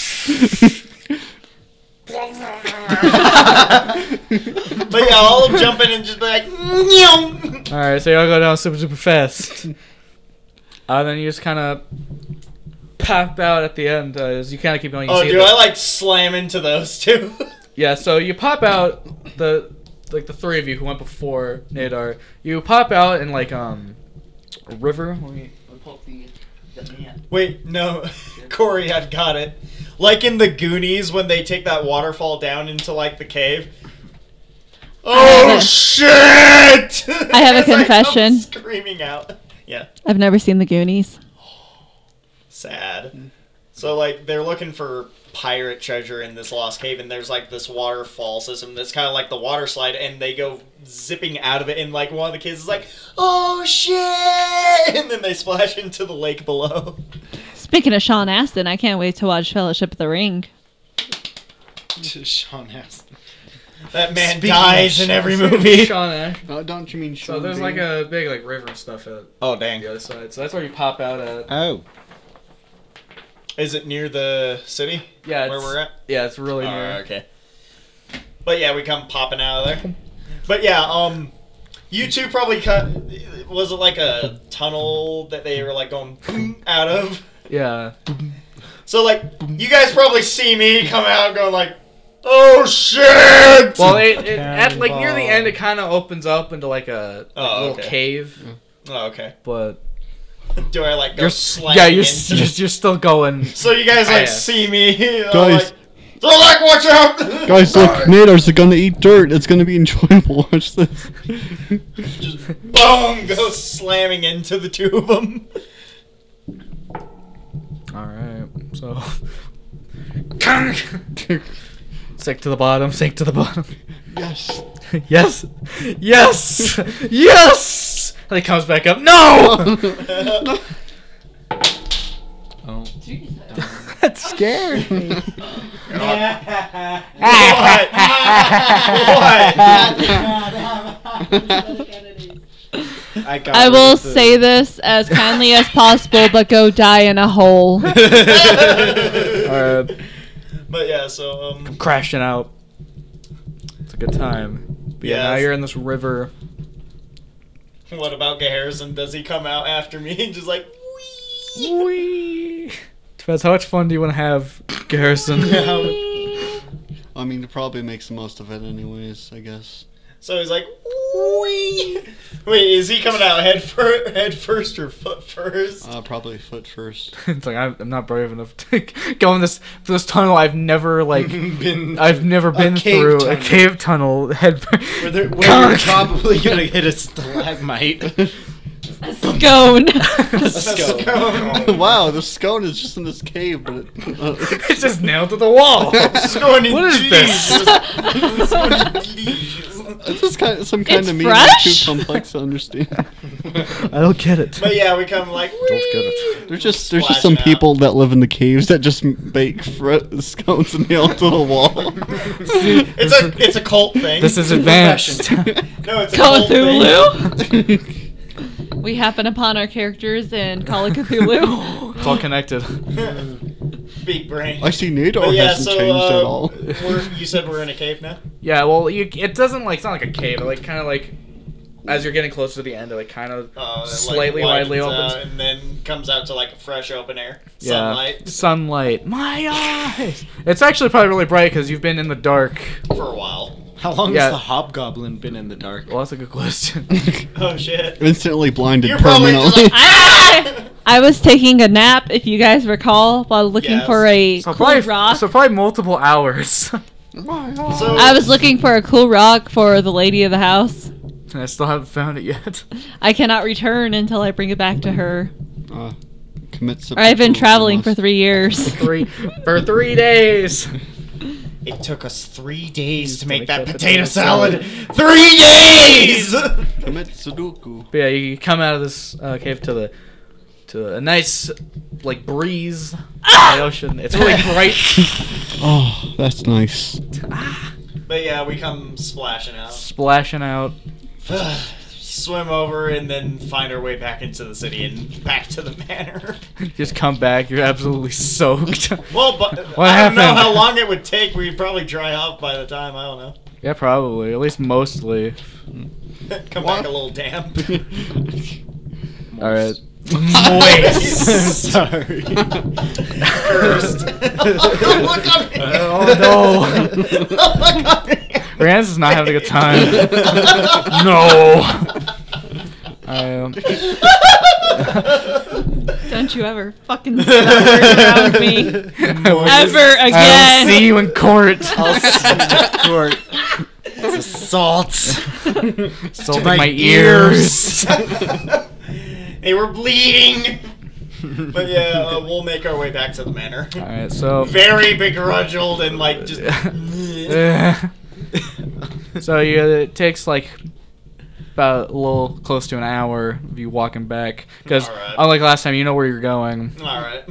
Speaker 3: But yeah, I'll jump in and just be like. Yow!
Speaker 1: All right, so y'all go down super super fast, uh, then you just kind of pop out at the end. Uh, as you kind of keep going. You
Speaker 3: Oh,
Speaker 1: see
Speaker 3: dude,
Speaker 1: the-
Speaker 3: I like slam into those two.
Speaker 1: Yeah, so you pop out the like the three of you who went before Nadar. You pop out in like um a river. Let me-
Speaker 3: Wait, no, Corey, I've got it. like in the Goonies when they take that waterfall down into like the cave. Oh shit!
Speaker 5: I have a
Speaker 3: As come
Speaker 5: confession.
Speaker 3: screaming out. Yeah,
Speaker 5: I've never seen the Goonies.
Speaker 3: sad. So like they're looking for pirate treasure in this lost cave, and there's like this waterfall system that's kind of like the water slide, and they go zipping out of it, and like one of the kids is like, "Oh shit!" and then they splash into the lake below.
Speaker 5: Speaking of Sean Astin, I can't wait to watch Fellowship of the Ring.
Speaker 4: Sean Astin.
Speaker 3: That man
Speaker 4: Speaking
Speaker 3: dies
Speaker 4: of
Speaker 3: in every movie.
Speaker 1: Sean Ash.
Speaker 2: Uh, don't you mean Sean?
Speaker 1: So there's
Speaker 2: Bean?
Speaker 1: like a big like river and stuff at
Speaker 3: Oh
Speaker 1: the
Speaker 3: dang!
Speaker 1: other side. So that's where you pop out at.
Speaker 4: Oh.
Speaker 3: Is it near the city
Speaker 1: Yeah,
Speaker 3: where
Speaker 1: it's-
Speaker 3: we're at?
Speaker 1: Yeah, it's really near.
Speaker 3: Oh, okay. But yeah, we come popping out of there. But yeah, um, you two probably cut. Was it like a tunnel that they were like going boom out of?
Speaker 1: Yeah.
Speaker 3: So like, you guys probably see me come out going like, "Oh shit!"
Speaker 1: Well, it, it at like near the end, it kind of opens up into like a like,
Speaker 3: Oh,
Speaker 1: little
Speaker 3: okay.
Speaker 1: cave,
Speaker 3: oh, okay.
Speaker 1: but
Speaker 3: Do I like go
Speaker 1: you're
Speaker 3: slamming
Speaker 1: yeah you're,
Speaker 3: into-
Speaker 1: s- you're you're still going.
Speaker 3: So you guys like
Speaker 1: Yeah.
Speaker 3: see me? you know,
Speaker 2: Guys.
Speaker 3: Like, so like, watch out!
Speaker 2: Guys, look, nadars are gonna eat dirt. It's gonna be enjoyable. Watch this.
Speaker 3: boom! Go slamming into the two of them.
Speaker 1: All right, so. sink to the bottom. Sink to the bottom.
Speaker 2: yes.
Speaker 1: yes, yes, yes. And it comes back up. No. oh. That scared me.
Speaker 4: I, got
Speaker 5: I
Speaker 4: rid
Speaker 5: will
Speaker 4: of the-
Speaker 5: say this as kindly as possible, but go die in a hole.
Speaker 4: Oh.
Speaker 1: All right,
Speaker 3: But yeah, so um,
Speaker 1: crashing out. It's a good time. But yeah, now
Speaker 3: Yes.
Speaker 1: you're in this river.
Speaker 3: what about Garrison? Does he come out after me and just like?
Speaker 1: Whee! Depends how much fun do you want to have, Garrison?
Speaker 2: I mean, it probably makes the most of it, anyways. I guess.
Speaker 3: So he's like, Wee! wait, is he coming out head fir- head first or foot first?
Speaker 2: Uh, probably foot first.
Speaker 1: it's like I'm, I'm not brave enough to go in this this tunnel. I've never like
Speaker 4: Been-
Speaker 1: I've never been
Speaker 4: cave
Speaker 1: through a
Speaker 4: tunnel.
Speaker 1: cave tunnel. Head
Speaker 4: where, they're- where you're
Speaker 1: Cock.
Speaker 4: probably gonna hit a stalagmite.
Speaker 5: Scone.
Speaker 4: Scone.
Speaker 2: wow, the scone is just in this cave, but it, uh,
Speaker 1: it's just nailed to the wall.
Speaker 3: Going in
Speaker 1: What is
Speaker 3: jeez.
Speaker 2: it's just kind of, some kind
Speaker 5: It's
Speaker 2: of meaning too
Speaker 5: fresh?
Speaker 2: complex to understand.
Speaker 1: I don't get it.
Speaker 3: but yeah, we come like. Don't
Speaker 1: get
Speaker 2: There's just there's just some people that live in the caves that just bake fr- scones and nail it to the wall.
Speaker 3: It's a it's a cult thing.
Speaker 1: This is advanced.
Speaker 3: no, it's a
Speaker 5: Call
Speaker 3: cult
Speaker 5: of Cthulhu. we happen upon our characters in Call of Cthulhu.
Speaker 1: It's all connected.
Speaker 3: thing. Big brain.
Speaker 2: I see Nadar
Speaker 3: But yeah,
Speaker 2: hasn't
Speaker 3: so
Speaker 2: changed at
Speaker 3: uh,
Speaker 2: all.
Speaker 3: we're, you said we're in a cave now.
Speaker 1: Yeah, well, you it doesn't like it's not like a cave. It like kind of like as you're getting closer to the end, it like kind of
Speaker 3: Uh, it, like,
Speaker 1: slightly
Speaker 3: widens
Speaker 1: widely
Speaker 3: out
Speaker 1: opens.
Speaker 3: and then comes out to like a fresh open air
Speaker 1: Yeah.
Speaker 3: sunlight
Speaker 1: Sunlight. My eyes. It's actually probably really bright because you've been in the dark.
Speaker 3: for a while.
Speaker 4: How long
Speaker 1: Yeah.
Speaker 4: has the hobgoblin been in the dark?
Speaker 1: Well, that's a good question.
Speaker 3: Oh shit!
Speaker 2: Instantly blinded
Speaker 3: You're probably just
Speaker 2: permanently.
Speaker 3: like, ah!
Speaker 5: I was taking a nap, if you guys recall, while looking
Speaker 3: Yes.
Speaker 5: for a
Speaker 1: so,
Speaker 5: cool
Speaker 1: probably,
Speaker 5: rock.
Speaker 1: so probably multiple hours.
Speaker 3: "Oh So
Speaker 5: I was looking for a cool rock for the lady of the house.
Speaker 1: I still haven't found it yet.
Speaker 5: I cannot return until I bring it back to her.
Speaker 2: uh, commits
Speaker 5: I've been traveling for
Speaker 2: three.
Speaker 5: three years.
Speaker 1: Three for three days.
Speaker 3: It took us three days to make,
Speaker 1: make
Speaker 3: that
Speaker 1: that
Speaker 3: potato
Speaker 1: potato
Speaker 3: salad. Three days.
Speaker 2: Commit Sudoku.
Speaker 1: But yeah, you come out of this uh, cave to the to a nice like breeze, the ocean. It's really bright,
Speaker 2: Oh, that's nice.
Speaker 3: but yeah, we come splashing out,
Speaker 1: splashing out.
Speaker 3: swim over, and then find our way back into the city and back to the manor.
Speaker 1: Just come back. You're absolutely soaked.
Speaker 3: Well, but
Speaker 1: What
Speaker 3: I don't know
Speaker 1: happened?
Speaker 3: how long it would take. We'd probably dry off by the time. I don't know.
Speaker 1: yeah, probably. At least mostly.
Speaker 3: Come back a little damp.
Speaker 1: All right. Moist.
Speaker 4: Sorry.
Speaker 3: Cursed. Look on me.
Speaker 1: oh no.
Speaker 3: Look on me.
Speaker 1: Rance is not having a good time. no. Um,
Speaker 5: Don't you ever fucking say that word around me ever
Speaker 1: I'll see
Speaker 5: again.
Speaker 1: you in court.
Speaker 4: Court.
Speaker 1: Salting my, ears.
Speaker 3: they were bleeding. But yeah, uh, we'll make our way back to the manor.
Speaker 1: All right, so.
Speaker 3: Very begrudged and like just.
Speaker 1: uh, so yeah, it takes like about a little close to an hour of you walking back because
Speaker 3: Alright.
Speaker 1: unlike last time, you know where you're going,
Speaker 3: All right.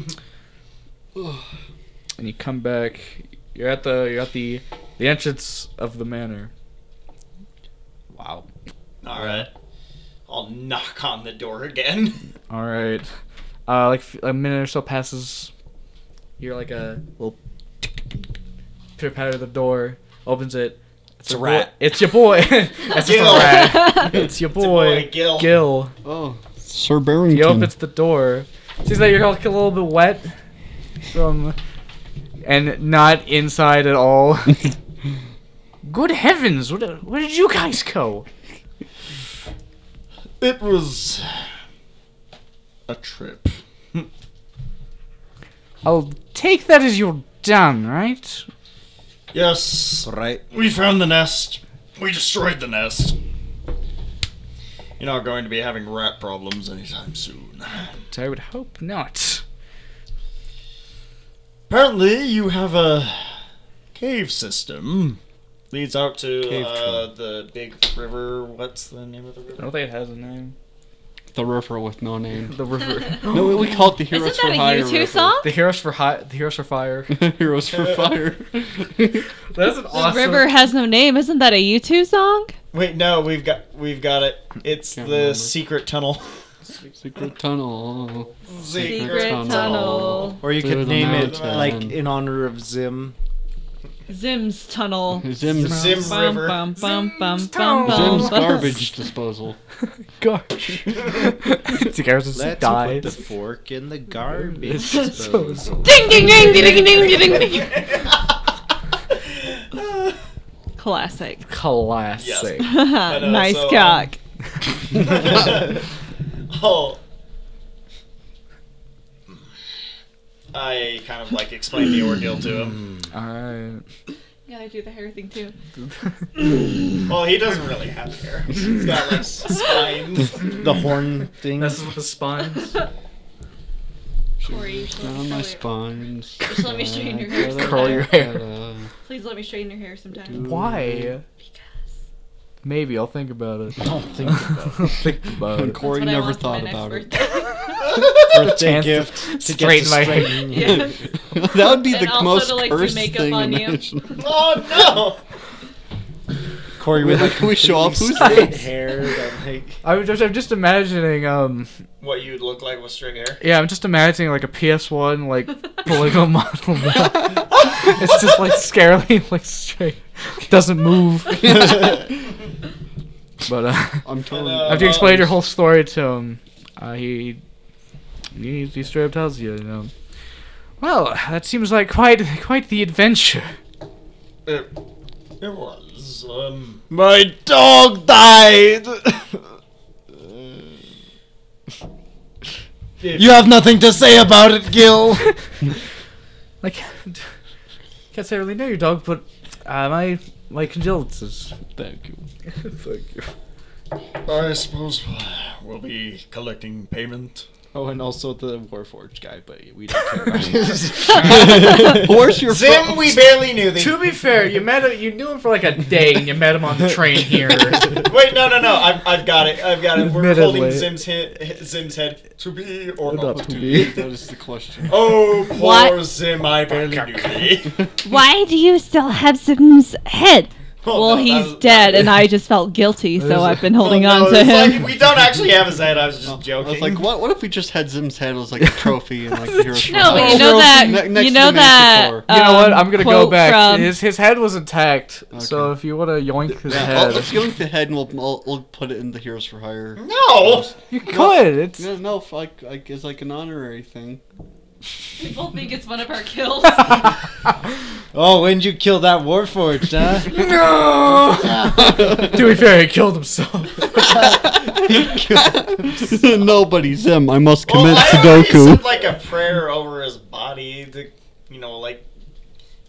Speaker 1: and you come back. You're at the you're at the the entrance of the manor. Wow.
Speaker 3: All right. I'll knock on the door again.
Speaker 1: All right. Uh, like f- a minute or so passes. You're like a little pitter patter of the door. Opens it. It's, your boy-
Speaker 3: rat.
Speaker 1: It's your boy. it's
Speaker 3: Gil.
Speaker 1: It's your
Speaker 3: boy,
Speaker 1: boy,
Speaker 3: Gil.
Speaker 1: Gil.
Speaker 2: Oh, Sir
Speaker 1: He
Speaker 2: Barrington.
Speaker 1: opens the door. Sees that you're like a little bit wet from and not inside at all. Good heavens! Where, did- where did you guys go?
Speaker 7: It was a trip.
Speaker 1: I'll take that as you're done, right?
Speaker 7: Yes,
Speaker 4: Right.
Speaker 7: we found the nest. We destroyed the nest. You're not going to be having rat problems anytime soon.
Speaker 1: I would hope not.
Speaker 7: Apparently, you have a cave system. Leads out to uh, the big river. What's the name of the
Speaker 1: I
Speaker 7: river?
Speaker 1: don't think it has a name.
Speaker 2: the river with no name.
Speaker 1: The river.
Speaker 2: No, we- we call it the Heroes
Speaker 5: Isn't
Speaker 2: for
Speaker 5: that a
Speaker 2: Hire.
Speaker 5: U2 song?
Speaker 1: the heroes for hot. The heroes for fire.
Speaker 2: river. Heroes for Fire.
Speaker 1: That's an
Speaker 5: The river has no name. Isn't that a U2 song?
Speaker 3: Wait, no, we've got we've got it. It's the
Speaker 2: Can't remember.
Speaker 3: secret tunnel.
Speaker 2: Secret tunnel.
Speaker 5: Secret
Speaker 2: tunnel.
Speaker 5: tunnel.
Speaker 4: Or you
Speaker 2: Through
Speaker 4: could
Speaker 2: the
Speaker 4: name it
Speaker 2: mountain.
Speaker 4: like in honor of Zim.
Speaker 5: Zim's tunnel.
Speaker 2: Zim's,
Speaker 3: Zim
Speaker 5: Bum,
Speaker 3: River.
Speaker 5: bum, bum, bum, bum,
Speaker 1: tunnel.
Speaker 5: bum,
Speaker 2: Zim's
Speaker 5: bum.
Speaker 2: garbage disposal.
Speaker 1: Gosh. the heroes just
Speaker 4: Let's
Speaker 1: die.
Speaker 4: put the fork in the garbage. disposal.
Speaker 5: Ding, ding, ding, ding, ding, ding, ding, ding. Classic.
Speaker 1: Classic.
Speaker 3: know,
Speaker 5: nice
Speaker 3: so, um,
Speaker 5: cock.
Speaker 3: oh. I kind of like explained the ordeal to him.
Speaker 1: All right.
Speaker 5: Yeah, I do the hair thing too.
Speaker 3: Well, he doesn't really have hair. He's got like spines.
Speaker 4: the horn thing.
Speaker 1: Messes with the spines.
Speaker 5: Corey, you should let me
Speaker 2: Down my
Speaker 5: curl your-
Speaker 2: spines.
Speaker 5: Just let me straighten your hair
Speaker 1: Curl your hair.
Speaker 5: Please let me straighten your hair sometime.
Speaker 1: Why?
Speaker 5: Because
Speaker 1: Maybe I'll think about it.
Speaker 4: Don't think about
Speaker 1: I'll think about
Speaker 2: And
Speaker 1: it.
Speaker 2: Corey
Speaker 5: that's what
Speaker 2: never
Speaker 5: I want for my
Speaker 2: thought
Speaker 5: next
Speaker 2: about it.
Speaker 5: birthday.
Speaker 4: birthday
Speaker 1: Chance to
Speaker 4: gift to, get
Speaker 1: straighten
Speaker 4: to
Speaker 1: my hair.
Speaker 4: straighten your-
Speaker 5: Yes.
Speaker 2: that would be
Speaker 5: And
Speaker 2: the
Speaker 5: also
Speaker 2: most
Speaker 5: to, like, do
Speaker 2: cursed
Speaker 5: makeup
Speaker 2: thing
Speaker 5: on you.
Speaker 2: imaginable.
Speaker 3: oh
Speaker 4: Corey with
Speaker 2: Like,
Speaker 4: like
Speaker 2: can we show off who's
Speaker 4: straight
Speaker 2: this?
Speaker 4: hair. that, like-
Speaker 1: I'm just, I'm just imagining, um,
Speaker 3: no! What you'd look like with straight hair?
Speaker 1: yeah, I'm just imagining like a PS1 like polygon model. it's just like scarily like straight, doesn't move. but uh,
Speaker 2: I'm telling
Speaker 3: And, uh,
Speaker 2: you.
Speaker 1: after you explain your whole story to him, uh, he, he he straight up tells you, you know, well, that seems like quite quite the adventure.
Speaker 7: It,
Speaker 3: Uh,
Speaker 7: it was. Um,
Speaker 4: My dog died. you have nothing to say about it, Gil.
Speaker 1: I can't, can't say I really know your dog, but uh, my my condolences.
Speaker 2: Thank you.
Speaker 1: Thank you.
Speaker 7: I suppose
Speaker 3: uh,
Speaker 7: we'll be collecting payment.
Speaker 4: Oh, and also the Warforged guy, but we don't care about him.
Speaker 2: Where's your
Speaker 3: Zim, we barely knew the.
Speaker 1: To be fair, you met him, you knew him for like a day, and you met him on the train here.
Speaker 3: Wait, no, no, no! I've, I've got it. I've got it. We're holding
Speaker 1: Admittedly.
Speaker 3: Zim's head. Zim's head to be or not, to be.
Speaker 2: That is the question.
Speaker 3: Oh, poor
Speaker 5: What?
Speaker 3: Zim! I barely knew thee.
Speaker 5: Why do you still have Zim's head? Well,
Speaker 3: Oh, no, that
Speaker 5: he's
Speaker 3: was-
Speaker 5: dead, and I just felt guilty, so I've been holding
Speaker 3: Well, Oh, no,
Speaker 5: on to
Speaker 3: it's
Speaker 5: him.
Speaker 3: Like, we don't actually have his head. I was just
Speaker 2: I
Speaker 3: joking.
Speaker 2: was like, what? What if we just had Zim's head as like a trophy and like the heroes? for
Speaker 3: Oh,
Speaker 5: no, but
Speaker 2: hire?
Speaker 5: you know that.
Speaker 2: Ne- next
Speaker 5: you
Speaker 2: to
Speaker 5: know
Speaker 2: the
Speaker 5: that.
Speaker 2: Manticore.
Speaker 1: You know what? I'm
Speaker 5: um,
Speaker 1: gonna go
Speaker 5: quote
Speaker 1: back.
Speaker 5: from-
Speaker 1: His his head was intact, so
Speaker 2: Okay.
Speaker 1: if you want to yoink his
Speaker 2: Yeah, Oh. I'll,
Speaker 1: head,
Speaker 2: let's give him the head and we'll, we'll, we'll put it in the heroes for hire.
Speaker 3: no.
Speaker 1: you could. It's
Speaker 2: No, no, like, like it's like an honorary thing.
Speaker 5: People think it's one of our kills.
Speaker 4: Oh, when'd you kill that Warforged, huh?
Speaker 1: to be fair, he killed himself.
Speaker 2: Nobody's him. I must
Speaker 3: Well,
Speaker 2: commit
Speaker 3: Oh, I already
Speaker 2: Sudoku.
Speaker 3: said like a prayer over his body to, you know, like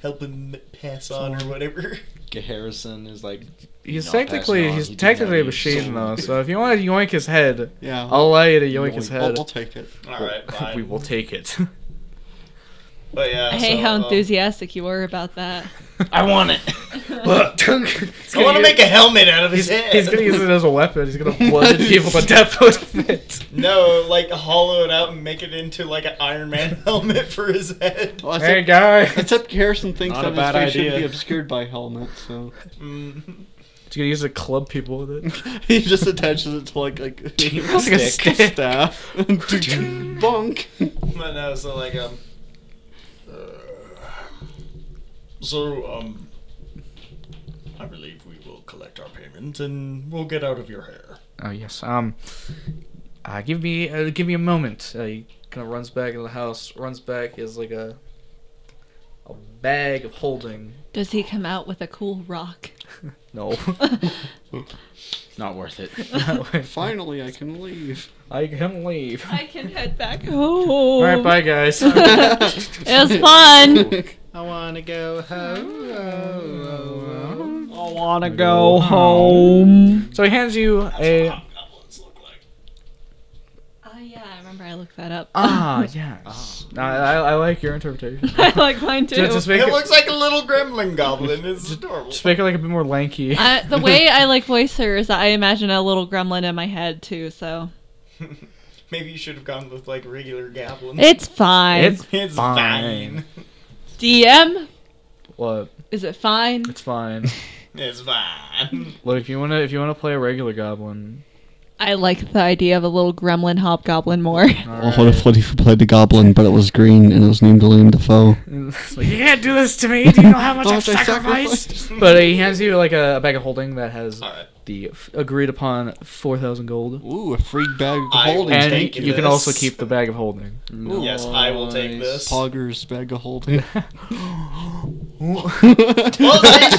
Speaker 3: help him pass on or whatever.
Speaker 4: Harrison is like,
Speaker 1: He's
Speaker 4: Not
Speaker 1: technically
Speaker 4: passing on,
Speaker 1: he's
Speaker 4: he did not
Speaker 1: technically a
Speaker 4: use
Speaker 1: machine
Speaker 4: soul.
Speaker 1: though, so if you want to yoink his head,
Speaker 2: Yeah.
Speaker 1: I'll allow you to yoink
Speaker 2: We'll-
Speaker 1: his
Speaker 2: we'll-
Speaker 1: head.
Speaker 2: We'll take it.
Speaker 3: All right,
Speaker 1: we
Speaker 3: fine.
Speaker 1: will take it.
Speaker 3: But yeah.
Speaker 5: hey,
Speaker 3: so,
Speaker 5: how
Speaker 3: um,
Speaker 5: enthusiastic you were about that.
Speaker 3: I want it.
Speaker 1: He's
Speaker 3: I
Speaker 1: gonna
Speaker 3: want to
Speaker 1: use-
Speaker 3: make a helmet out of his
Speaker 1: He's,
Speaker 3: head.
Speaker 1: he's gonna use it as a weapon. He's gonna bludgeon people to death with it.
Speaker 3: No, like hollow it out and make it into like an Iron Man helmet for his head.
Speaker 2: Well,
Speaker 1: Hey
Speaker 2: except,
Speaker 1: guys, he's
Speaker 2: except Harrison thinks
Speaker 4: Not a
Speaker 2: that his
Speaker 4: bad
Speaker 2: face should
Speaker 4: idea.
Speaker 2: be obscured by helmet, so
Speaker 3: Mm.
Speaker 1: gonna use it to club people with it.
Speaker 2: he just attaches it to like like
Speaker 1: It's like a stick.
Speaker 2: staff. Bonk.
Speaker 3: But no, so like um. uh, so um. I believe we will collect our payment and we'll get out of your hair.
Speaker 1: Oh yes. Um, uh, give me uh, give me a moment. Uh, he kind of runs back into the house. Runs back is like a a bag of holding.
Speaker 5: Does he come out with a cool rock?
Speaker 1: No,
Speaker 4: not worth it.
Speaker 2: Finally, I can leave.
Speaker 1: I can leave.
Speaker 5: I can head back home.
Speaker 1: All right, bye guys.
Speaker 5: Oh. It was fun.
Speaker 4: I wanna go home.
Speaker 5: I want to go home.
Speaker 1: so he hands you a
Speaker 5: Oh, yeah, I remember I looked that up.
Speaker 1: ah yes. I, I, I like your interpretation.
Speaker 5: I like mine too.
Speaker 1: just, just make
Speaker 3: It
Speaker 1: it,
Speaker 3: looks like a little gremlin goblin. It's adorable.
Speaker 1: just make it like a bit more lanky.
Speaker 5: I, the way I like voice her is that I imagine a little gremlin in my head too, so.
Speaker 3: Maybe you should have gone with like regular goblin.
Speaker 5: It's fine.
Speaker 1: It's
Speaker 3: It's
Speaker 1: fine.
Speaker 3: fine.
Speaker 5: DM?
Speaker 1: What?
Speaker 5: Is it fine?
Speaker 1: It's fine.
Speaker 3: It's fine.
Speaker 1: Look, if you wanna if you wanna play a regular goblin,
Speaker 5: I like the idea of a little gremlin hobgoblin more.
Speaker 2: Oh, what if what if you played the goblin, but it was green and it was named William Defoe?
Speaker 1: it's like, you can't do this to me. Do you know how much
Speaker 2: Oh,
Speaker 1: I've
Speaker 2: did I
Speaker 1: sacrificed? But uh, he hands you like a, a bag of holding that has
Speaker 3: All right.
Speaker 1: the f- agreed upon four thousand gold,
Speaker 2: Ooh, a free bag of
Speaker 3: I
Speaker 2: holding.
Speaker 3: will
Speaker 1: and
Speaker 3: take
Speaker 1: you can also
Speaker 3: this.
Speaker 1: keep the bag of holding.
Speaker 3: Yes, I will take this.
Speaker 2: Poggers bag of holding.
Speaker 3: Well, it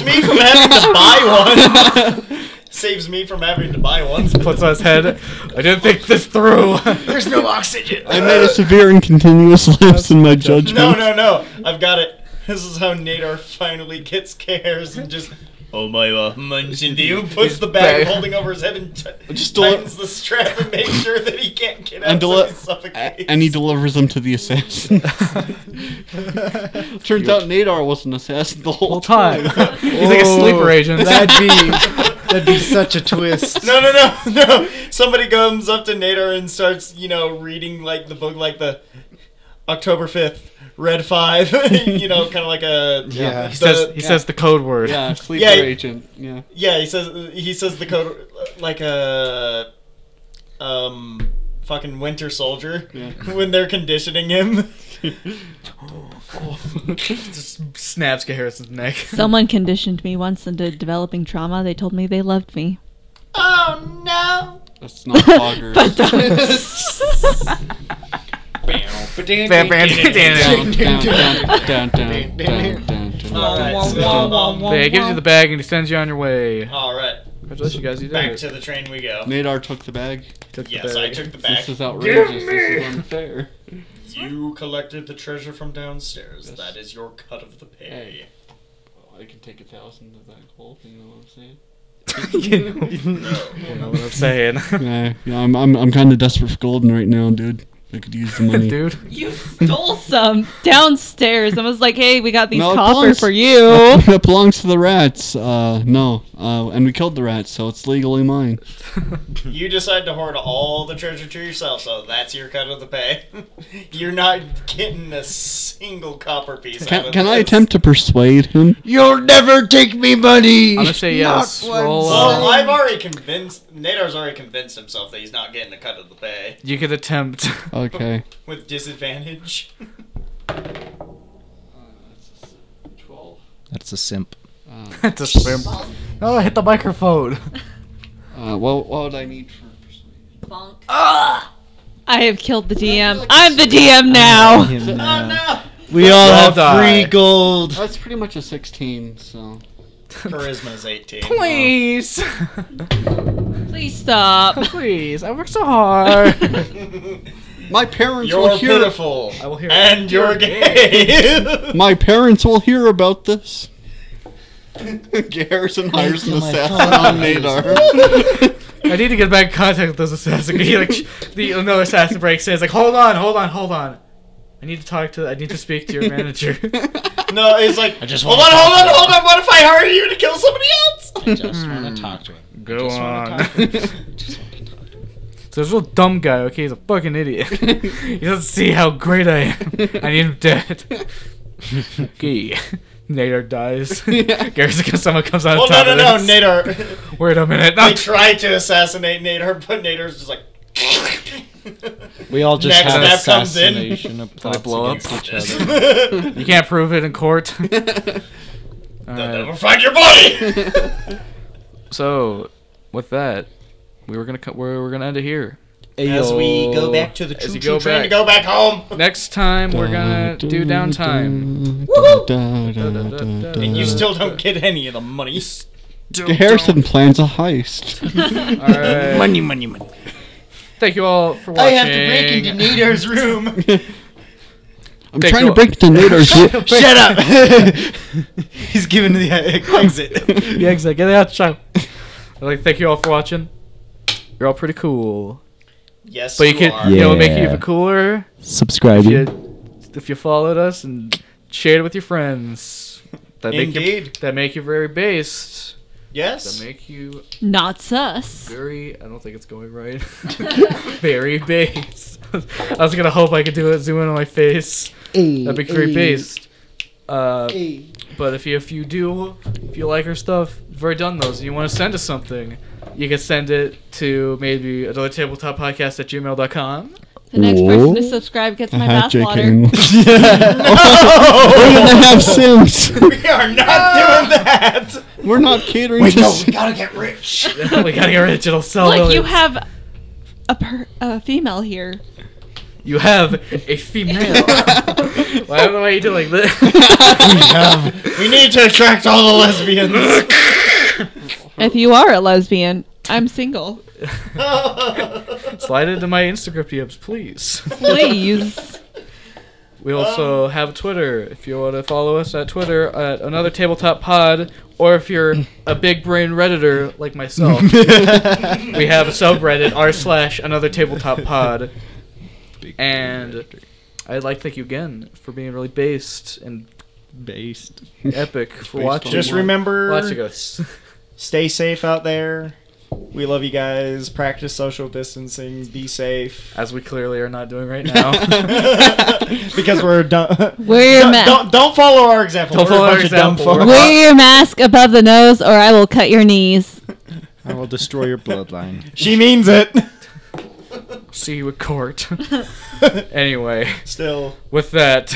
Speaker 3: saves me from having to buy one. saves me from having to buy one.
Speaker 1: Puts on his head. I didn't think this through.
Speaker 3: There's no oxygen.
Speaker 2: I made a severe and continuous lapse in my judgment.
Speaker 3: No, no, no. I've got it. This is how Nadar finally gets cares and just. Oh my, uh, mentioned you. Puts the bag holding over his head and t-
Speaker 2: Just deli-
Speaker 3: tightens the strap and makes sure that he can't get out.
Speaker 2: And,
Speaker 3: so
Speaker 2: deli-
Speaker 3: he suffocates.
Speaker 2: a- and he delivers them to the assassin. Turns out Nadar was an assassin the whole
Speaker 1: Whole time.
Speaker 2: time.
Speaker 1: He's like a sleeper agent.
Speaker 4: That'd be that'd be such a twist.
Speaker 3: No, no, no, no. Somebody comes up to Nader and starts, you know, reading like the book, like the October fifth, Red Five. you know, kind of like a
Speaker 4: Yeah.
Speaker 1: he
Speaker 3: the-
Speaker 1: says he says the code word.
Speaker 2: yeah, sleeper
Speaker 3: Yeah, he-
Speaker 2: agent. Yeah.
Speaker 3: yeah. He says he says the code like a um fucking Winter Soldier when they're conditioning him.
Speaker 1: Just snaps Harrison's neck.
Speaker 5: Someone conditioned me once into developing trauma. They told me they loved me.
Speaker 3: Oh no!
Speaker 2: That's not poggers.
Speaker 5: But that was-
Speaker 1: Bam, bam, down.
Speaker 2: down, down, down, down, down, down, down,
Speaker 3: All
Speaker 2: down.
Speaker 3: right, so,
Speaker 1: Okay, he gives you the bag and he sends you on your way.
Speaker 3: all right.
Speaker 1: Congratulations, guys. You did
Speaker 3: Back
Speaker 1: it.
Speaker 3: to the train we go.
Speaker 2: Nadar took the bag.
Speaker 1: Took the
Speaker 3: Yes, I
Speaker 1: bag.
Speaker 3: took the back.
Speaker 2: This is outrageous. This is unfair.
Speaker 3: You collected the treasure from downstairs. That is your cut of the pay.
Speaker 2: Hey. I can take a thousand of that whole thing, you know what I'm saying?
Speaker 1: You know what I'm saying,
Speaker 2: Yeah, yeah I'm, I'm, I'm kind of desperate for golden right now, dude. I could use the money.
Speaker 1: dude?
Speaker 5: you stole some downstairs and was like, hey, we got these
Speaker 2: No, it
Speaker 5: copper
Speaker 2: belongs-
Speaker 5: for you.
Speaker 2: That belongs to the rats. Uh, no. Uh, and we killed the rats, so it's legally mine.
Speaker 3: You decide to hoard all the treasure to yourself, so that's your cut of the pay. You're not getting a single copper piece. out
Speaker 2: Can,
Speaker 3: of
Speaker 2: can I
Speaker 3: this.
Speaker 2: attempt to persuade him?
Speaker 10: You'll never take me money.
Speaker 1: I'm gonna say yes. Roll.
Speaker 3: Well,
Speaker 1: Uh,
Speaker 3: I've already convinced Nadar's already convinced himself that he's not getting a cut of the pay
Speaker 1: you could attempt.
Speaker 2: Okay.
Speaker 3: with disadvantage.
Speaker 4: That's a simp.
Speaker 1: to swim. Oh, hit the microphone.
Speaker 2: Uh, what, what would I need for persuasion?
Speaker 5: Bonk. I have killed the DM. I'm the DM now.
Speaker 4: Him
Speaker 3: Oh,
Speaker 4: now. We all have
Speaker 1: die.
Speaker 4: free gold.
Speaker 2: That's pretty much a 16, so.
Speaker 3: Charisma's 18.
Speaker 1: Please,
Speaker 5: Please stop.
Speaker 1: please, I work so hard.
Speaker 2: My parents
Speaker 3: You're
Speaker 2: will hear.
Speaker 3: pitiful.
Speaker 1: I will hear.
Speaker 3: And you're gay.
Speaker 2: My parents will hear about this. Garrison hires an assassin on Nadar.
Speaker 1: I need to get back in contact with those assassins. He, like, the another assassin breaks in. It's like, hold on, hold on, hold on. I need to talk to. I need to speak to your manager.
Speaker 3: no, it's like,
Speaker 4: I just
Speaker 3: hold
Speaker 4: wanna
Speaker 3: on, hold
Speaker 4: talk
Speaker 3: on,
Speaker 4: to
Speaker 3: hold on. What if I hire you to kill somebody else?
Speaker 4: I just want to talk to him.
Speaker 1: Go
Speaker 4: Just wanna
Speaker 1: on.
Speaker 4: talk
Speaker 1: so this little dumb guy. Okay, he's a fucking idiot. he doesn't see how great I am. I need him dead. okay. Nader dies.
Speaker 2: Yeah.
Speaker 1: Garrison someone comes out.
Speaker 3: Well,
Speaker 1: of
Speaker 3: no,
Speaker 1: top
Speaker 3: no,
Speaker 1: of
Speaker 3: no.
Speaker 1: this.
Speaker 3: Nader.
Speaker 1: Wait a minute.
Speaker 3: They
Speaker 1: No,
Speaker 3: tried to assassinate Nader, but Nader's just like.
Speaker 4: We all just
Speaker 3: Next
Speaker 4: have
Speaker 3: step comes in.
Speaker 4: assassination of plots
Speaker 1: blow up?
Speaker 4: against each other.
Speaker 1: you can't prove it in court. Alright.
Speaker 3: We'll find your body.
Speaker 1: So, with that, we were gonna co- we're, we're gonna end it here.
Speaker 3: As we go back to the
Speaker 1: As
Speaker 3: choo
Speaker 1: you
Speaker 3: choo
Speaker 1: go
Speaker 3: train
Speaker 1: back.
Speaker 3: to go back home.
Speaker 1: Next time we're gonna do downtime.
Speaker 3: And
Speaker 2: Woohoo!
Speaker 3: you still don't get any of the money.
Speaker 2: Harrison plans a heist.
Speaker 1: Alright.
Speaker 4: Money, money, money.
Speaker 1: Thank you all for watching.
Speaker 11: I have to break into Nader's room.
Speaker 2: I'm
Speaker 1: Take
Speaker 2: trying to
Speaker 1: your-
Speaker 2: break into Nadar's.
Speaker 4: Shut up! He's giving the exit.
Speaker 1: the exit. Get out, show. I'd like to thank you all for watching. You're all pretty cool,
Speaker 3: Yes,
Speaker 1: but you can
Speaker 3: are.
Speaker 1: you know what make you
Speaker 12: Yeah.
Speaker 1: even cooler if
Speaker 12: Subscribing.
Speaker 1: you if you followed us and shared it with your friends. That make you
Speaker 3: Indeed.
Speaker 1: that make you very based. That
Speaker 3: Yes.
Speaker 1: make you
Speaker 5: Not sus.
Speaker 1: very. I don't think it's going right. very based. I was gonna hope I could do it. Zoom in on my face. That'd be very based. Uh, but if you if you do if you like our stuff, we've already done those, and you want to send us something, you can send it to maybe another tabletop podcast at gmail.com.
Speaker 5: The next
Speaker 12: Whoa.
Speaker 5: person to subscribe gets my
Speaker 2: Uh-huh,
Speaker 5: bathwater.
Speaker 2: We're gonna have Sims.
Speaker 3: We are not doing that.
Speaker 2: We're not catering to. Sims.
Speaker 11: gotta get rich.
Speaker 1: we gotta get rich. It'll sell.
Speaker 5: Like you
Speaker 1: millions.
Speaker 5: have a per- a female here.
Speaker 1: you have a female. well, I don't know why you do like this.
Speaker 3: We need to attract all the lesbians.
Speaker 5: If you are a lesbian, I'm single.
Speaker 1: Slide into my Instagram DMs, please.
Speaker 5: Please.
Speaker 1: We also have Twitter. If you want to follow us at Twitter at another tabletop pod, or if you're a big brain redditor like myself, we have a subreddit r slash another tabletop pod. And I'd like to thank you again for being really based and
Speaker 4: Based.
Speaker 1: epic for watching.
Speaker 3: Just remember,
Speaker 1: watching us.
Speaker 3: stay safe out there. We love you guys. Practice social distancing. Be safe.
Speaker 1: as we clearly are not doing right now.
Speaker 3: because we're dumb.
Speaker 5: Wear your
Speaker 3: Don't,
Speaker 5: mask.
Speaker 3: don't don't follow our example.
Speaker 1: Don't
Speaker 3: We're a
Speaker 1: follow our
Speaker 3: bunch of dumb
Speaker 1: example.
Speaker 3: folks.
Speaker 5: Wear your mask above the nose, or I will cut your knees.
Speaker 4: I will destroy your bloodline.
Speaker 3: She means it.
Speaker 1: See you at court. anyway,
Speaker 3: Still,
Speaker 1: with that,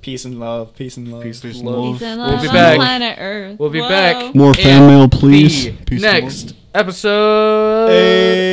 Speaker 3: peace and love. Peace and love.
Speaker 1: love.
Speaker 5: We'll
Speaker 1: be back.
Speaker 5: Planet Earth.
Speaker 1: We'll be
Speaker 5: Whoa.
Speaker 1: back.
Speaker 2: More fan
Speaker 1: And
Speaker 2: mail, please.
Speaker 1: the
Speaker 2: Peace and love.
Speaker 1: next episode.
Speaker 3: Hey.